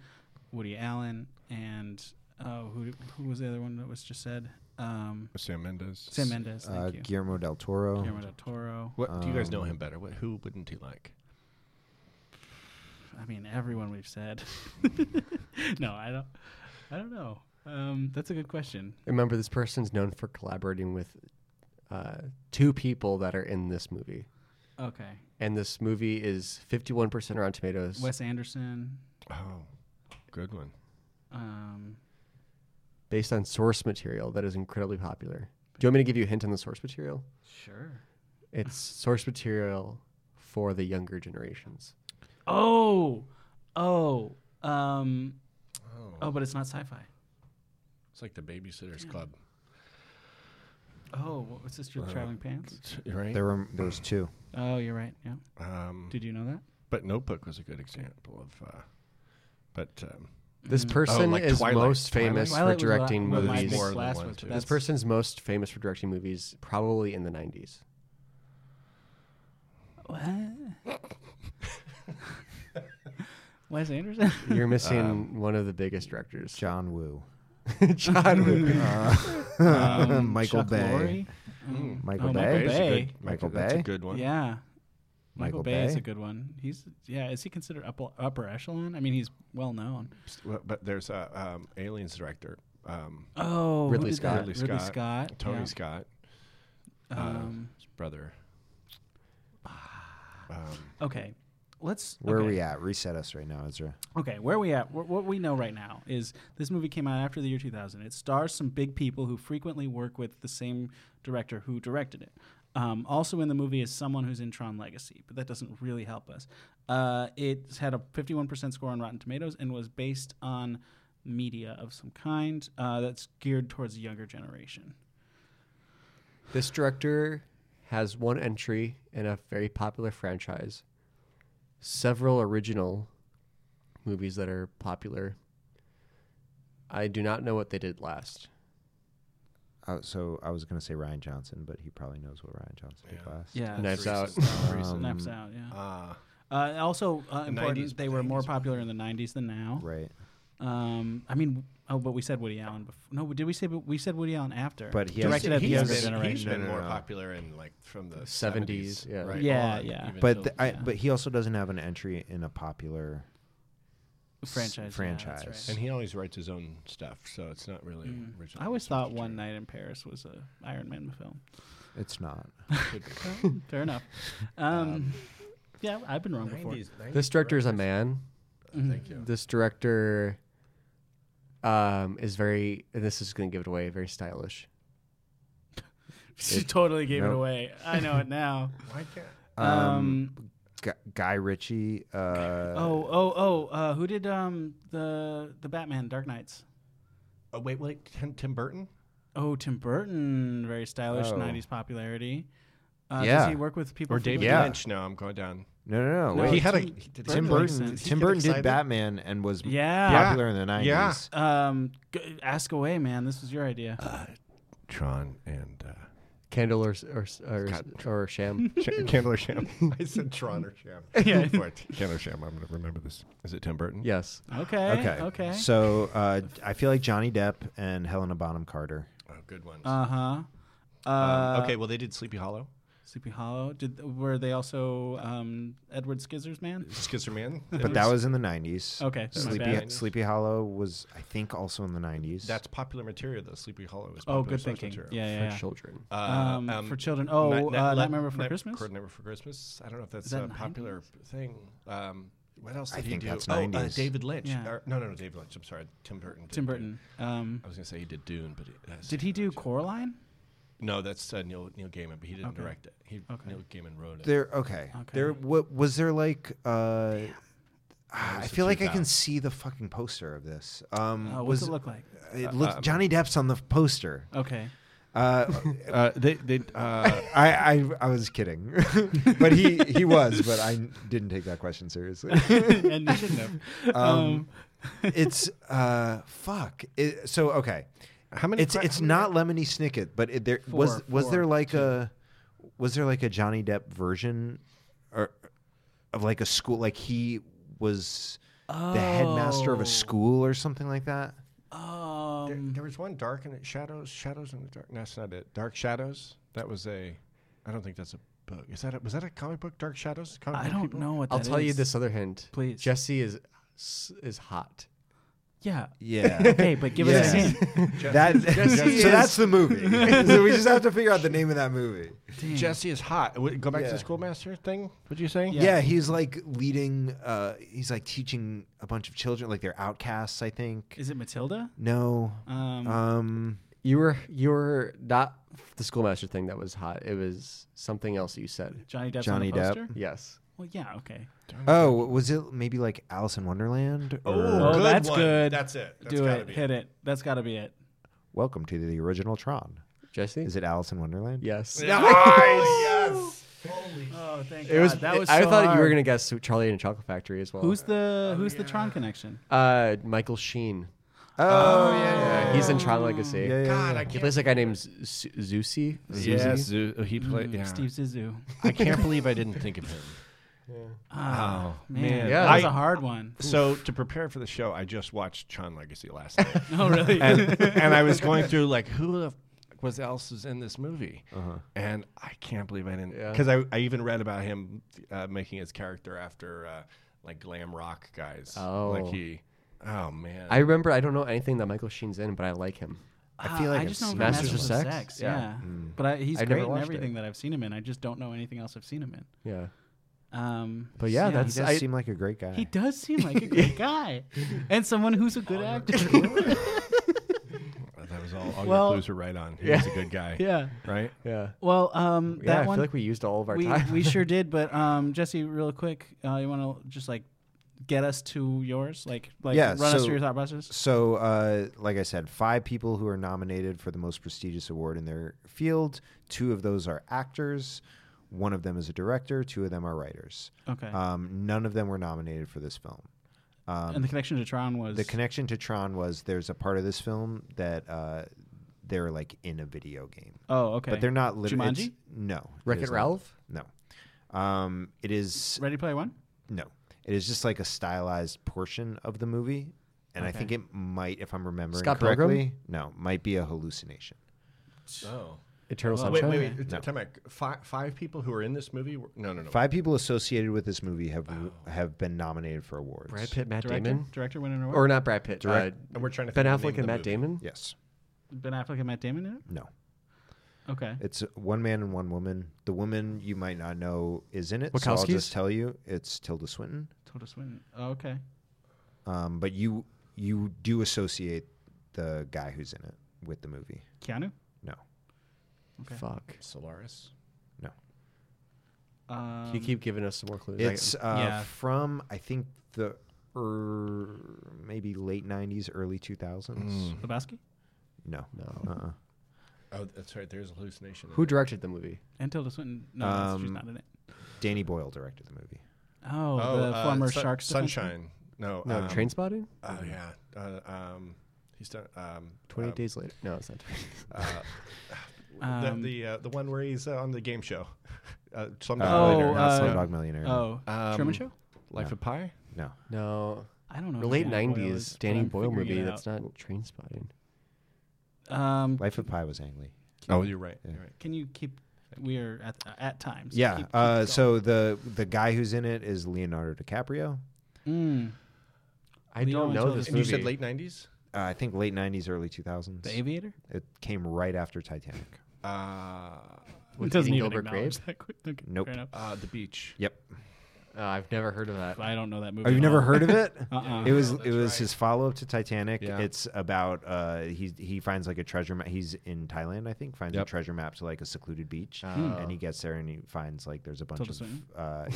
[SPEAKER 1] Woody Allen, and oh, who who was the other one that was just said? Um,
[SPEAKER 5] Sam Mendes.
[SPEAKER 1] Sam Mendes. Thank
[SPEAKER 4] uh,
[SPEAKER 1] you.
[SPEAKER 4] Guillermo del Toro.
[SPEAKER 1] Guillermo del Toro.
[SPEAKER 5] What do you guys know
[SPEAKER 4] Um,
[SPEAKER 5] him better? What, who wouldn't he like?
[SPEAKER 1] I mean, everyone we've said. no, I don't. I don't know. Um, that's a good question.
[SPEAKER 3] Remember, this person's known for collaborating with uh, two people that are in this movie.
[SPEAKER 1] Okay,
[SPEAKER 3] And this movie is 51% Rotten Tomatoes.
[SPEAKER 1] Wes Anderson.
[SPEAKER 5] Oh, good one.
[SPEAKER 1] Um,
[SPEAKER 3] based on source material that is incredibly popular. Do you want me to give you a hint on the source material?
[SPEAKER 1] sure.
[SPEAKER 3] It's source material for the younger generations.
[SPEAKER 1] Oh, oh, um,
[SPEAKER 5] Oh,
[SPEAKER 1] oh, but it's not sci-fi.
[SPEAKER 5] it's like the Babysitters Club,
[SPEAKER 1] Oh, what was this? Your
[SPEAKER 5] Uh,
[SPEAKER 1] traveling pants?
[SPEAKER 5] right?
[SPEAKER 4] There were there was two.
[SPEAKER 1] Oh, you're right. Yeah.
[SPEAKER 5] Um,
[SPEAKER 1] Did you know that?
[SPEAKER 5] but Notebook was a good example of. Uh, but um,
[SPEAKER 3] This
[SPEAKER 1] Mhm.
[SPEAKER 3] person
[SPEAKER 5] Oh, like
[SPEAKER 3] is
[SPEAKER 5] Twilight.
[SPEAKER 3] most famous
[SPEAKER 1] Twilight was
[SPEAKER 3] for directing
[SPEAKER 1] what I- what my
[SPEAKER 5] movies.
[SPEAKER 1] big
[SPEAKER 5] More
[SPEAKER 3] movies.
[SPEAKER 5] than
[SPEAKER 1] blast
[SPEAKER 5] one,
[SPEAKER 1] was,
[SPEAKER 5] too.
[SPEAKER 1] but
[SPEAKER 3] This
[SPEAKER 1] that's-
[SPEAKER 3] person's most famous for directing movies probably in the 90s.
[SPEAKER 1] What? Wes Anderson.
[SPEAKER 3] You're missing one of the biggest directors,
[SPEAKER 4] John Woo.
[SPEAKER 3] John Woo.
[SPEAKER 1] Um,
[SPEAKER 4] Michael
[SPEAKER 1] Chuck
[SPEAKER 4] Bay. Mm.
[SPEAKER 1] Lorre.
[SPEAKER 4] Michael
[SPEAKER 1] Oh,
[SPEAKER 4] Bay.
[SPEAKER 1] Michael Bay.
[SPEAKER 4] Michael
[SPEAKER 5] That's a
[SPEAKER 4] Bay?
[SPEAKER 5] good one.
[SPEAKER 1] Yeah.
[SPEAKER 4] Michael
[SPEAKER 1] Michael Bay is
[SPEAKER 4] Bay?
[SPEAKER 1] a good one. He's yeah. Is he considered upper, upper echelon? I mean, he's well known.
[SPEAKER 5] Well, But there's a um, Aliens director, um,
[SPEAKER 1] Oh, who
[SPEAKER 3] Ridley
[SPEAKER 1] did
[SPEAKER 3] Scott.
[SPEAKER 1] that?
[SPEAKER 5] Ridley
[SPEAKER 1] Ridley
[SPEAKER 5] Scott,
[SPEAKER 1] Scott.
[SPEAKER 5] Tony
[SPEAKER 1] yeah.
[SPEAKER 5] Scott, uh,
[SPEAKER 1] Um, ah.
[SPEAKER 5] his brother. Um,
[SPEAKER 1] okay, let's.
[SPEAKER 4] Where
[SPEAKER 1] okay.
[SPEAKER 4] are we at? Reset us right now, Ezra.
[SPEAKER 1] Okay, where we at? Wh- What we know right now is this movie came out after the year 2000. It stars some big people who frequently work with the same director who directed it. Um, also in the movie is someone who's in Tron Legacy, but that doesn't really help us. Uh, it's had a 51% score on Rotten Tomatoes and was based on media of some kind uh, that's geared towards a younger generation.
[SPEAKER 3] this director has one entry in a very popular franchise, several original movies that are popular. I do not know what they did last.
[SPEAKER 4] Oh, so I was going to say Ryan Johnson, but he probably knows what Ryan Johnson did last.
[SPEAKER 1] Yeah,
[SPEAKER 3] Knives Out.
[SPEAKER 4] Um,
[SPEAKER 1] Knives Out. Yeah.
[SPEAKER 5] uh,
[SPEAKER 1] Uh, also uh, important,
[SPEAKER 5] 90s
[SPEAKER 1] they were more popular in the 90s than now.
[SPEAKER 4] Right.
[SPEAKER 1] Um, I mean, oh, but we said Woody Allen before. No, did we say we said Woody Allen after?
[SPEAKER 4] But he has-
[SPEAKER 1] directed at the
[SPEAKER 5] he's
[SPEAKER 1] younger
[SPEAKER 5] been- He's
[SPEAKER 1] generation.
[SPEAKER 5] been
[SPEAKER 4] No, no,
[SPEAKER 5] more
[SPEAKER 4] no.
[SPEAKER 5] popular in like from the
[SPEAKER 3] 70s, yeah.
[SPEAKER 5] right
[SPEAKER 1] Yeah,
[SPEAKER 5] on,
[SPEAKER 1] yeah.
[SPEAKER 5] even
[SPEAKER 4] But
[SPEAKER 5] till-
[SPEAKER 4] th- I,
[SPEAKER 1] yeah.
[SPEAKER 4] but he also doesn't have an entry in a popular
[SPEAKER 1] Franchise, yeah, that's
[SPEAKER 4] franchise.
[SPEAKER 5] and he always writes his own stuff, so it's not really original.
[SPEAKER 1] Mm. I always
[SPEAKER 5] It's
[SPEAKER 1] thought
[SPEAKER 5] just
[SPEAKER 1] One Night in Paris was a Iron Man film.
[SPEAKER 4] It's not.
[SPEAKER 5] good.
[SPEAKER 1] Well, Fair enough. Um, yeah, I've been wrong before. Mm.
[SPEAKER 5] 90s, 90s
[SPEAKER 3] This director is a man.
[SPEAKER 5] Thank you.
[SPEAKER 3] This director um, is very, and this is going to give it away, very stylish.
[SPEAKER 1] she totally gave it
[SPEAKER 4] Nope.
[SPEAKER 1] away. I know it now.
[SPEAKER 5] Why can't
[SPEAKER 1] Um,
[SPEAKER 4] Gu- Guy Ritchie. Uh,
[SPEAKER 1] oh, oh, oh. Uh, who did um the the Batman Dark Knights?
[SPEAKER 5] Oh wait, wait, Tim, Tim Burton?
[SPEAKER 1] Oh, Tim Burton, very stylish
[SPEAKER 4] Oh.
[SPEAKER 1] '90s popularity. Uh, Does
[SPEAKER 4] Yeah.
[SPEAKER 1] he work with people?
[SPEAKER 5] Or David
[SPEAKER 4] Yeah.
[SPEAKER 5] Lynch? No, I'm going down.
[SPEAKER 4] No, no, no.
[SPEAKER 1] No,
[SPEAKER 4] wait.
[SPEAKER 5] he had a
[SPEAKER 1] Tim-
[SPEAKER 5] he did
[SPEAKER 4] Tim
[SPEAKER 1] Burton makes
[SPEAKER 4] Burton.
[SPEAKER 1] sense.
[SPEAKER 4] Tim
[SPEAKER 5] Did you get
[SPEAKER 4] Burton did
[SPEAKER 5] excited?
[SPEAKER 4] Batman and was
[SPEAKER 1] Yeah.
[SPEAKER 4] popular in the nineties.
[SPEAKER 5] Yeah.
[SPEAKER 1] Um, g- ask away, man. This was your idea.
[SPEAKER 5] Tron and uh,
[SPEAKER 3] Candle or s- or s- or, s- or sham.
[SPEAKER 5] Sh- Candler Sham. I said Tron or Sham.
[SPEAKER 1] Yeah.
[SPEAKER 5] Go for it. Candler Sham. I'm going to remember this. Is it Tim Burton?
[SPEAKER 3] yes.
[SPEAKER 1] okay.
[SPEAKER 4] Okay.
[SPEAKER 1] Okay.
[SPEAKER 4] So uh, I feel like Johnny Depp and Helena Bonham Carter.
[SPEAKER 5] Oh, good one.
[SPEAKER 1] Uh-huh. Uh
[SPEAKER 5] Um, okay, well, they did Sleepy Hollow.
[SPEAKER 1] Sleepy Hollow. Did were they also um, Edward Scissor's man?
[SPEAKER 5] Schizer Man.
[SPEAKER 4] But that was in the nineties.
[SPEAKER 1] Okay. so my bad.
[SPEAKER 4] Sleepy Sleepy Hollow was I think also in the nineties.
[SPEAKER 5] That's popular material, though. Sleepy Hollow is popular
[SPEAKER 1] Oh, good
[SPEAKER 5] source
[SPEAKER 1] thinking.
[SPEAKER 5] material.
[SPEAKER 1] Yeah, yeah. yeah.
[SPEAKER 3] For children.
[SPEAKER 5] Uh,
[SPEAKER 1] Um,
[SPEAKER 5] um,
[SPEAKER 1] for children. Oh,
[SPEAKER 5] Night-
[SPEAKER 1] uh,
[SPEAKER 5] Night-
[SPEAKER 1] Nightmare Before
[SPEAKER 5] Night-
[SPEAKER 1] Christmas.
[SPEAKER 5] Nightmare Before Christmas. I don't know if that's
[SPEAKER 1] that
[SPEAKER 5] a popular thing. Um, what else
[SPEAKER 4] I
[SPEAKER 5] did he
[SPEAKER 4] think
[SPEAKER 5] do?
[SPEAKER 4] that's
[SPEAKER 5] oh, uh,
[SPEAKER 4] 90s.
[SPEAKER 5] David Lynch.
[SPEAKER 1] Yeah.
[SPEAKER 5] Or- no, no, no, David Lynch. I'm sorry, Tim Burton. did
[SPEAKER 1] Tim
[SPEAKER 5] Dune.
[SPEAKER 1] Burton. Um,
[SPEAKER 5] I was gonna say he did Dune, but it- that's
[SPEAKER 1] did he
[SPEAKER 5] David
[SPEAKER 1] do
[SPEAKER 5] Lynch.
[SPEAKER 1] Coraline?
[SPEAKER 5] No, that's uh, Neil Neil Gaiman, but he didn't
[SPEAKER 1] Okay.
[SPEAKER 5] direct it. He
[SPEAKER 1] Okay.
[SPEAKER 5] Neil Gaiman wrote it.
[SPEAKER 4] there. Okay.
[SPEAKER 1] Okay.
[SPEAKER 4] There. What was there like? Uh, ah,
[SPEAKER 5] was
[SPEAKER 4] I
[SPEAKER 5] the
[SPEAKER 4] feel like I can
[SPEAKER 5] 2000s.
[SPEAKER 4] see the fucking poster of this. Um,
[SPEAKER 1] Uh, what's
[SPEAKER 4] was
[SPEAKER 1] it look like?
[SPEAKER 4] it looked
[SPEAKER 5] um,
[SPEAKER 4] Johnny Depp's on the poster.
[SPEAKER 1] Okay.
[SPEAKER 4] Uh,
[SPEAKER 5] Uh, they they uh,
[SPEAKER 4] I, I I was kidding, but he he was, but I didn't take that question seriously.
[SPEAKER 1] and you shouldn't have.
[SPEAKER 4] Um, it's uh fuck. It, so okay,
[SPEAKER 5] how many?
[SPEAKER 4] it's
[SPEAKER 5] cra-
[SPEAKER 4] it's
[SPEAKER 5] how many-
[SPEAKER 4] not Lemony Snicket, but it, there was
[SPEAKER 1] Four,
[SPEAKER 4] was there
[SPEAKER 1] four,
[SPEAKER 4] like a was there like a Johnny Depp version or of like a school like he was the headmaster of
[SPEAKER 1] Oh.
[SPEAKER 4] a school or something like that.
[SPEAKER 1] Um,
[SPEAKER 5] There, there was one dark in it. Shadows, shadows in the dark. No, that's not it. Dark shadows. That was a. I don't think that's a book. Is that a, was that a comic book? Dark shadows. Comic
[SPEAKER 1] I
[SPEAKER 5] book
[SPEAKER 1] don't
[SPEAKER 5] people?
[SPEAKER 1] know what.
[SPEAKER 3] I'll
[SPEAKER 1] that
[SPEAKER 3] tell you
[SPEAKER 1] is.
[SPEAKER 3] this other hint.
[SPEAKER 1] Please.
[SPEAKER 3] Jesse is is hot.
[SPEAKER 1] Yeah.
[SPEAKER 4] Yeah.
[SPEAKER 1] Okay, but give us a
[SPEAKER 4] Yeah.
[SPEAKER 1] hint.
[SPEAKER 4] That,
[SPEAKER 3] Jesse
[SPEAKER 4] so
[SPEAKER 3] is-
[SPEAKER 4] that's the movie. so we just have to figure out the name of that movie.
[SPEAKER 5] Jesse is hot. W- Go back to
[SPEAKER 4] Yeah.
[SPEAKER 5] the schoolmaster thing. Would you say?
[SPEAKER 1] Yeah.
[SPEAKER 4] Yeah. he's like leading. Uh, he's like teaching a bunch of children, like they're outcasts. I think.
[SPEAKER 1] Is it Matilda?
[SPEAKER 4] No.
[SPEAKER 1] Um,
[SPEAKER 4] Um.
[SPEAKER 3] You were you were not the schoolmaster thing that was hot. It was something else you said.
[SPEAKER 1] Johnny Depp.
[SPEAKER 4] Johnny
[SPEAKER 1] on the
[SPEAKER 4] Depp.
[SPEAKER 1] poster?
[SPEAKER 3] Yes.
[SPEAKER 1] Well, yeah. Okay.
[SPEAKER 4] Oh, was it maybe like Alice in Wonderland?
[SPEAKER 5] Oh,
[SPEAKER 1] Oh,
[SPEAKER 5] good
[SPEAKER 1] that's
[SPEAKER 5] one.
[SPEAKER 1] good.
[SPEAKER 5] That's it. That's
[SPEAKER 1] Do
[SPEAKER 5] gotta
[SPEAKER 1] it.
[SPEAKER 5] be
[SPEAKER 1] Hit it. That's got to be it.
[SPEAKER 4] Welcome to the original Tron.
[SPEAKER 3] Jesse.
[SPEAKER 4] Is it Alice in Wonderland?
[SPEAKER 3] Yes.
[SPEAKER 5] Yes.
[SPEAKER 1] Oh, thank
[SPEAKER 3] It was.
[SPEAKER 1] God. That was.
[SPEAKER 3] I
[SPEAKER 1] so
[SPEAKER 3] thought you were
[SPEAKER 1] hard. Oh,
[SPEAKER 3] gonna guess Charlie and the Chocolate Factory as well.
[SPEAKER 1] Who's the Who's the Tron connection?
[SPEAKER 3] uh Michael Sheen?
[SPEAKER 4] Oh, yeah,
[SPEAKER 3] Uh, he's in Tron Legacy.
[SPEAKER 4] yeah, yeah,
[SPEAKER 5] God,
[SPEAKER 4] yeah.
[SPEAKER 5] I
[SPEAKER 3] He
[SPEAKER 5] can't.
[SPEAKER 3] plays a guy named Z- Zusi.
[SPEAKER 5] Yeah, Zu- Oh, he played.
[SPEAKER 1] Mm, Steve Zissou.
[SPEAKER 5] I can't believe I didn't think of him.
[SPEAKER 1] Ah,
[SPEAKER 5] Oh,
[SPEAKER 1] man,
[SPEAKER 5] man.
[SPEAKER 1] that
[SPEAKER 3] Yeah.
[SPEAKER 1] was a
[SPEAKER 5] I-
[SPEAKER 1] hard one.
[SPEAKER 5] So to prepare for the show, I just watched Tron Legacy last night,
[SPEAKER 1] No, really.
[SPEAKER 5] and, and I was going through like who the f- was else is in this movie, and I can't believe I didn't
[SPEAKER 3] Uh-huh. Yeah.
[SPEAKER 5] because I, I even read about him uh, making his character after uh, like glam rock guys. like
[SPEAKER 3] Oh.
[SPEAKER 5] he, oh man,
[SPEAKER 3] I remember I don't know anything that Michael Sheen's in, but I like him.
[SPEAKER 1] I
[SPEAKER 4] feel like
[SPEAKER 1] I
[SPEAKER 4] I've
[SPEAKER 1] just know
[SPEAKER 4] seen
[SPEAKER 1] Masters
[SPEAKER 3] Masters
[SPEAKER 1] of
[SPEAKER 3] of
[SPEAKER 1] Sex.
[SPEAKER 3] Sex,
[SPEAKER 1] Yeah,
[SPEAKER 3] yeah.
[SPEAKER 1] but I, he's
[SPEAKER 3] I've never
[SPEAKER 1] great in
[SPEAKER 3] watched
[SPEAKER 1] everything
[SPEAKER 3] it.
[SPEAKER 1] that I've seen him in. I just don't know anything else I've seen him in.
[SPEAKER 3] Yeah.
[SPEAKER 1] Um,
[SPEAKER 3] But
[SPEAKER 1] so
[SPEAKER 3] yeah,
[SPEAKER 4] He
[SPEAKER 3] that's-
[SPEAKER 4] does
[SPEAKER 3] I-
[SPEAKER 4] seem like a great guy.
[SPEAKER 1] he does seem like a good guy, and someone who's a good actor.
[SPEAKER 5] that was all. All
[SPEAKER 1] Well-
[SPEAKER 5] your clues were right on. He
[SPEAKER 3] Yeah.
[SPEAKER 5] was a good guy.
[SPEAKER 1] yeah.
[SPEAKER 5] right.
[SPEAKER 3] Yeah.
[SPEAKER 1] Well, um,
[SPEAKER 3] yeah,
[SPEAKER 1] that
[SPEAKER 3] I
[SPEAKER 1] one
[SPEAKER 3] feel like we used all of our
[SPEAKER 1] we,
[SPEAKER 3] time.
[SPEAKER 1] we sure did. But um, Jesse, real quick, uh, you want to just like get us to yours, like like
[SPEAKER 4] Yeah,
[SPEAKER 1] run us
[SPEAKER 4] so-
[SPEAKER 1] through your thought process.
[SPEAKER 4] So, uh, like I said, five people who are nominated for the most prestigious award in their field. Two of those are actors. One of them is a director. Two of them are writers.
[SPEAKER 1] Okay.
[SPEAKER 4] Um, none of them were nominated for this film. Um,
[SPEAKER 1] and the connection to Tron was
[SPEAKER 4] The connection to Tron was there's a part of this film that uh, they're like in a video game,
[SPEAKER 1] oh okay,
[SPEAKER 4] but they're not literally.
[SPEAKER 1] Jumanji?
[SPEAKER 4] No. it
[SPEAKER 3] Wreck It
[SPEAKER 4] is not.
[SPEAKER 3] Ralph?
[SPEAKER 4] No. Um, it is
[SPEAKER 1] Ready Player One.
[SPEAKER 4] no. It is just like a stylized portion of the movie, and I
[SPEAKER 1] Okay.
[SPEAKER 4] think it might, if I'm remembering
[SPEAKER 3] Scott Pilgrim?
[SPEAKER 4] correctly, no, might be a hallucination.
[SPEAKER 5] Oh.
[SPEAKER 3] Eternal
[SPEAKER 5] Wait,
[SPEAKER 3] Sunshine.
[SPEAKER 5] wait, wait.
[SPEAKER 4] No.
[SPEAKER 5] Time out. Five, five people who are in this movie? Were, no, no, no.
[SPEAKER 4] Five people associated with this movie have have been nominated for awards.
[SPEAKER 3] Brad Pitt, Matt
[SPEAKER 1] Director,
[SPEAKER 3] Damon,
[SPEAKER 1] director winning an award.
[SPEAKER 3] or not Brad Pitt?
[SPEAKER 4] Direct-
[SPEAKER 3] uh,
[SPEAKER 5] And we're trying to
[SPEAKER 3] Ben
[SPEAKER 5] think of the
[SPEAKER 3] Affleck
[SPEAKER 5] name of
[SPEAKER 3] and
[SPEAKER 5] the
[SPEAKER 3] Matt
[SPEAKER 5] movie.
[SPEAKER 3] Damon.
[SPEAKER 4] Yes.
[SPEAKER 1] Ben Affleck and Matt Damon in it.
[SPEAKER 4] No.
[SPEAKER 1] Okay.
[SPEAKER 4] It's one man and one woman. The woman you might not know is in it, so I'll
[SPEAKER 3] Wachowskis?
[SPEAKER 4] just tell you it's Tilda Swinton.
[SPEAKER 1] Tilda Swinton. Oh, okay.
[SPEAKER 4] Um, but you you do associate the guy who's in it with the movie.
[SPEAKER 1] Keanu.
[SPEAKER 4] No.
[SPEAKER 1] Okay.
[SPEAKER 3] Fuck.
[SPEAKER 5] Solaris.
[SPEAKER 1] Um,
[SPEAKER 3] you keep giving us some more clues. I-
[SPEAKER 4] It's uh,
[SPEAKER 1] Yeah.
[SPEAKER 4] from I think the er, maybe late '90s, early 2000s.
[SPEAKER 1] Lebowski
[SPEAKER 4] No.
[SPEAKER 3] no.
[SPEAKER 4] Uh-uh.
[SPEAKER 5] Oh, that's right. There's a hallucination. in
[SPEAKER 3] Who
[SPEAKER 5] it.
[SPEAKER 3] directed the movie?
[SPEAKER 1] and Tilda Swinton. No, that's- she's
[SPEAKER 4] Um,
[SPEAKER 1] not in it.
[SPEAKER 4] Danny Boyle directed the movie.
[SPEAKER 1] Oh,
[SPEAKER 5] Oh,
[SPEAKER 1] the
[SPEAKER 5] uh,
[SPEAKER 1] former
[SPEAKER 5] Sun-
[SPEAKER 1] Sharks. defenseman?
[SPEAKER 5] Sunshine. No.
[SPEAKER 3] No,
[SPEAKER 5] um,
[SPEAKER 3] Train Spotting.
[SPEAKER 5] Oh yeah. Uh, um, he's done. Um,
[SPEAKER 3] Twenty
[SPEAKER 5] um,
[SPEAKER 3] Days Later. No, it's not.
[SPEAKER 5] uh,
[SPEAKER 1] Um,
[SPEAKER 5] the the, uh, the one where he's uh, on the game show. Uh, Slumdog
[SPEAKER 4] Uh,
[SPEAKER 1] Oh,
[SPEAKER 5] Millionaire.
[SPEAKER 4] not
[SPEAKER 1] uh,
[SPEAKER 4] Slumdog Millionaire.
[SPEAKER 1] Oh,
[SPEAKER 5] Um,
[SPEAKER 1] Truman Show.
[SPEAKER 5] Life of Pi.
[SPEAKER 4] No.
[SPEAKER 3] No,
[SPEAKER 1] I don't know.
[SPEAKER 3] the
[SPEAKER 1] who
[SPEAKER 3] late
[SPEAKER 1] Danny Boyle is,
[SPEAKER 3] nineties
[SPEAKER 1] but
[SPEAKER 3] Danny
[SPEAKER 1] I'm
[SPEAKER 3] Boyle
[SPEAKER 1] figuring
[SPEAKER 3] movie.
[SPEAKER 1] it
[SPEAKER 3] That's
[SPEAKER 1] out.
[SPEAKER 3] not Train Spotting.
[SPEAKER 1] Um,
[SPEAKER 4] Life of Pi was Ang Lee.
[SPEAKER 5] Oh, you're right.
[SPEAKER 4] Yeah.
[SPEAKER 5] You're right.
[SPEAKER 1] Can you keep? We are at at times.
[SPEAKER 4] Yeah.
[SPEAKER 1] Keep- keep
[SPEAKER 4] uh,
[SPEAKER 1] going.
[SPEAKER 4] so the the guy who's in it is Leonardo DiCaprio.
[SPEAKER 1] Mm,
[SPEAKER 3] I
[SPEAKER 1] Leo
[SPEAKER 3] don't
[SPEAKER 1] and
[SPEAKER 3] know
[SPEAKER 1] Tilda
[SPEAKER 3] this
[SPEAKER 5] And you
[SPEAKER 3] movie.
[SPEAKER 5] said late '90s.
[SPEAKER 4] Uh, I think late '90s, early 2000s.
[SPEAKER 1] the Aviator.
[SPEAKER 4] It came right after Titanic.
[SPEAKER 5] Uh,
[SPEAKER 3] With
[SPEAKER 1] it doesn't
[SPEAKER 3] Eating
[SPEAKER 1] even
[SPEAKER 3] Gilbert
[SPEAKER 1] acknowledge
[SPEAKER 3] Grape?
[SPEAKER 1] that quick. Okay,
[SPEAKER 4] Nope.
[SPEAKER 1] fair enough.
[SPEAKER 5] uh, the beach.
[SPEAKER 4] Yep.
[SPEAKER 3] Uh, I've never heard of that.
[SPEAKER 1] I don't know that movie.
[SPEAKER 4] Oh, you've
[SPEAKER 1] at
[SPEAKER 4] never
[SPEAKER 1] all.
[SPEAKER 4] heard of it?
[SPEAKER 1] Uh-uh.
[SPEAKER 4] It was
[SPEAKER 5] No,
[SPEAKER 4] it
[SPEAKER 5] that's
[SPEAKER 4] was
[SPEAKER 5] right.
[SPEAKER 4] his follow up to Titanic.
[SPEAKER 5] Yeah.
[SPEAKER 4] It's about uh, he he finds like a treasure map. He's in Thailand, I think. Finds
[SPEAKER 5] Yep.
[SPEAKER 4] a treasure map to like a secluded beach,
[SPEAKER 3] Hmm.
[SPEAKER 4] and he gets there and he finds like there's a bunch
[SPEAKER 1] Tilda
[SPEAKER 4] of
[SPEAKER 1] Swinton?
[SPEAKER 4] uh,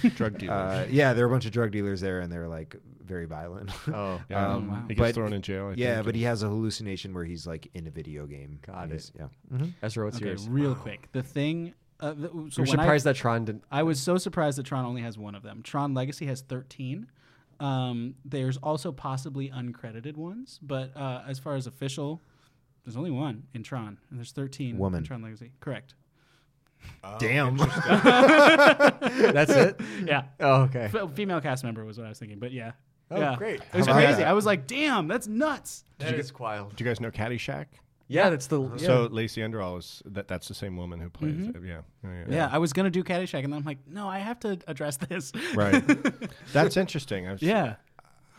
[SPEAKER 4] yeah
[SPEAKER 5] Drug dealer.
[SPEAKER 4] uh, yeah there are a bunch of drug dealers there and they're like very violent.
[SPEAKER 3] Oh,
[SPEAKER 5] yeah.
[SPEAKER 1] um, wow.
[SPEAKER 5] He gets
[SPEAKER 4] but-
[SPEAKER 5] thrown in jail. I
[SPEAKER 4] yeah,
[SPEAKER 5] think.
[SPEAKER 4] but he has a hallucination where he's like in a video game.
[SPEAKER 3] Got
[SPEAKER 4] And
[SPEAKER 3] it.
[SPEAKER 4] he's- Yeah. Mm-hmm.
[SPEAKER 3] Ezra, what's
[SPEAKER 1] Okay,
[SPEAKER 3] yours?
[SPEAKER 1] real quick. The thing. Uh, the, so
[SPEAKER 3] You're
[SPEAKER 1] when I-
[SPEAKER 3] surprised that Tron didn't.
[SPEAKER 1] I was so surprised that Tron only has one of them. Tron Legacy has 13. Um, there's also possibly uncredited ones, but uh, as far as official, there's only one in Tron, and there's 13 in
[SPEAKER 4] Woman.
[SPEAKER 1] Tron Legacy. Correct.
[SPEAKER 4] Damn.
[SPEAKER 3] That's it.
[SPEAKER 1] Yeah.
[SPEAKER 3] Oh, okay.
[SPEAKER 1] F- female cast member was what I was thinking, but yeah.
[SPEAKER 3] Oh,
[SPEAKER 1] yeah.
[SPEAKER 3] great.
[SPEAKER 1] It was
[SPEAKER 4] How about
[SPEAKER 1] crazy.
[SPEAKER 4] that?
[SPEAKER 1] I was like, damn, that's nuts.
[SPEAKER 3] That is wild.
[SPEAKER 5] Do you guys know Caddyshack?
[SPEAKER 3] Yeah, that's the.
[SPEAKER 5] So Lacey Underall is that. That's the same woman who plays. it. Yeah. Yeah. yeah.
[SPEAKER 1] Mm-hmm. Yeah. I was going to do Caddyshack, and then I'm like, no, I have to address this.
[SPEAKER 5] Right. that's interesting. I was,
[SPEAKER 1] yeah.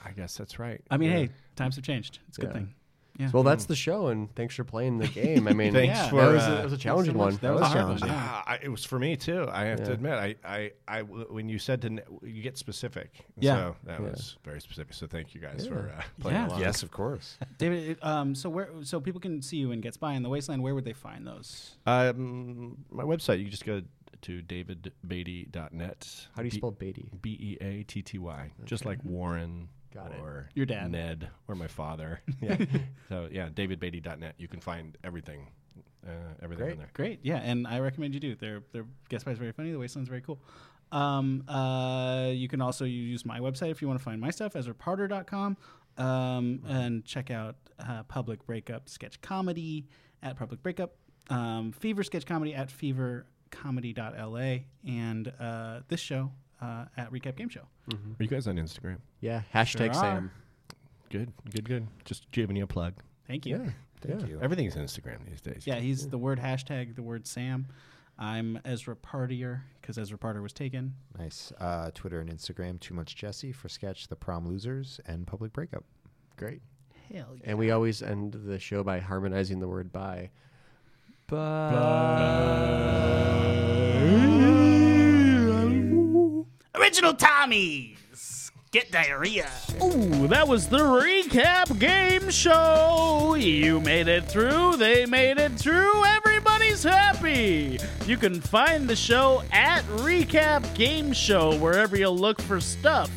[SPEAKER 5] I guess that's right.
[SPEAKER 1] I mean,
[SPEAKER 5] Yeah.
[SPEAKER 1] hey, times have changed. It's a good
[SPEAKER 3] Yeah.
[SPEAKER 1] thing. Yeah.
[SPEAKER 3] Well, that's the show, and thanks for playing the game. I mean,
[SPEAKER 5] Thanks
[SPEAKER 1] Yeah.
[SPEAKER 5] for.
[SPEAKER 3] that was, a,
[SPEAKER 5] uh,
[SPEAKER 3] that was a challenging
[SPEAKER 1] so much.
[SPEAKER 3] one.
[SPEAKER 1] That was a hard one. Yeah.
[SPEAKER 5] Ah, I, it was for me too. I have to admit, I, I, I, when you said to, n- you get specific. And
[SPEAKER 1] Yeah.
[SPEAKER 5] So that was very specific. So thank you guys for uh, playing
[SPEAKER 1] Yeah.
[SPEAKER 5] along.
[SPEAKER 4] yes, of course.
[SPEAKER 1] David, it- um, so where so people can see you and get spy in the wasteland. Where would they find those?
[SPEAKER 5] Um, my website, you can just go to davidbeatty.net.
[SPEAKER 3] How do you spell Beatty?
[SPEAKER 5] B E A T T Y? Just like Warren.
[SPEAKER 3] Got it.
[SPEAKER 5] or
[SPEAKER 1] Your dad.
[SPEAKER 5] Ned, or my father. Yeah. so yeah, davidbeatty.net. You can find everything, uh, everything
[SPEAKER 3] Great.
[SPEAKER 5] on there.
[SPEAKER 1] Great, yeah, and I recommend you do. Their their guest spy is very funny. The wasteland's very cool. Um, uh, you can also use my website if you want to find my stuff, EzraParter.com, um,
[SPEAKER 3] Mm-hmm.
[SPEAKER 1] and check out uh, Public Breakup Sketch Comedy at Public Breakup, um, Fever Sketch Comedy at fevercomedy.la, and uh, this show uh, at Recap Game Show.
[SPEAKER 3] Mm-hmm.
[SPEAKER 5] Are you guys on Instagram?
[SPEAKER 3] Yeah.
[SPEAKER 1] Sure
[SPEAKER 3] Hashtag Sam.
[SPEAKER 5] Good, good, good. Just giving you a plug.
[SPEAKER 1] Thank you. Yeah,
[SPEAKER 2] Thank you.
[SPEAKER 5] Everything's Instagram these days.
[SPEAKER 1] he's the word hashtag, the word Sam. I'm Ezra Partier because Ezra Partier was taken.
[SPEAKER 2] Nice. Uh, Twitter and Instagram, Too Much Jesse for Sketch, The Prom Losers, and Public Breakup.
[SPEAKER 3] Great.
[SPEAKER 1] Hell yeah.
[SPEAKER 3] And we always end the show by harmonizing the word by. Bye.
[SPEAKER 1] Original Tommies! Get diarrhea.
[SPEAKER 6] Ooh, that was the recap game show. You made it through. They made it through. Everybody's happy. You can find the show at Recap Game Show wherever you look for stuff.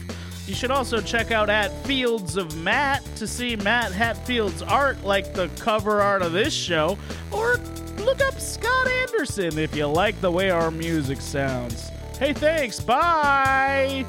[SPEAKER 6] You should also check out at Fields of Matt to see Matt Hatfield's art, like the cover art of this show, or look up Scott Anderson if you like the way our music sounds. Hey, thanks. Bye.